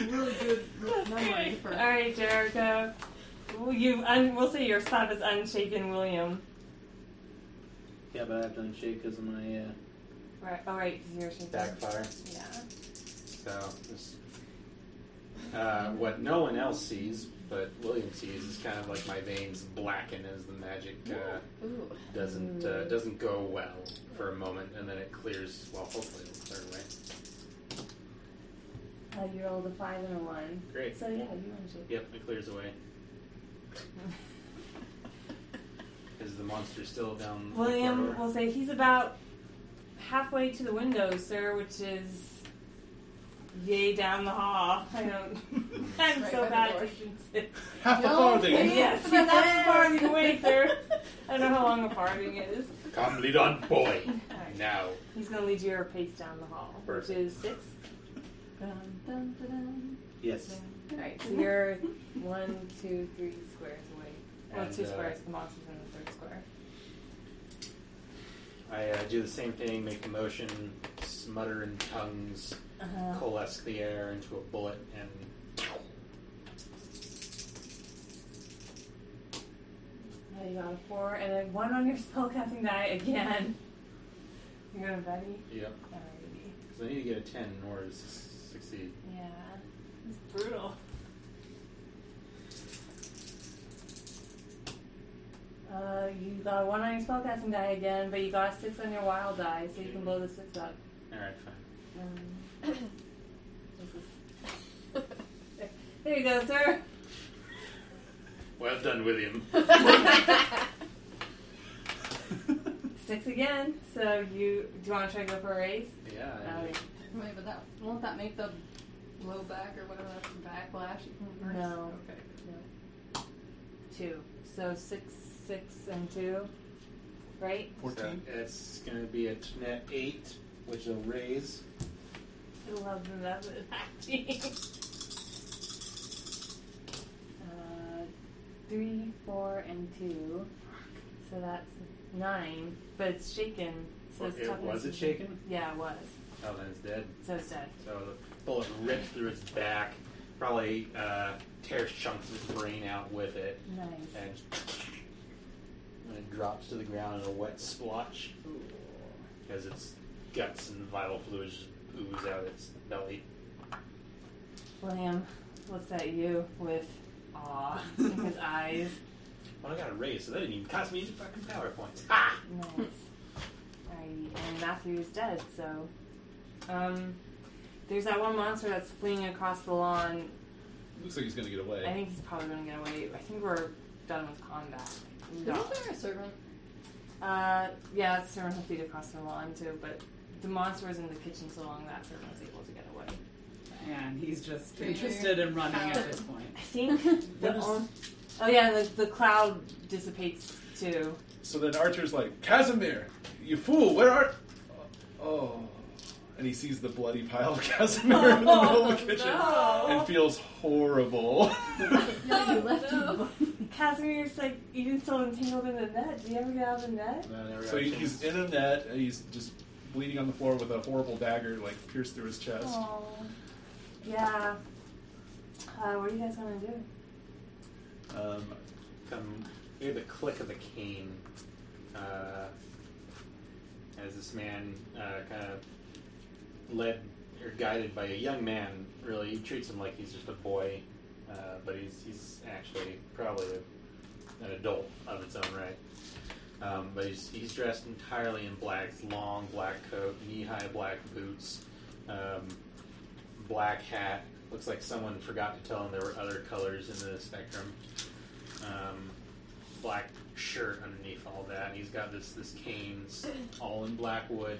A: really good memory for.
C: *laughs* All right, Jericho. Well, You, un- we'll say your spot is unshaken, William.
D: Yeah, but I have to unshake because of my uh,
C: Right. All right, you're shaken.
D: backfire.
C: Yeah.
D: So, this, uh, what no one else sees, but William sees, is kind of like my veins blacken as the magic uh,
B: Ooh.
D: doesn't
C: Mm.
D: uh, doesn't go well for a moment, and then it clears. Well, hopefully it'll clear away.
M: Uh, you rolled a five and a one.
D: Great.
M: So yeah, you want to
D: Yep, it clears away. Is the monster still down? the
C: William,
D: corridor?
C: we'll say he's about halfway to the window, sir, which is yay down the hall. *laughs* I don't. I'm
B: Right by
C: so
B: the
C: bad
B: door.
C: at distances.
F: Half
B: No,
F: a farthing.
B: baby.
C: *laughs* yes, he's that farthing away, sir. I don't know how long a farthing is.
N: Come, lead on, boy.
C: *laughs* All right.
N: Now.
C: He's going to lead you a pace down the hall,
D: Perfect.
C: which is six. Um,
D: Yes.
C: All right, so
M: So
C: you're *laughs*
M: you're one, two, three squares away.
C: well,
D: And,
C: two
D: uh,
C: squares. The monster's in the third square.
D: I uh, do the same thing, make a motion, smutter in tongues,
C: Uh-huh.
D: coalesce the air into a bullet, and
C: Yeah, you got a four and then one on your *laughs* spellcasting die again. You're going to Betty?
D: Yep.
C: Alrighty.
D: Because I need to get a 10 in order to s- succeed.
C: Yeah. It's brutal. Uh, you got a one on your spellcasting die again, but you got a six on your wild die, so you can blow the six up.
D: Alright, fine.
C: Um, this is- there you go, sir.
N: Well done, William.
C: Six again. So you do you want to try to go for a raise?
D: Yeah. I-
C: Uh,
A: Wait, but that won't that make the blowback or whatever that's backlash? You can reverse?
C: No.
A: Okay.
C: two. So six, six, and two. Right?
F: *laughs* Fourteen.
D: So it's going to be a t- net 8, which will raise.
C: Eleven, that's it. *laughs*
M: Uh, three, four, and two. So that's nine, but it's shaken. So it's
D: it,
M: toughness
D: was it
M: is-
D: shaken?
M: Yeah, it was.
D: Oh, then it's dead.
M: So it's dead.
D: So the bullet ripped through its back, probably uh, tears chunks of his brain out with it
O: Nice.
D: and, and it drops to the ground in a wet splotch as its guts and vital fluids just ooze out its belly.
C: William looks at you with *laughs* awe in his eyes.
D: Well, I got a raise, so that didn't even cost me any fucking power points. Ah!
C: Nice. Alrighty, and Matthew's dead, so. Um, there's that one monster that's fleeing across the lawn.
F: Looks like he's gonna get
C: I
F: away.
C: think he's probably gonna get away. I think we're done with combat.
A: Isn't there a servant?
C: Uh, yeah, that's servant who feed across the lawn too, but the monster was in the kitchen so long that servant was able to get away.
E: And he's just interested in running at this point.
C: I think *laughs* the on- Oh yeah, and the, the cloud dissipates too.
F: So then Archer's like, Casimir, you fool, where are. Oh. And he sees the bloody pile of *laughs* Casimir in the middle of the kitchen and feels horrible.
A: Yeah, you left
C: Casimir's like even still entangled in the net. Do you ever get out of the net?
F: so he, he's in a net and he's just bleeding on the floor with a horrible dagger like pierced through his chest.
C: Oh. Yeah. Uh, what are you guys gonna do?
F: Um,
D: Come hear the click of a cane uh, as this man uh, kind of led or guided by a young man. Really, he treats him like he's just a boy, uh, but he's he's actually probably a, an adult of its own right. Um, but he's, he's dressed entirely in black, It's long black coat, knee-high black boots, um, black hat. Looks like someone forgot to tell him there were other colors in the spectrum um, black shirt underneath all that, and he's got this this cane, it's all in black wood.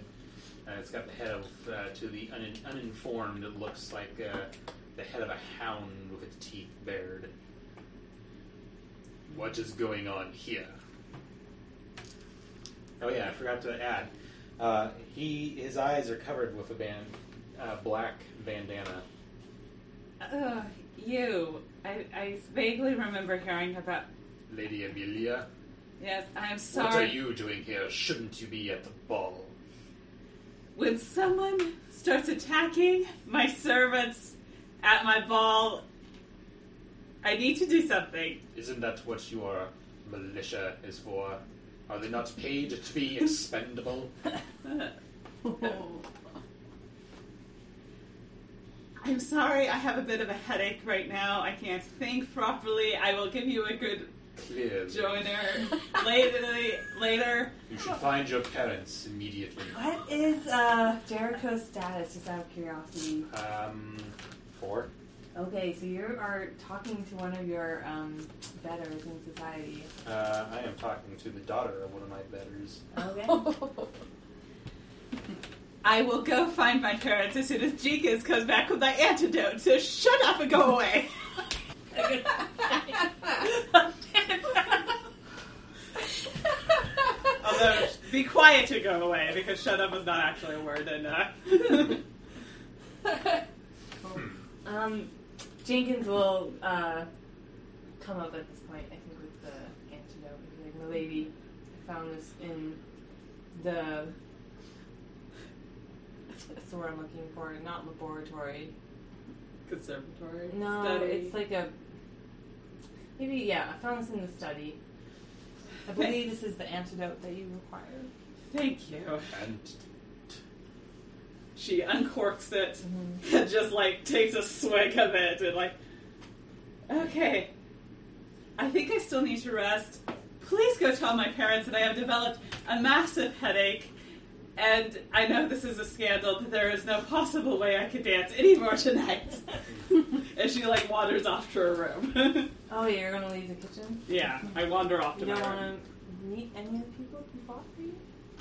D: Uh, it's got the head of uh, to the un- uninformed. It looks like uh, the head of a hound with its teeth bared. What is going on here? Oh yeah, I forgot to add. Uh, he his eyes are covered with a band, uh, black bandana.
E: Ugh, you. I, I vaguely remember hearing about.
D: Lady Amelia,
E: Yes, I'm
D: what are
E: sorry.
D: you doing here? Shouldn't you be at the ball?
E: When someone starts attacking my servants at my ball, I need to do something.
D: Isn't that what your militia is for? Are they not paid to be expendable?
E: I'm sorry, I have a bit of a headache right now. I can't think properly. I will give you a good
D: Clearly.
E: joiner
B: *laughs*
E: later. later.
D: You should find your parents immediately.
C: What is uh, Jericho's status? Just out of curiosity.
D: Um, four?
C: Okay, so you are talking to one of your um, betters in society.
D: Uh, I am talking to the daughter of one of my betters.
C: Okay.
E: I will go find my parents as soon as Jeekins comes back with my antidote, so shut up and go away. Although, be quiet to go away, because shut up is not actually a word in uh, *laughs*
C: *laughs* um, Jenkins will uh, come up at this point. I think with the antidote. He's like, "My lady, I found this in the that's the word I'm looking for. Not laboratory.
E: conservatory.
C: No,
E: study.
C: it's like a maybe. Yeah, I found this in the study. I
E: Okay.
C: believe this is the antidote that you require.
E: Thank you.
D: And
E: She uncorks it
C: Mm-hmm.
E: and *laughs* just like takes a swig of it and like, okay, I think I still need to rest. Please go tell my parents that I have developed a massive headache. And I know this is a scandal, but there is no possible way I could dance anymore tonight.
C: *laughs*
E: and she like wanders off to her room. *laughs*
C: Oh, yeah, you're gonna leave the kitchen.
E: yeah, I wander off to
C: You
E: my
C: don't
E: room.
C: want to meet any of the people who fought for *laughs* you.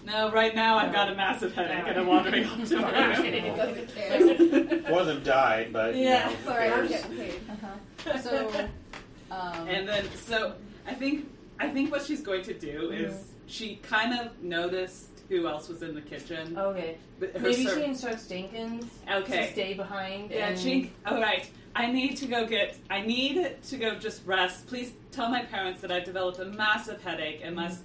E: No, right now I've got a massive headache and I'm wandering off to my room.
B: He doesn't care.
E: *laughs*
D: one of them died, but. you
C: Yeah,
D: know, who
B: Sorry, I'm
D: cares?
B: getting paid.
A: Uh-huh.
C: *laughs*
A: So, um,
E: And then, so I think I think what she's going to do is she kind of noticed who else was in the kitchen.
C: Okay,
E: but her
C: Oh, maybe
E: ser-
C: she instructs Jenkins to
E: okay.
C: stay behind.
E: Yeah,
C: and
B: *laughs*
E: she. All right. I need to go get. I need to go just rest. Please tell my parents that I've developed a massive headache and must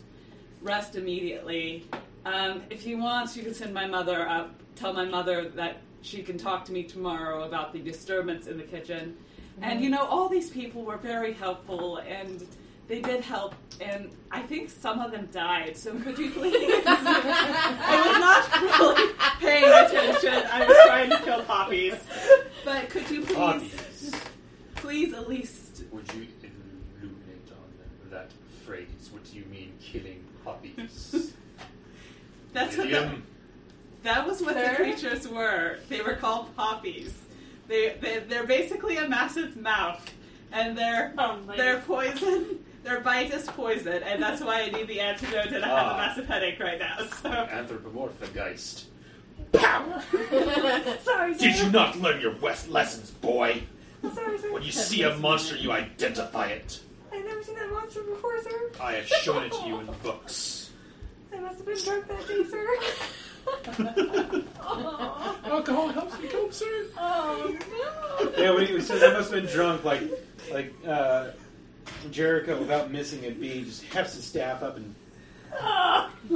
E: rest immediately. Um, if you want, you can send my mother up. Tell my mother that she can talk to me tomorrow about the disturbance in the kitchen. And you know, all these people were very helpful and they did help. And I think some of them died. So could you please? I was not really *laughs* paying attention. I was trying to kill poppies. But could you please,
J: Obvious.
E: please at least.
J: Would you illuminate on that phrase? What do you mean, killing poppies?
E: That's what the,
J: Idiom?
E: that was what
B: Sir?
E: the creatures were. They were called poppies. They, they they're basically a massive mouth, and they're
I: Oh,
B: Um,
I: my
E: They're
B: *laughs*
E: poison. Their bite is poison, and that's why I need the antidote, and I have a
J: Ah.
E: massive headache right now. So
J: Anthropomorphized. Pow!
B: Sorry,
J: Did you
B: sir.
J: not learn your West lessons, boy?
B: Sorry, sir.
J: When you see a monster, you identify it.
B: I've never seen that monster before, sir.
J: I have shown it to you in books.
B: I must have been drunk that day, sir. oh,
F: Alcohol helps me cope, sir.
B: no.
D: *laughs* Yeah, when he when he says I must have been drunk, like like uh, Jericho, without missing a beat, just hefts his staff up and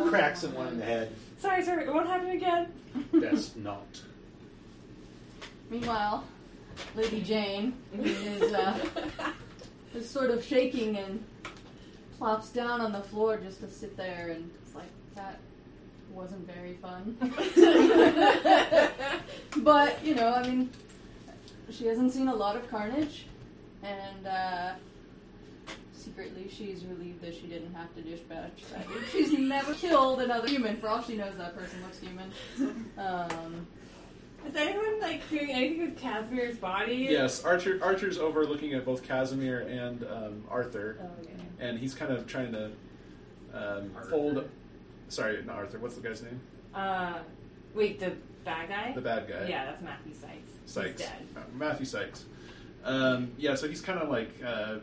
D: cracks someone in the head.
B: Sorry, sir. It won't happen again.
J: That's not.
A: *laughs* Meanwhile, Lady Jane is, uh, is sort of shaking and plops down on the floor just to sit there and it's like, that wasn't very fun. *laughs* but, you know, I mean, she hasn't seen a lot of carnage and, uh, secretly she's relieved that she didn't have to dispatch *laughs* that. dude. She's never killed another human. For all she knows, that person looks human. Um,
B: *laughs* Is anyone like doing anything with Casimir's body?
F: Yes, Archer. Archer's over looking at both Casimir and um, Arthur,
B: Oh,
F: and he's kind of trying to um,
J: Arthur.
F: fold. Sorry, not Arthur. What's the guy's name?
B: Uh, wait, the bad guy.
F: The bad guy.
B: Yeah, that's Matthew Sykes. He's
F: Sykes.
B: dead.
F: Uh, Matthew Sykes. Um, yeah, so he's kind of like uh,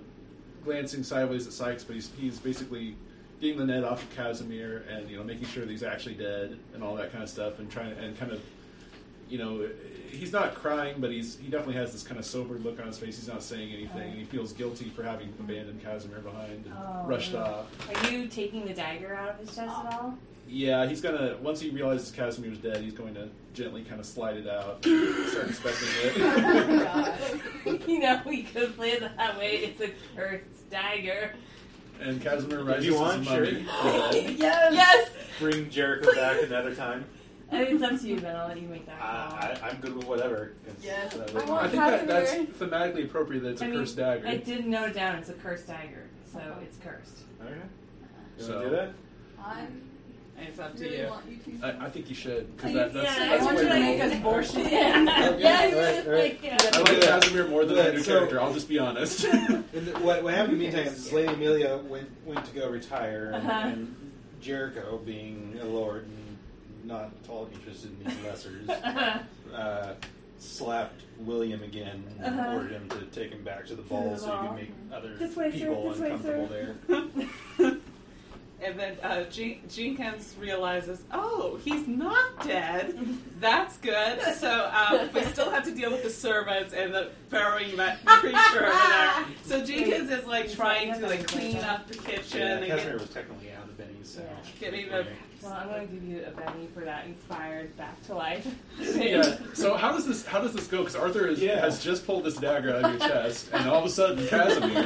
F: glancing sideways at Sykes, but he's, he's basically getting the net off of Casimir and you know making sure that he's actually dead and all that kind of stuff, and trying and kind of you know he's not crying, but he's he definitely has this kind of sobered look on his face. He's not saying anything, and he feels guilty for having abandoned Casimir behind and
B: Oh,
F: rushed
B: no.
F: off.
B: Are you taking the dagger out of his chest at all?
F: Yeah, he's gonna once he realizes Casimir's dead, he's going to gently kind of slide it out, and start inspecting
A: oh
F: it.
B: *laughs* you know, we could play it that way. It's a cursed dagger.
F: And Casimir rises
D: you want,
F: his mummy.
D: sure.
B: *laughs* Yes!
D: Bring Jericho back another time.
B: I mean, it's up to you, Ben. I'll let you make that
J: I,
D: Uh,
B: call.
J: I, I'm good with whatever. It's-
A: Yes.
J: whatever.
B: I
F: I
B: want-
F: think that, that's
B: Casimir.
F: thematically appropriate that it's a
B: I mean,
F: cursed dagger.
B: I did note it down. It's a cursed dagger, so it's
C: *laughs*
B: cursed.
D: Okay. You
F: So-
D: wanna do that?
A: I
E: it's up to
A: really
E: you.
A: want you to.
F: I, I think you should. 'cause
B: Please,
F: that, that's,
B: yeah,
F: that's
B: I want
F: way
B: you to
F: more-
B: make us abortion. Yeah.
C: *laughs*
D: Okay,
B: Yes!
D: all right, all right.
B: Like, yeah.
F: I like Casimir more than
D: Yeah,
F: I do
D: so-
F: character, I'll just be
B: *laughs*
F: honest.
D: And th- what, what happened in the meantime is this Lady Amelia went, went to go retire, and,
B: Uh-huh.
D: and Jericho, being a lord and not at all interested in these
B: *laughs*
D: lessers, uh, slapped William again and
B: Uh-huh.
D: ordered him to take him back to the ball so he
B: ball.
D: could make other
B: This way, sir,
D: people
B: this way,
D: uncomfortable
B: sir.
D: there.
E: *laughs* and then uh, Je- Jenkins realizes, oh, he's not dead. That's good. So um, we still have to deal with the servants and the burrowing ma- creature over there. So Jenkins is like trying to like clean up the kitchen
D: Yeah,
E: and
D: Casimir
E: get,
D: was technically out of Benny's, so.
E: get rid of.
B: Well, I'm going to give you a Benny for that inspired back to life.
D: *laughs*
F: yeah. So how does this how does this go? Because Arthur is,
D: Yeah.
F: has just pulled this dagger out of your chest, and all of a sudden Casimir,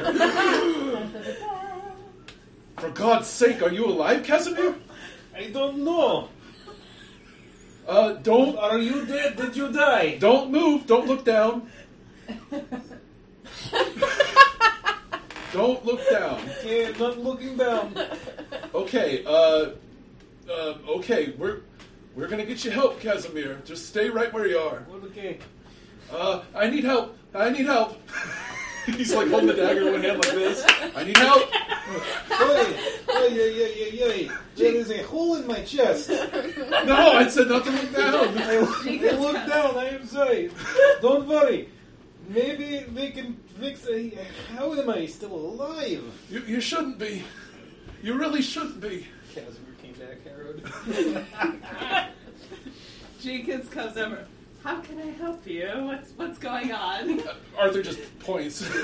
F: *gasps* for God's sake, are you alive, Casimir?
D: I don't know.
F: Uh, don't
D: Are you dead? Did you die?
F: Don't move. Don't look down.
B: *laughs*
F: don't look down.
D: Yeah, not looking
B: *laughs*
D: down.
F: Okay. Uh, uh, okay. We're we're gonna get you help, Casimir. Just stay right where you are.
D: okay.
B: *laughs*
F: Uh, I need help. I need help. *laughs* He's like holding the dagger in one hand like this. I need help.
D: Oy, oy, oy, oy, oy, oy. There is a hole in my chest.
F: No, I said not to look down.
D: *laughs* I, I look down. I am sorry. Don't worry. Maybe we can fix. A, how am I still alive?
F: You, you shouldn't be. You really shouldn't be.
D: Casimir came back harrowed.
E: *laughs* Jenkins comes over. How can I help you? What's what's going on?
F: Arthur just points. *laughs*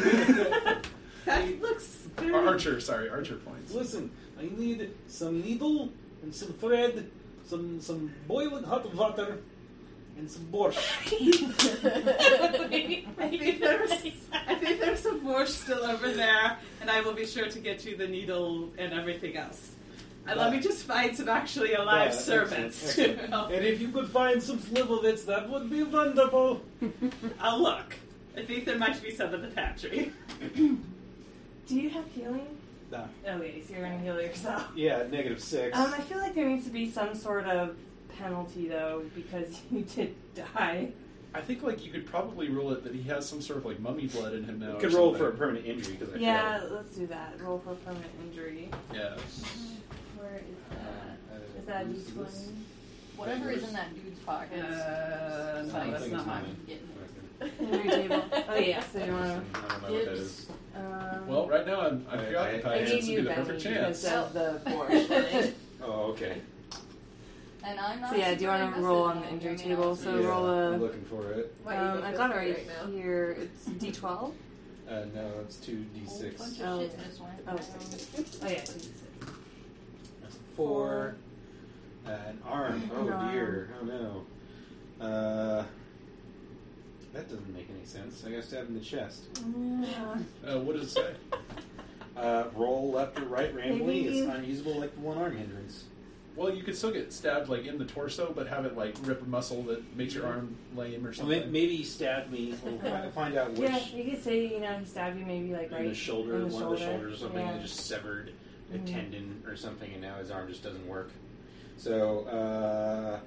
E: That looks very
F: Ar- Archer, sorry, Archer
D: *laughs*
F: points.
D: Listen, I need some needle and some thread, some some boiling hot water, and some borscht.
E: I think there's, I think there's some borscht still over there, and I will be sure to get you the needle and everything else. And let me just find some actually alive
D: Yeah,
E: servants. *laughs* Oh.
D: excellent, excellent. And if you could find some slivovitz, that would be wonderful.
E: I'll look. I think there might be some in the pantry.
C: *laughs* Do you have healing?
D: No.
C: Oh, wait, so you're going to heal yourself.
D: Yeah, negative six.
G: Oh
C: Um, I feel like there needs to be some sort of penalty, though, because *laughs* you did die.
F: I think like you could probably rule it that he has some sort of like mummy blood in him now.
D: you
F: or
D: could roll for a
F: something.
D: permanent injury because I
C: Yeah, let's do that. Roll for permanent injury.
F: Yeah.
G: Where is
D: failed.
G: that?
D: Uh,
G: Is that
D: this-
G: D20?
A: Whatever is in that dude's
E: Uh,
A: pocket. Uh,
E: no,
J: I don't
E: that's
J: think
E: not
J: it's
E: mine.
J: mine.
A: Getting it.
C: Under your table. *laughs* Oh, yeah, so you
J: I
C: want
J: don't know what that is.
C: to. Um,
F: Well, right now I'm, I'm
J: I- I- I
F: preoccupied.
J: gave
F: This would
C: you
F: be the
C: Benny
F: perfect
C: because
F: chance.
C: of the borscht.
J: Oh, okay.
A: *laughs* And I'm not.
C: so, yeah, do you want to
A: super
C: roll on the
A: invested in
C: injury
A: it. I mean,
C: table? So,
J: yeah,
C: roll a.
J: I'm looking for it.
B: Why
C: Um,
B: you
C: I
B: go
C: got it
B: feel free
C: right
B: right now?
C: here. It's D12.
J: Uh, no, that's two d
A: a whole bunch
J: six.
A: of
C: Oh,
A: shit
C: okay.
A: just went
C: Oh,
A: down.
C: Oh yeah.
J: That's four. Uh, an arm. Oh
C: An
J: dear. Oh no. Uh, that doesn't make any sense. I got stabbed in the chest.
F: Uh, what does it say?
J: Uh, roll left or right randomly
C: Maybe
J: is
C: you-
J: unusable like the one arm hindrance.
F: Well, you could still get stabbed like in the torso, but have it like rip a muscle that makes your arm lame or
D: Well, may-
F: something.
D: maybe he stabbed me. We'll fi- find out which.
C: Yeah, you could say you know he stabbed you maybe like right
J: in the shoulder,
C: in the
J: one of the shoulders or something,
C: Yeah.
J: and it just severed a
C: Mhm.
J: tendon or something, and now his arm just doesn't work. So, uh,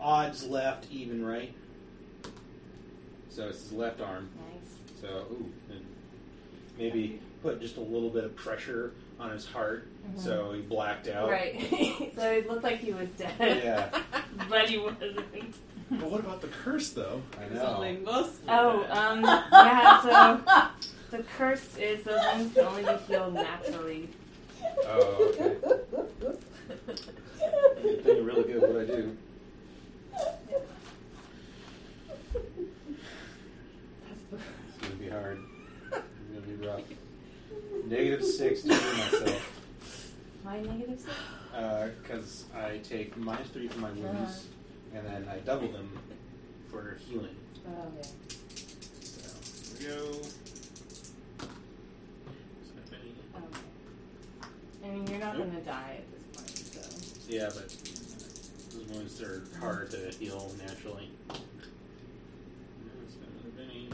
J: odds left, even right. So it's his left arm.
C: Nice.
J: So, ooh, and maybe put just a little bit of pressure on his heart, so he blacked out.
C: Mm-hmm. Right. Mm-hmm. *laughs* so it looked like he was dead.
J: Yeah,
C: *laughs* but he wasn't.
F: But what about the curse though?
C: *laughs*
J: I
E: It's
J: know.
E: only mostly
C: Oh,
E: that.
C: um, yeah. So *laughs* the curse is those wounds can only be healed naturally.
J: Oh, okay. You're doing really good at what I do. It's gonna be hard. It's gonna be rough. Negative six to heal myself.
C: Why negative six?
J: because Uh, I take minus three from my wounds, and then I double them for healing.
C: Oh yeah.
J: So here we go.
C: Okay. I mean, you're not gonna die at this point, so.
J: Yeah, but those wounds are hard to heal naturally. There's another Benny.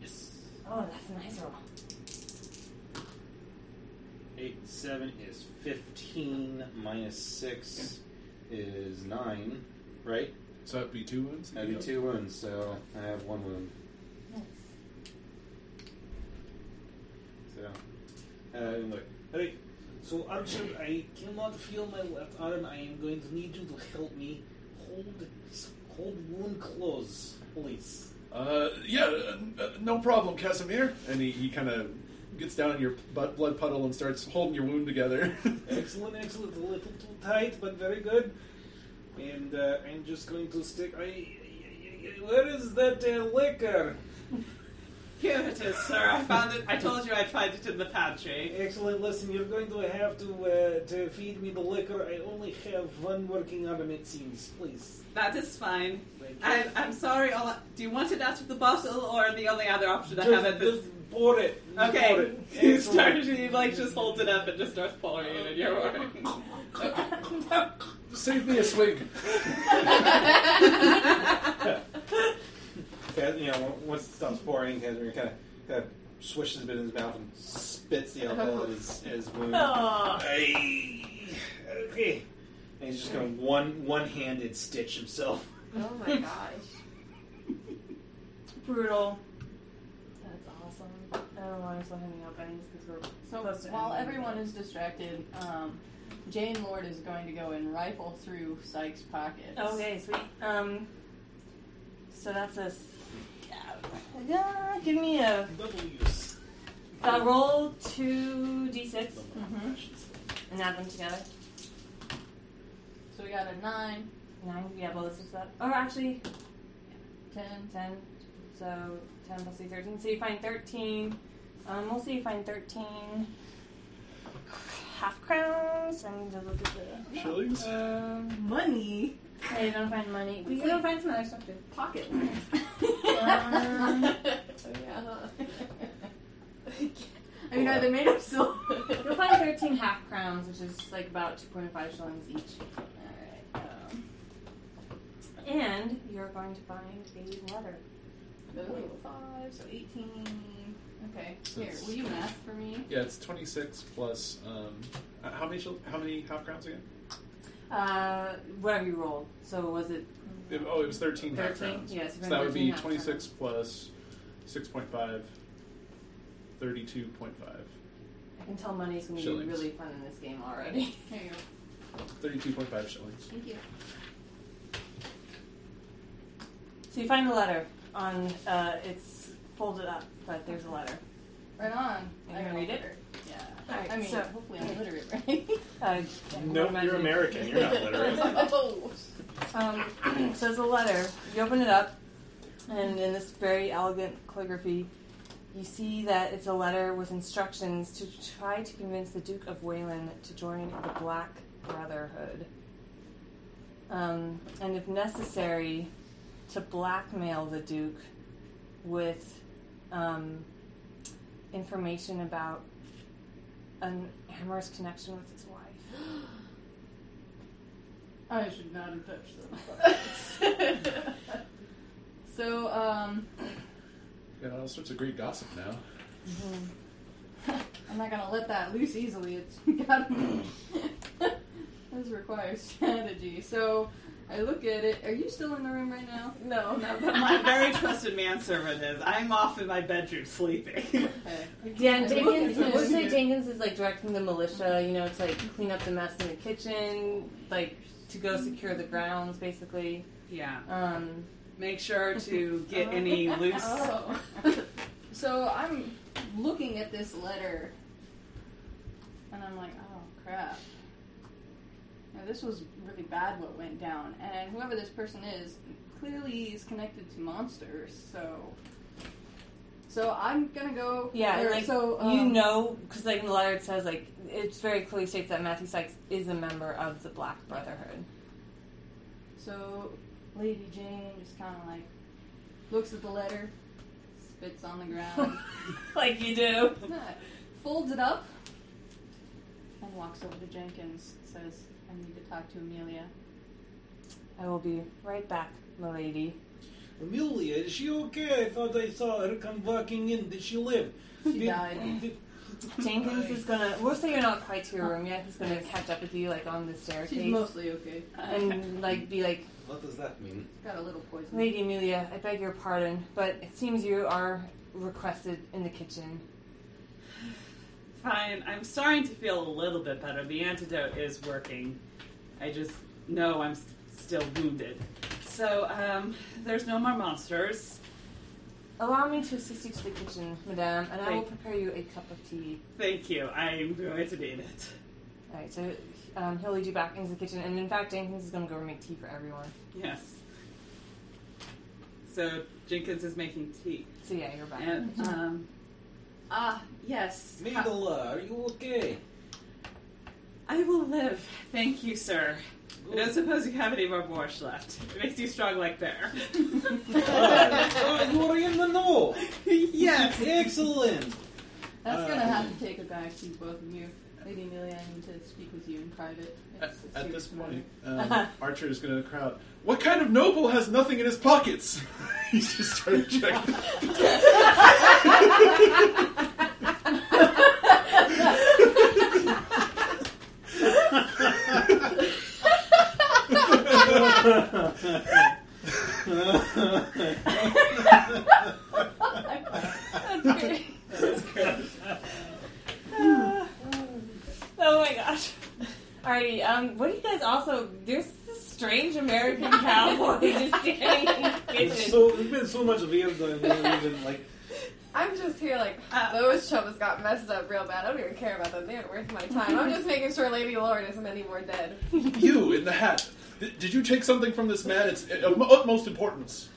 J: Yes.
C: Oh, that's a nice roll.
J: Eight and seven is fifteen. Minus six is nine. Right?
F: So that'd be two wounds.
J: I do two wounds, so I have one wound. So, uh, look.
D: Alright, so Archer, I cannot feel my left arm. I am going to need you to help me hold hold wound close, please.
F: Uh, yeah, uh, uh, no problem, Casimir. And he, he kind of gets down in your butt, blood puddle and starts holding your wound together. *laughs*
D: Excellent, excellent. A little too tight, but very good. And uh, I'm just going to stick. I, I- I- where is that uh, liquor?
E: Here it is, sir. I found it. I told you I'd find it in the pantry.
D: Excellent. Listen, you're going to have to uh, to feed me the liquor. I only have one working arm, it seems. Please.
E: That is fine.
D: Thank you.
E: I, I'm sorry. All I, do you want it out of the bottle, or the only other option I have
D: Just,
E: at this?
D: just pour it. Just pour
E: Okay.
D: it.
E: *laughs* He starts. He like just holds it up and just starts pouring it in your way.
F: Save me a swig. *laughs*
J: Cas- you know, once it stops pouring, Casimir kind of kind of swishes a bit in his mouth and spits the alcohol at his, at his wound.
E: Oh.
J: Ay, okay, and he's just gonna one one handed stitch himself.
B: Oh my gosh.
C: Brutal. That's awesome. I don't want to slow him up any because we're
A: So
C: Close to
A: while
C: ending.
A: everyone is distracted, um, Jane Lord is going to go and rifle through Sykes' pockets.
C: Okay, sweet. Um, so that's a. s- Yeah, give me a.
D: W's.
C: Uh, roll two d6
A: hmm
E: Mm-hmm.
C: and add them together.
A: So we got a nine,
C: Nine. Yeah, roll the six up. Or actually,
A: ten.
C: ten. So ten plus three, thirteen. So you find thirteen. Um, we'll see you find thirteen half crowns and da, da, da,
F: Shillings?
C: da. Um,
A: Money.
C: I don't find money. We
A: can go
C: find some other stuff too.
A: Pocket. *laughs* Oh,
C: Um,
A: I mean, are they made of silver? *laughs*
C: You'll find 13 half crowns, which is like about 2.5 shillings each. Alright.
A: *laughs*
C: Um, and you're going to find a letter.
A: Five, so 18. Okay, here, will you math for me?
F: Yeah, it's 26 plus. Um, uh, how many shil- How many half crowns again?
C: Uh, whatever you rolled. So was it
F: It- oh, it was 13, half
C: 13?
F: crowns.
C: Yes,
F: so that would be
C: 13 half
F: 26 plus 6.5, 32.5.
C: I can tell money's going to be
F: Shillings.
C: really fun in this game already. *laughs*
A: Here you go.
F: 32.5 shillings.
A: Thank you.
C: so you find a letter on. Uh, it's folded up, but there's a letter.
A: Right on.
C: You gonna read it?
A: Yeah.
C: Alright,
A: I mean,
C: so-
A: hopefully I'm literate, right?
C: Uh,
P: Nope, you're American. You're not literate.
E: *laughs*
A: oh.
C: Um, *clears throat* so it's a letter. You open it up, and in this very elegant calligraphy, you see that it's a letter with instructions to try to convince the Duke of Wayland to join the Black Brotherhood. Um, and if necessary, to blackmail the Duke with um, information about an amorous connection with his wife.
A: *laughs* I should not have touched them. *laughs* so, um, *laughs*
F: Got all sorts of great gossip now.
A: I'm not gonna let that loose easily. It's *laughs* gotta be. *laughs* this requires *laughs* strategy. So, I look at it. Are you still in the room right now?
B: No,
A: not
E: But my very
C: *laughs*
E: trusted manservant is. I'm off in my bedroom sleeping.
A: Okay.
C: Yeah,
A: I
C: Jenkins.
A: look at it.
C: Wasn't it Jenkins is like directing the militia, you know, to like clean up the mess in the kitchen, like to go secure the grounds, basically.
E: yeah.
C: Um,
E: Make sure to
C: *laughs*
E: get any loose.
A: *laughs* Oh. so I'm looking at this letter, and I'm like, oh crap. Now this was really bad what went down, and whoever this person is clearly is connected to monsters. So, so I'm gonna go.
C: yeah,
A: or,
C: like
A: so
C: you
A: um,
C: know, because like in the letter it says, like it's very clearly states that Matthew Sykes is a member of the Black Brotherhood.
A: So Lady Jane just kind of like looks at the letter, spits on the
C: *laughs*
A: ground.
C: like you do.
A: *laughs* folds it up and walks over to Jenkins. Says, "I need to talk to Amelia."
C: I will be right back, milady.
D: Amelia, is she okay? I thought I saw her come walking in. Did she live?
A: She died.
C: Jenkins is gonna. We'll say you're not quite to your room yet. He's gonna catch up with you like on the
A: She's
C: staircase
A: mostly okay.
C: and like be like.
D: What does that mean?
A: Got a little poison.
C: Lady Amelia, I beg your pardon, but it seems you are requested in the kitchen.
E: Fine. I'm starting to feel a little bit better. The antidote is working. I just know I'm s- still wounded. So, um, there's no more monsters.
C: Allow me to assist you to the kitchen, madame, and I will
E: Great.
C: prepare you a cup of tea.
E: Thank you. I'm going to need it.
C: Alright, so um, he'll lead you back into the kitchen, and in fact, Jenkins is going to go and make tea for everyone.
E: Yes. So Jenkins is making tea,
C: So yeah,
Q: *laughs*
C: you're back.
E: and um, ah, yes,
D: Magala, are you *laughs* okay?
E: I will live. Thank you, sir. I don't suppose you have any more borscht left. It makes you strong like bear.
D: Ah, you are in the know.
E: yes.
D: Excellent.
A: That's
D: Uh,
A: gonna have to take a back seat, both of you. Lady Amelia, I need to speak with you in private.
F: At,
A: It's a
F: at
A: serious
F: this
A: matter.
F: point, um, *laughs* Archer is going to crowd. What kind of noble has nothing in his pockets? *laughs* He's just started checking. *laughs*
C: Oh my gosh. Alrighty, um, what do you guys also. There's this strange American cowboy just standing in the
D: It's
C: kitchen.
D: so there's been so much weird that I never even like.
B: I'm just here like those chums got messed up real bad. I don't even care about them. They aren't worth my time. I'm just making sure Lady Lord isn't any more dead.
F: you in the hat. D- did you take something from this man? It's of utmost importance.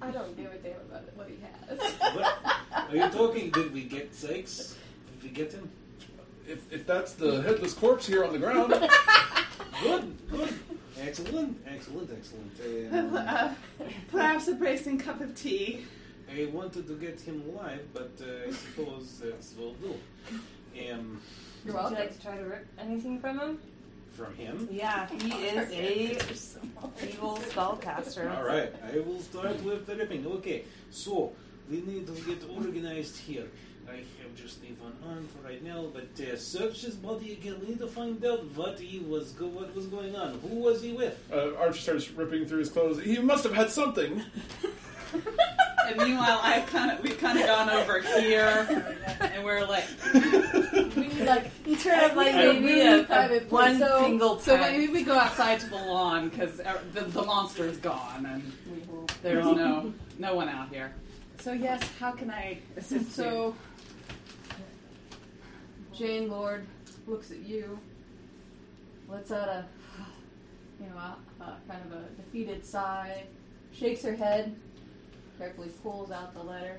B: I don't give a damn about what he has.
D: What? Are you talking? Did we get Sykes? Did we get him?
F: if, if that's the headless corpse here on the ground,
D: Good, good. Excellent, excellent, excellent. Um,
E: Uh, perhaps a bracing cup of tea.
D: I wanted to get him alive, but uh, I suppose that will do. Um,
A: *laughs* You're
C: Would you
A: welcome.
C: like to try to rip anything from him?
D: from him.
Q: Yeah, he is
C: *laughs*
Q: a evil spellcaster.
D: All right, I will start with the ripping. Okay, so we need to get organized here. I have just the one arm for right now, but uh, search his body again. We need to find out what he was, go- what was going on. Who was he with?
F: uh, Archer starts ripping through his clothes. He must have had something. *laughs*
Q: *laughs*
E: And meanwhile, I've kind of we've kind of gone over
C: *laughs*
E: here, and we're like,
A: *laughs* We need like
C: You turn up like
A: I need a
C: maybe
A: really
C: a, a
A: private
C: one
A: place. So-
C: single
E: so
C: time.
E: maybe we go outside to the lawn because the, the monster is gone and
C: We will
E: there's no no one out here. So yes, how can I assist you?
A: So, Jane Lord looks at you, lets out a, you know, a, a kind of a defeated sigh, shakes her head, carefully pulls out the letter,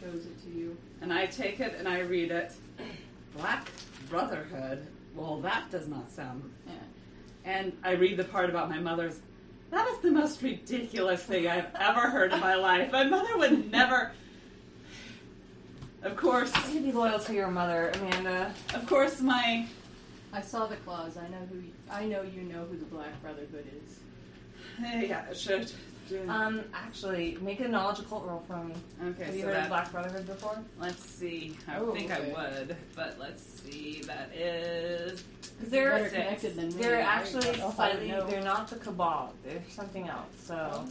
A: shows it to you.
E: And I take it and I read it. Black Brotherhood. Well, that does not sound.
A: Yeah.
E: And I read the part about my mother's. That is the most ridiculous thing I've ever heard in my life. My mother would never. Of course,
C: You should be loyal to your mother, Amanda.
E: of course, my
A: I saw the clause. I know who. You, I know you know who the Black Brotherhood is.
E: yeah, it should.
A: Mm-hmm.
C: Um, actually, make a knowledge occult roll for me. Have
E: Okay,
C: you
E: so
C: heard of
E: that,
C: Black Brotherhood before?
E: let's see. I
A: Oh,
E: think
A: okay.
E: I would, but let's see. That is
C: They're
A: better
E: six.
A: connected than me.
C: They're
A: I-
C: actually
A: I'll
C: slightly.
A: know. Mm-hmm.
C: They're not the Cabal. They're something else. So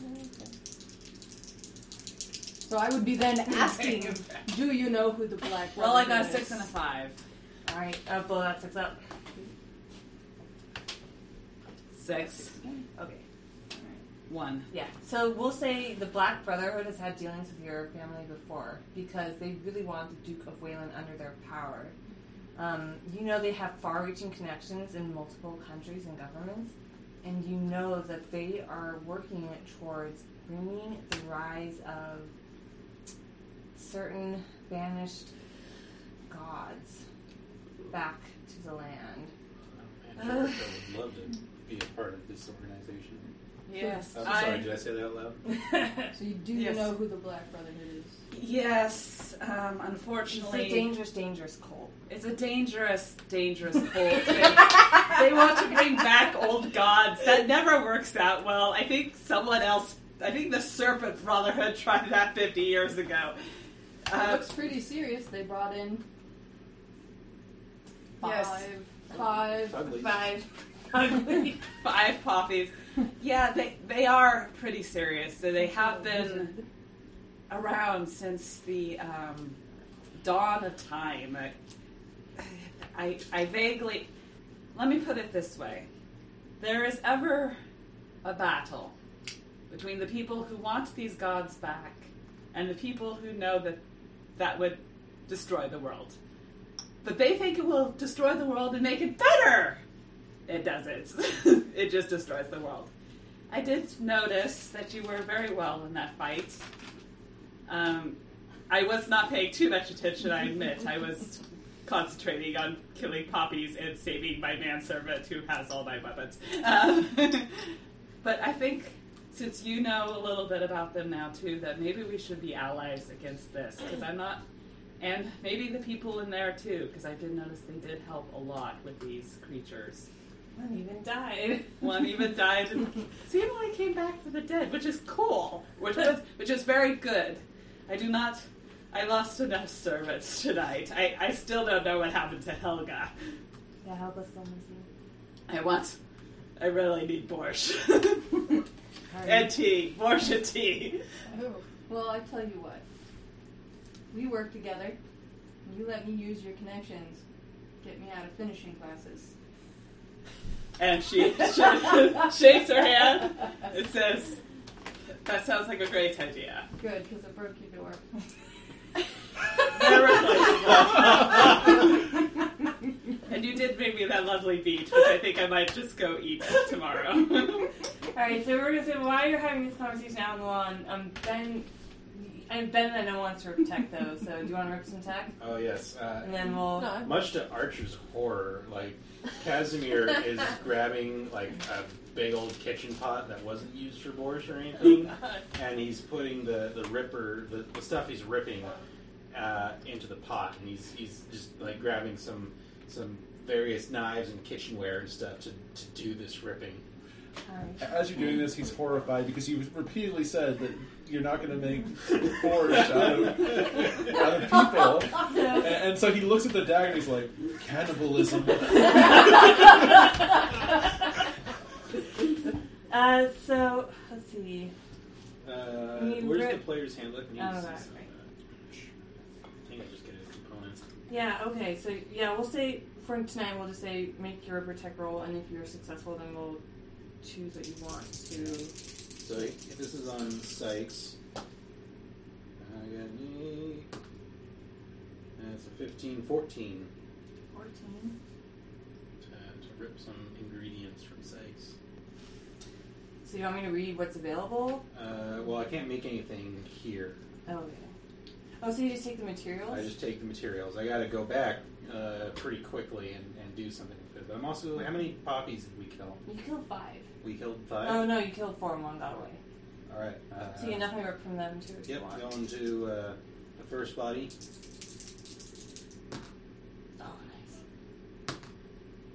A: So I would be
E: *laughs*
A: then asking, do you know who the Black Brotherhood
E: well, I got a
A: is?
E: six and a five.
C: all right, uh, blow that six up.
E: Six,
C: Okay.
E: one.
C: Yeah. So we'll say the Black Brotherhood has had dealings with your family before because they really want the Duke of Wayland under their power. Um, you know they have far-reaching connections in multiple countries and governments, and you know that they are working towards bringing the rise of certain banished gods back to the land. *laughs*
R: I'm sure Archer would love to be a part of this organization.
E: Yes,
R: I'm
E: I-
R: sorry, did I say that out loud?
A: So you do
E: Yes.
A: know who the Black Brotherhood is.
E: Yes, um,
C: It's
E: unfortunately,
C: a dangerous, dangerous cult.
E: it's a dangerous, dangerous cult.
C: *laughs*
E: They, they want to bring back old gods. That never works out well. I think someone else. I think the Serpent Brotherhood tried that 50 years ago.
A: It
E: Uh, *laughs*
A: looks pretty serious. They brought in five,
E: Yes.
A: five.
R: Ugly.
E: five, five poppies. Yeah, they they are pretty serious. So they have been. around since the um, dawn of time. I, I, I vaguely. Let me put it this way there is ever a battle between the people who want these gods back and the people who know that that would destroy the world. But they think it will destroy the world and make it better! It doesn't. *laughs* it just destroys the world. I did notice that you were very well in that fight. Um, I was not paying too much attention, I admit. I was concentrating on killing poppies and saving my manservant who has all my weapons. Um, *laughs* but I think since you know a little bit about them now too, that maybe we should be allies against this because I'm not, and maybe the people in there too, because I did notice they did help a lot with these creatures.
C: One even died. *laughs*
E: One even died, and seemingly came back from the dead, which is cool, which is which is very good. I do not. I lost enough servants tonight. I, I still don't know what happened to Helga.
C: Yeah, help us, let me see.
E: I want. I really need borscht and tea. Borscht and tea.
A: Oh. Well, I tell you what. We work together. and You let me use your connections. Get me out of finishing classes.
E: And she sh- shakes her hand and says, "That sounds like a great idea." *laughs*
A: Good, because I broke your door.
E: They're replaceable. and you did bring me that lovely beet, which I think I might just go eat tomorrow.
C: All right, so we're gonna say while you're having this conversation out on the lawn, um, Ben, And Ben I know wants to rip tech though, so do you want to rip some tech?
D: Oh yes. Uh,
C: And then we'll.
B: No. *laughs*
D: Much to Archer's horror, like Casimir is grabbing like a big old kitchen pot that wasn't used for borscht or
E: *laughs*
D: anything, and he's putting the the ripper the, the stuff he's ripping uh, into the pot, and he's he's just like grabbing some some various knives and kitchenware and stuff to, to do this ripping.
F: As you're doing this, he's horrified because you've repeatedly said that you're not going to
D: *laughs*
F: make borscht out of, out
C: *laughs*
F: of
A: *laughs*
F: people. And, and so he looks at the dagger and he's like, cannibalism.
C: Uh, so let's see.
D: Uh,
C: You
D: where's
C: rip-
D: the player's handbook? I need
C: Oh,
D: to see
C: that's
D: some of
C: right.
D: that. I think I just get his components.
C: Yeah. Okay. So yeah, we'll say for tonight we'll just say make your ripper tech roll, and if you're successful, then we'll choose what you want to.
D: So if this is on Sykes, I got me. That's a 15, 14
C: Fourteen.
D: to, Uh, to rip some ingredients from Sykes.
C: So you want me to read what's available?
D: Uh, well, I can't make anything here.
C: Oh, okay. Oh, so you just take the materials?
D: I just take the materials. I got to go back uh, pretty quickly and, and do something with it. But I'm also, how many poppies did we kill?
C: You killed five.
D: We killed five.
C: Oh no, you killed four and one got away.
D: All right. Uh,
C: So you can definitely rip from them too. if you
D: Yep,
C: want.
D: going to uh, the first body.
C: Oh, nice.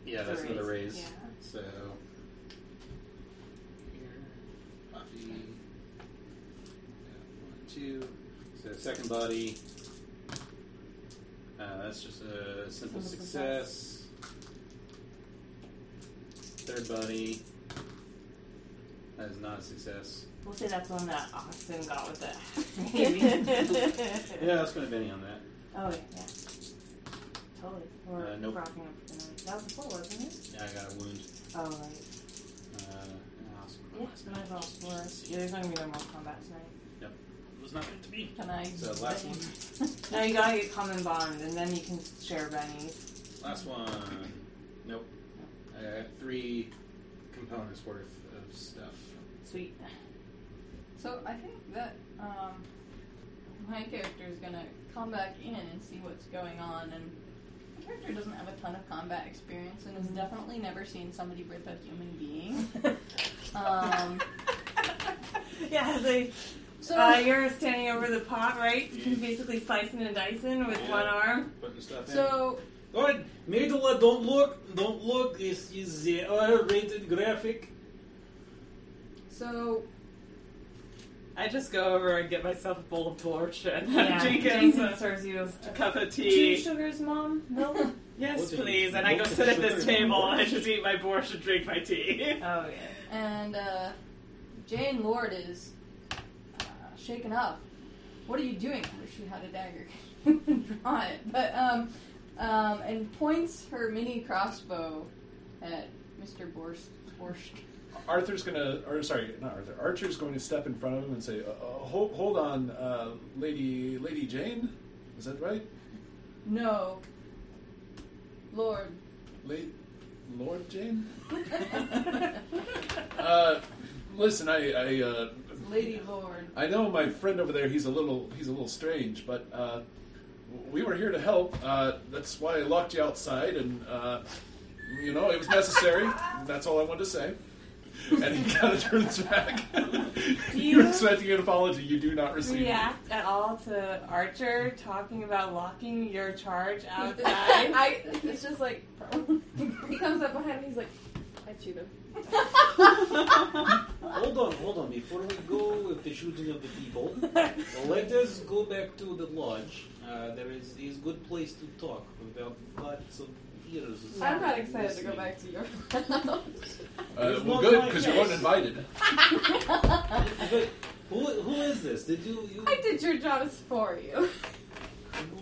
D: Yeah, that's
C: Raise.
D: another raise.
C: Yeah.
D: So here, copy. Yeah, one, two. So second body. Uh, that's just a simple
C: Simple
D: success. Third body. That is not a success.
C: We'll say that's one that Austin got with it. *laughs* Maybe.
D: Yeah, that's going to Benny on that.
C: Oh yeah, yeah. Totally. We're
D: Uh, nope.
C: rocking up for the night. That was a four, wasn't it?
D: Yeah, I got a wound.
C: Oh right.
D: Uh, awesome.
C: Yeah, might as well four. Yeah, there's not gonna be no more combat tonight.
D: It was not meant to be.
A: Can I?
D: So last one.
C: No, you gotta get common bond, and then you can share bennies.
D: Last one. Nope. I got three components worth of stuff.
C: Sweet. *laughs*
A: So I think that um, my character is gonna come back in and see what's going on. And my character doesn't have a ton of combat experience and has definitely never seen somebody rip a human
C: *laughs*
A: being. um,
C: Yeah, so
A: so
C: uh, you're standing over the pot, right? Basically slicing and dicing with
D: Yeah.
C: one arm.
D: Putting stuff
A: so
S: All right, Megala, don't look, don't look. This is the R-rated graphic.
A: so
E: I just go over and get myself a bowl of torch and
C: Yeah.
E: *laughs* drink it
C: Jason
E: with
C: serves you
E: a cup of
C: two
E: tea.
C: sugars, mom. Milk. oh
E: Yes,
S: What did
E: please.
S: you-
E: And I go
S: what
E: sit at this
S: sugar and
E: table and I
S: borscht?
E: just eat my borscht and drink my tea.
C: yeah.
A: and uh, Jane Lord is uh, shaken up. What are you doing? I wish you had a dagger. *laughs* Draw it, but um, um, and points her mini crossbow at Mr. Borst. Borst.
F: Arthur's gonna, or sorry, not Arthur. Archer's going to step in front of him and say, uh, uh, "Hold, hold on, uh, Lady, Lady Jane, is that right?
A: No. Lord.
F: Lady, Lord Jane?
A: Lady
F: Uh, listen, I, I, uh,
A: Lord.
F: I know my friend over there. He's a little, he's a little strange, but uh, we were here to help. Uh, that's why I locked you outside, and uh, you know it was necessary. That's all I wanted to say." And he kind of turns *laughs* back.
C: you-
F: You're expecting an apology. You do not receive. it.
C: react at all to Archer talking about locking your charge outside? *laughs*
B: I, it's just like, he comes up behind me, he's like, I chewed him.
S: Hold on, hold on. Before we go with the shooting of the people,
B: *laughs*
S: let us go back to the lodge. Uh, there is is good place to talk without lots of ears.
B: I'm not excited to go back to your house.
F: Uh,
S: It's not
F: well, good
S: my
F: because you
S: case.
F: weren't invited.
S: But who who is this? Did you you?
B: I did your jobs for you.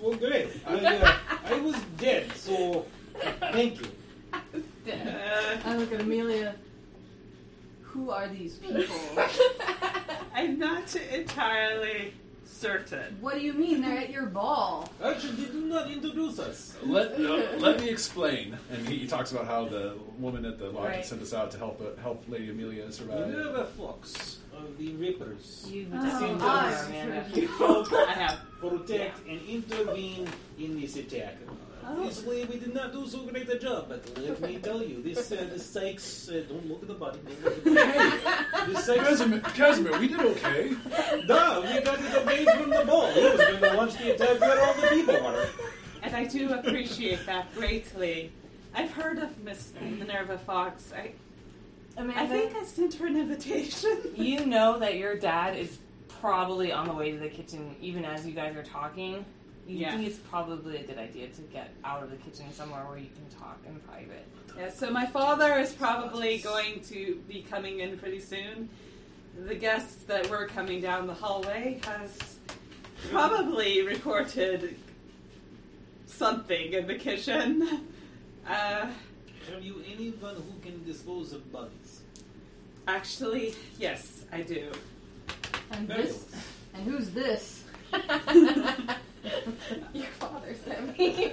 S: Well, great. I, uh, I was dead, so thank you.
E: Uh,
A: I look at Amelia. Who are these people?
E: I'm not entirely certain.
A: what do you mean? They're at your ball.
S: Archer, they do not introduce us.
F: Let uh, let me explain. And he, he talks about how the woman at the lodge
C: Right.
F: sent us out to help uh, help Lady Amelia
S: You
F: survive.
S: have a fox.
D: of the Reapers.
E: You've
A: Oh,
E: definitely-
A: I-
E: I have.
D: *laughs* protect and intervene in this attack. Obviously, we did not do so great a job, but let me tell you, this uh, the Sykes uh, don't look at the body. Don't look at the
F: *laughs*
D: body. the Sykes,
F: Casimir, Casimir, we did okay.
D: duh, we got it away from the ball. He was going to launch the attack where all the people were.
E: And I do appreciate that greatly. I've heard of Miss Minerva Fox. I,
C: Amanda,
E: I think I sent her an
C: *laughs*
E: invitation.
C: you know that your dad is probably on the way to the kitchen, even as you guys are talking. You
E: Yeah.
C: think it's probably a good idea to get out of the kitchen somewhere where you can talk in private.
E: Yeah, so my father is probably going to be coming in pretty soon. The guests that were coming down the hallway has probably recorded something in the kitchen. *laughs* Uh,
D: Have you anyone who can dispose of bodies?
E: actually, yes, I do.
A: And
D: Very
A: this, and who's this?
B: Your father sent me.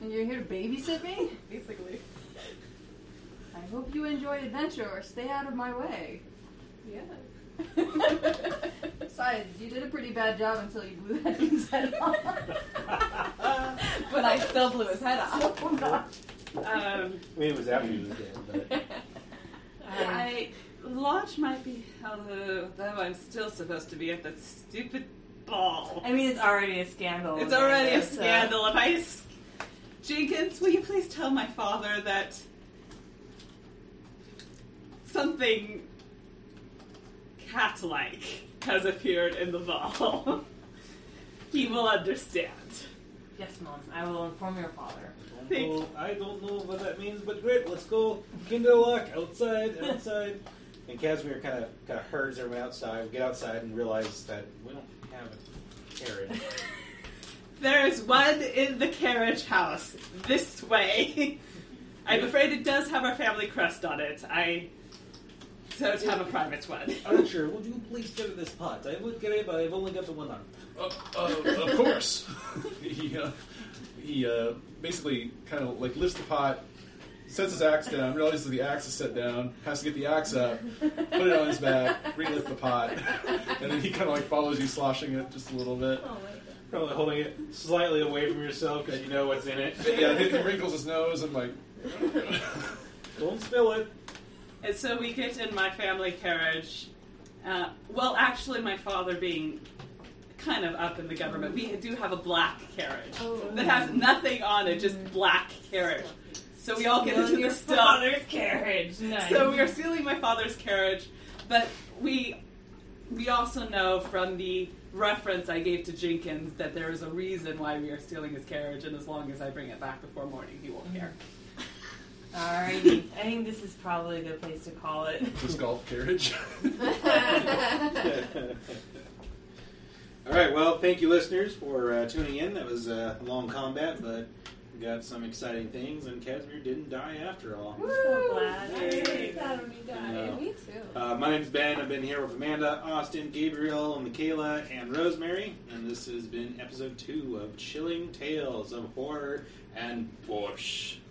A: And you're here to babysit me?
B: Basically.
A: I hope you enjoy adventure or stay out of my way.
B: Yeah. *laughs*
A: Besides, you did a pretty bad job until you blew that dude's head
C: *laughs*
A: off.
B: but I still blew his head off.
E: Um,
J: I mean, it was after he was dead, but
E: *laughs* I lodge might be held, uh, though I'm still supposed to be at that stupid ball.
C: I mean, it's already a scandal.
E: It's
C: Amanda,
E: already a
C: so-
E: scandal. If I, s- Jenkins, will you please tell my father that something cat-like has appeared in the ball? *laughs* he will understand.
C: Yes, mom. I will inform your father.
D: Don't
E: Thanks.
D: know- I don't know what that means, but great, let's go. Kinderlock, outside, outside. And Casimir kind of kind of herds everyone outside. We get outside and realize that we don't have a carriage.
E: There is one in the carriage house this way. I'm afraid it does have our family crest on it. I don't have a private one.
D: Archer, would you please carry this pot? I would carry, but I've only got the one arm.
F: Uh, uh, of course. *laughs* he uh, he uh, basically kind of like lifts the pot, sets his axe down, realizes the axe is set down, has to get the axe up, put it on his back, re-lift the pot, and then he kind of like follows you, sloshing it just a little bit.
D: Probably holding it slightly away from yourself because you know what's in it. *laughs*
F: Yeah, he wrinkles his nose and like. *laughs*
D: Don't spill *laughs* it.
E: And so we get in my family carriage. Uh, well, actually, my father being kind of up in the government, we do have a black carriage
C: Oh,
E: that has nothing on it, just black carriage. So we all get into the stuff.
C: carriage. Nice.
E: So we are stealing my father's carriage, but we we also know from the reference I gave to Jenkins that there is a reason why we are stealing his carriage, and as long as I bring it back before morning, he won't care. *laughs*
C: Alrighty. I think this is probably a good place to call it.
F: This golf carriage. *laughs*
D: All right. Well, thank you, listeners, for uh, tuning in. That was uh, a long combat, but we got some exciting things, and Casimir didn't die after all.
C: so glad.
D: No.
B: Me too.
D: Uh, my name's Ben. I've been here with Amanda, Austin, Gabriel, Michaela, and Rosemary, and this has been episode two of Chilling Tales of Horror and Borscht.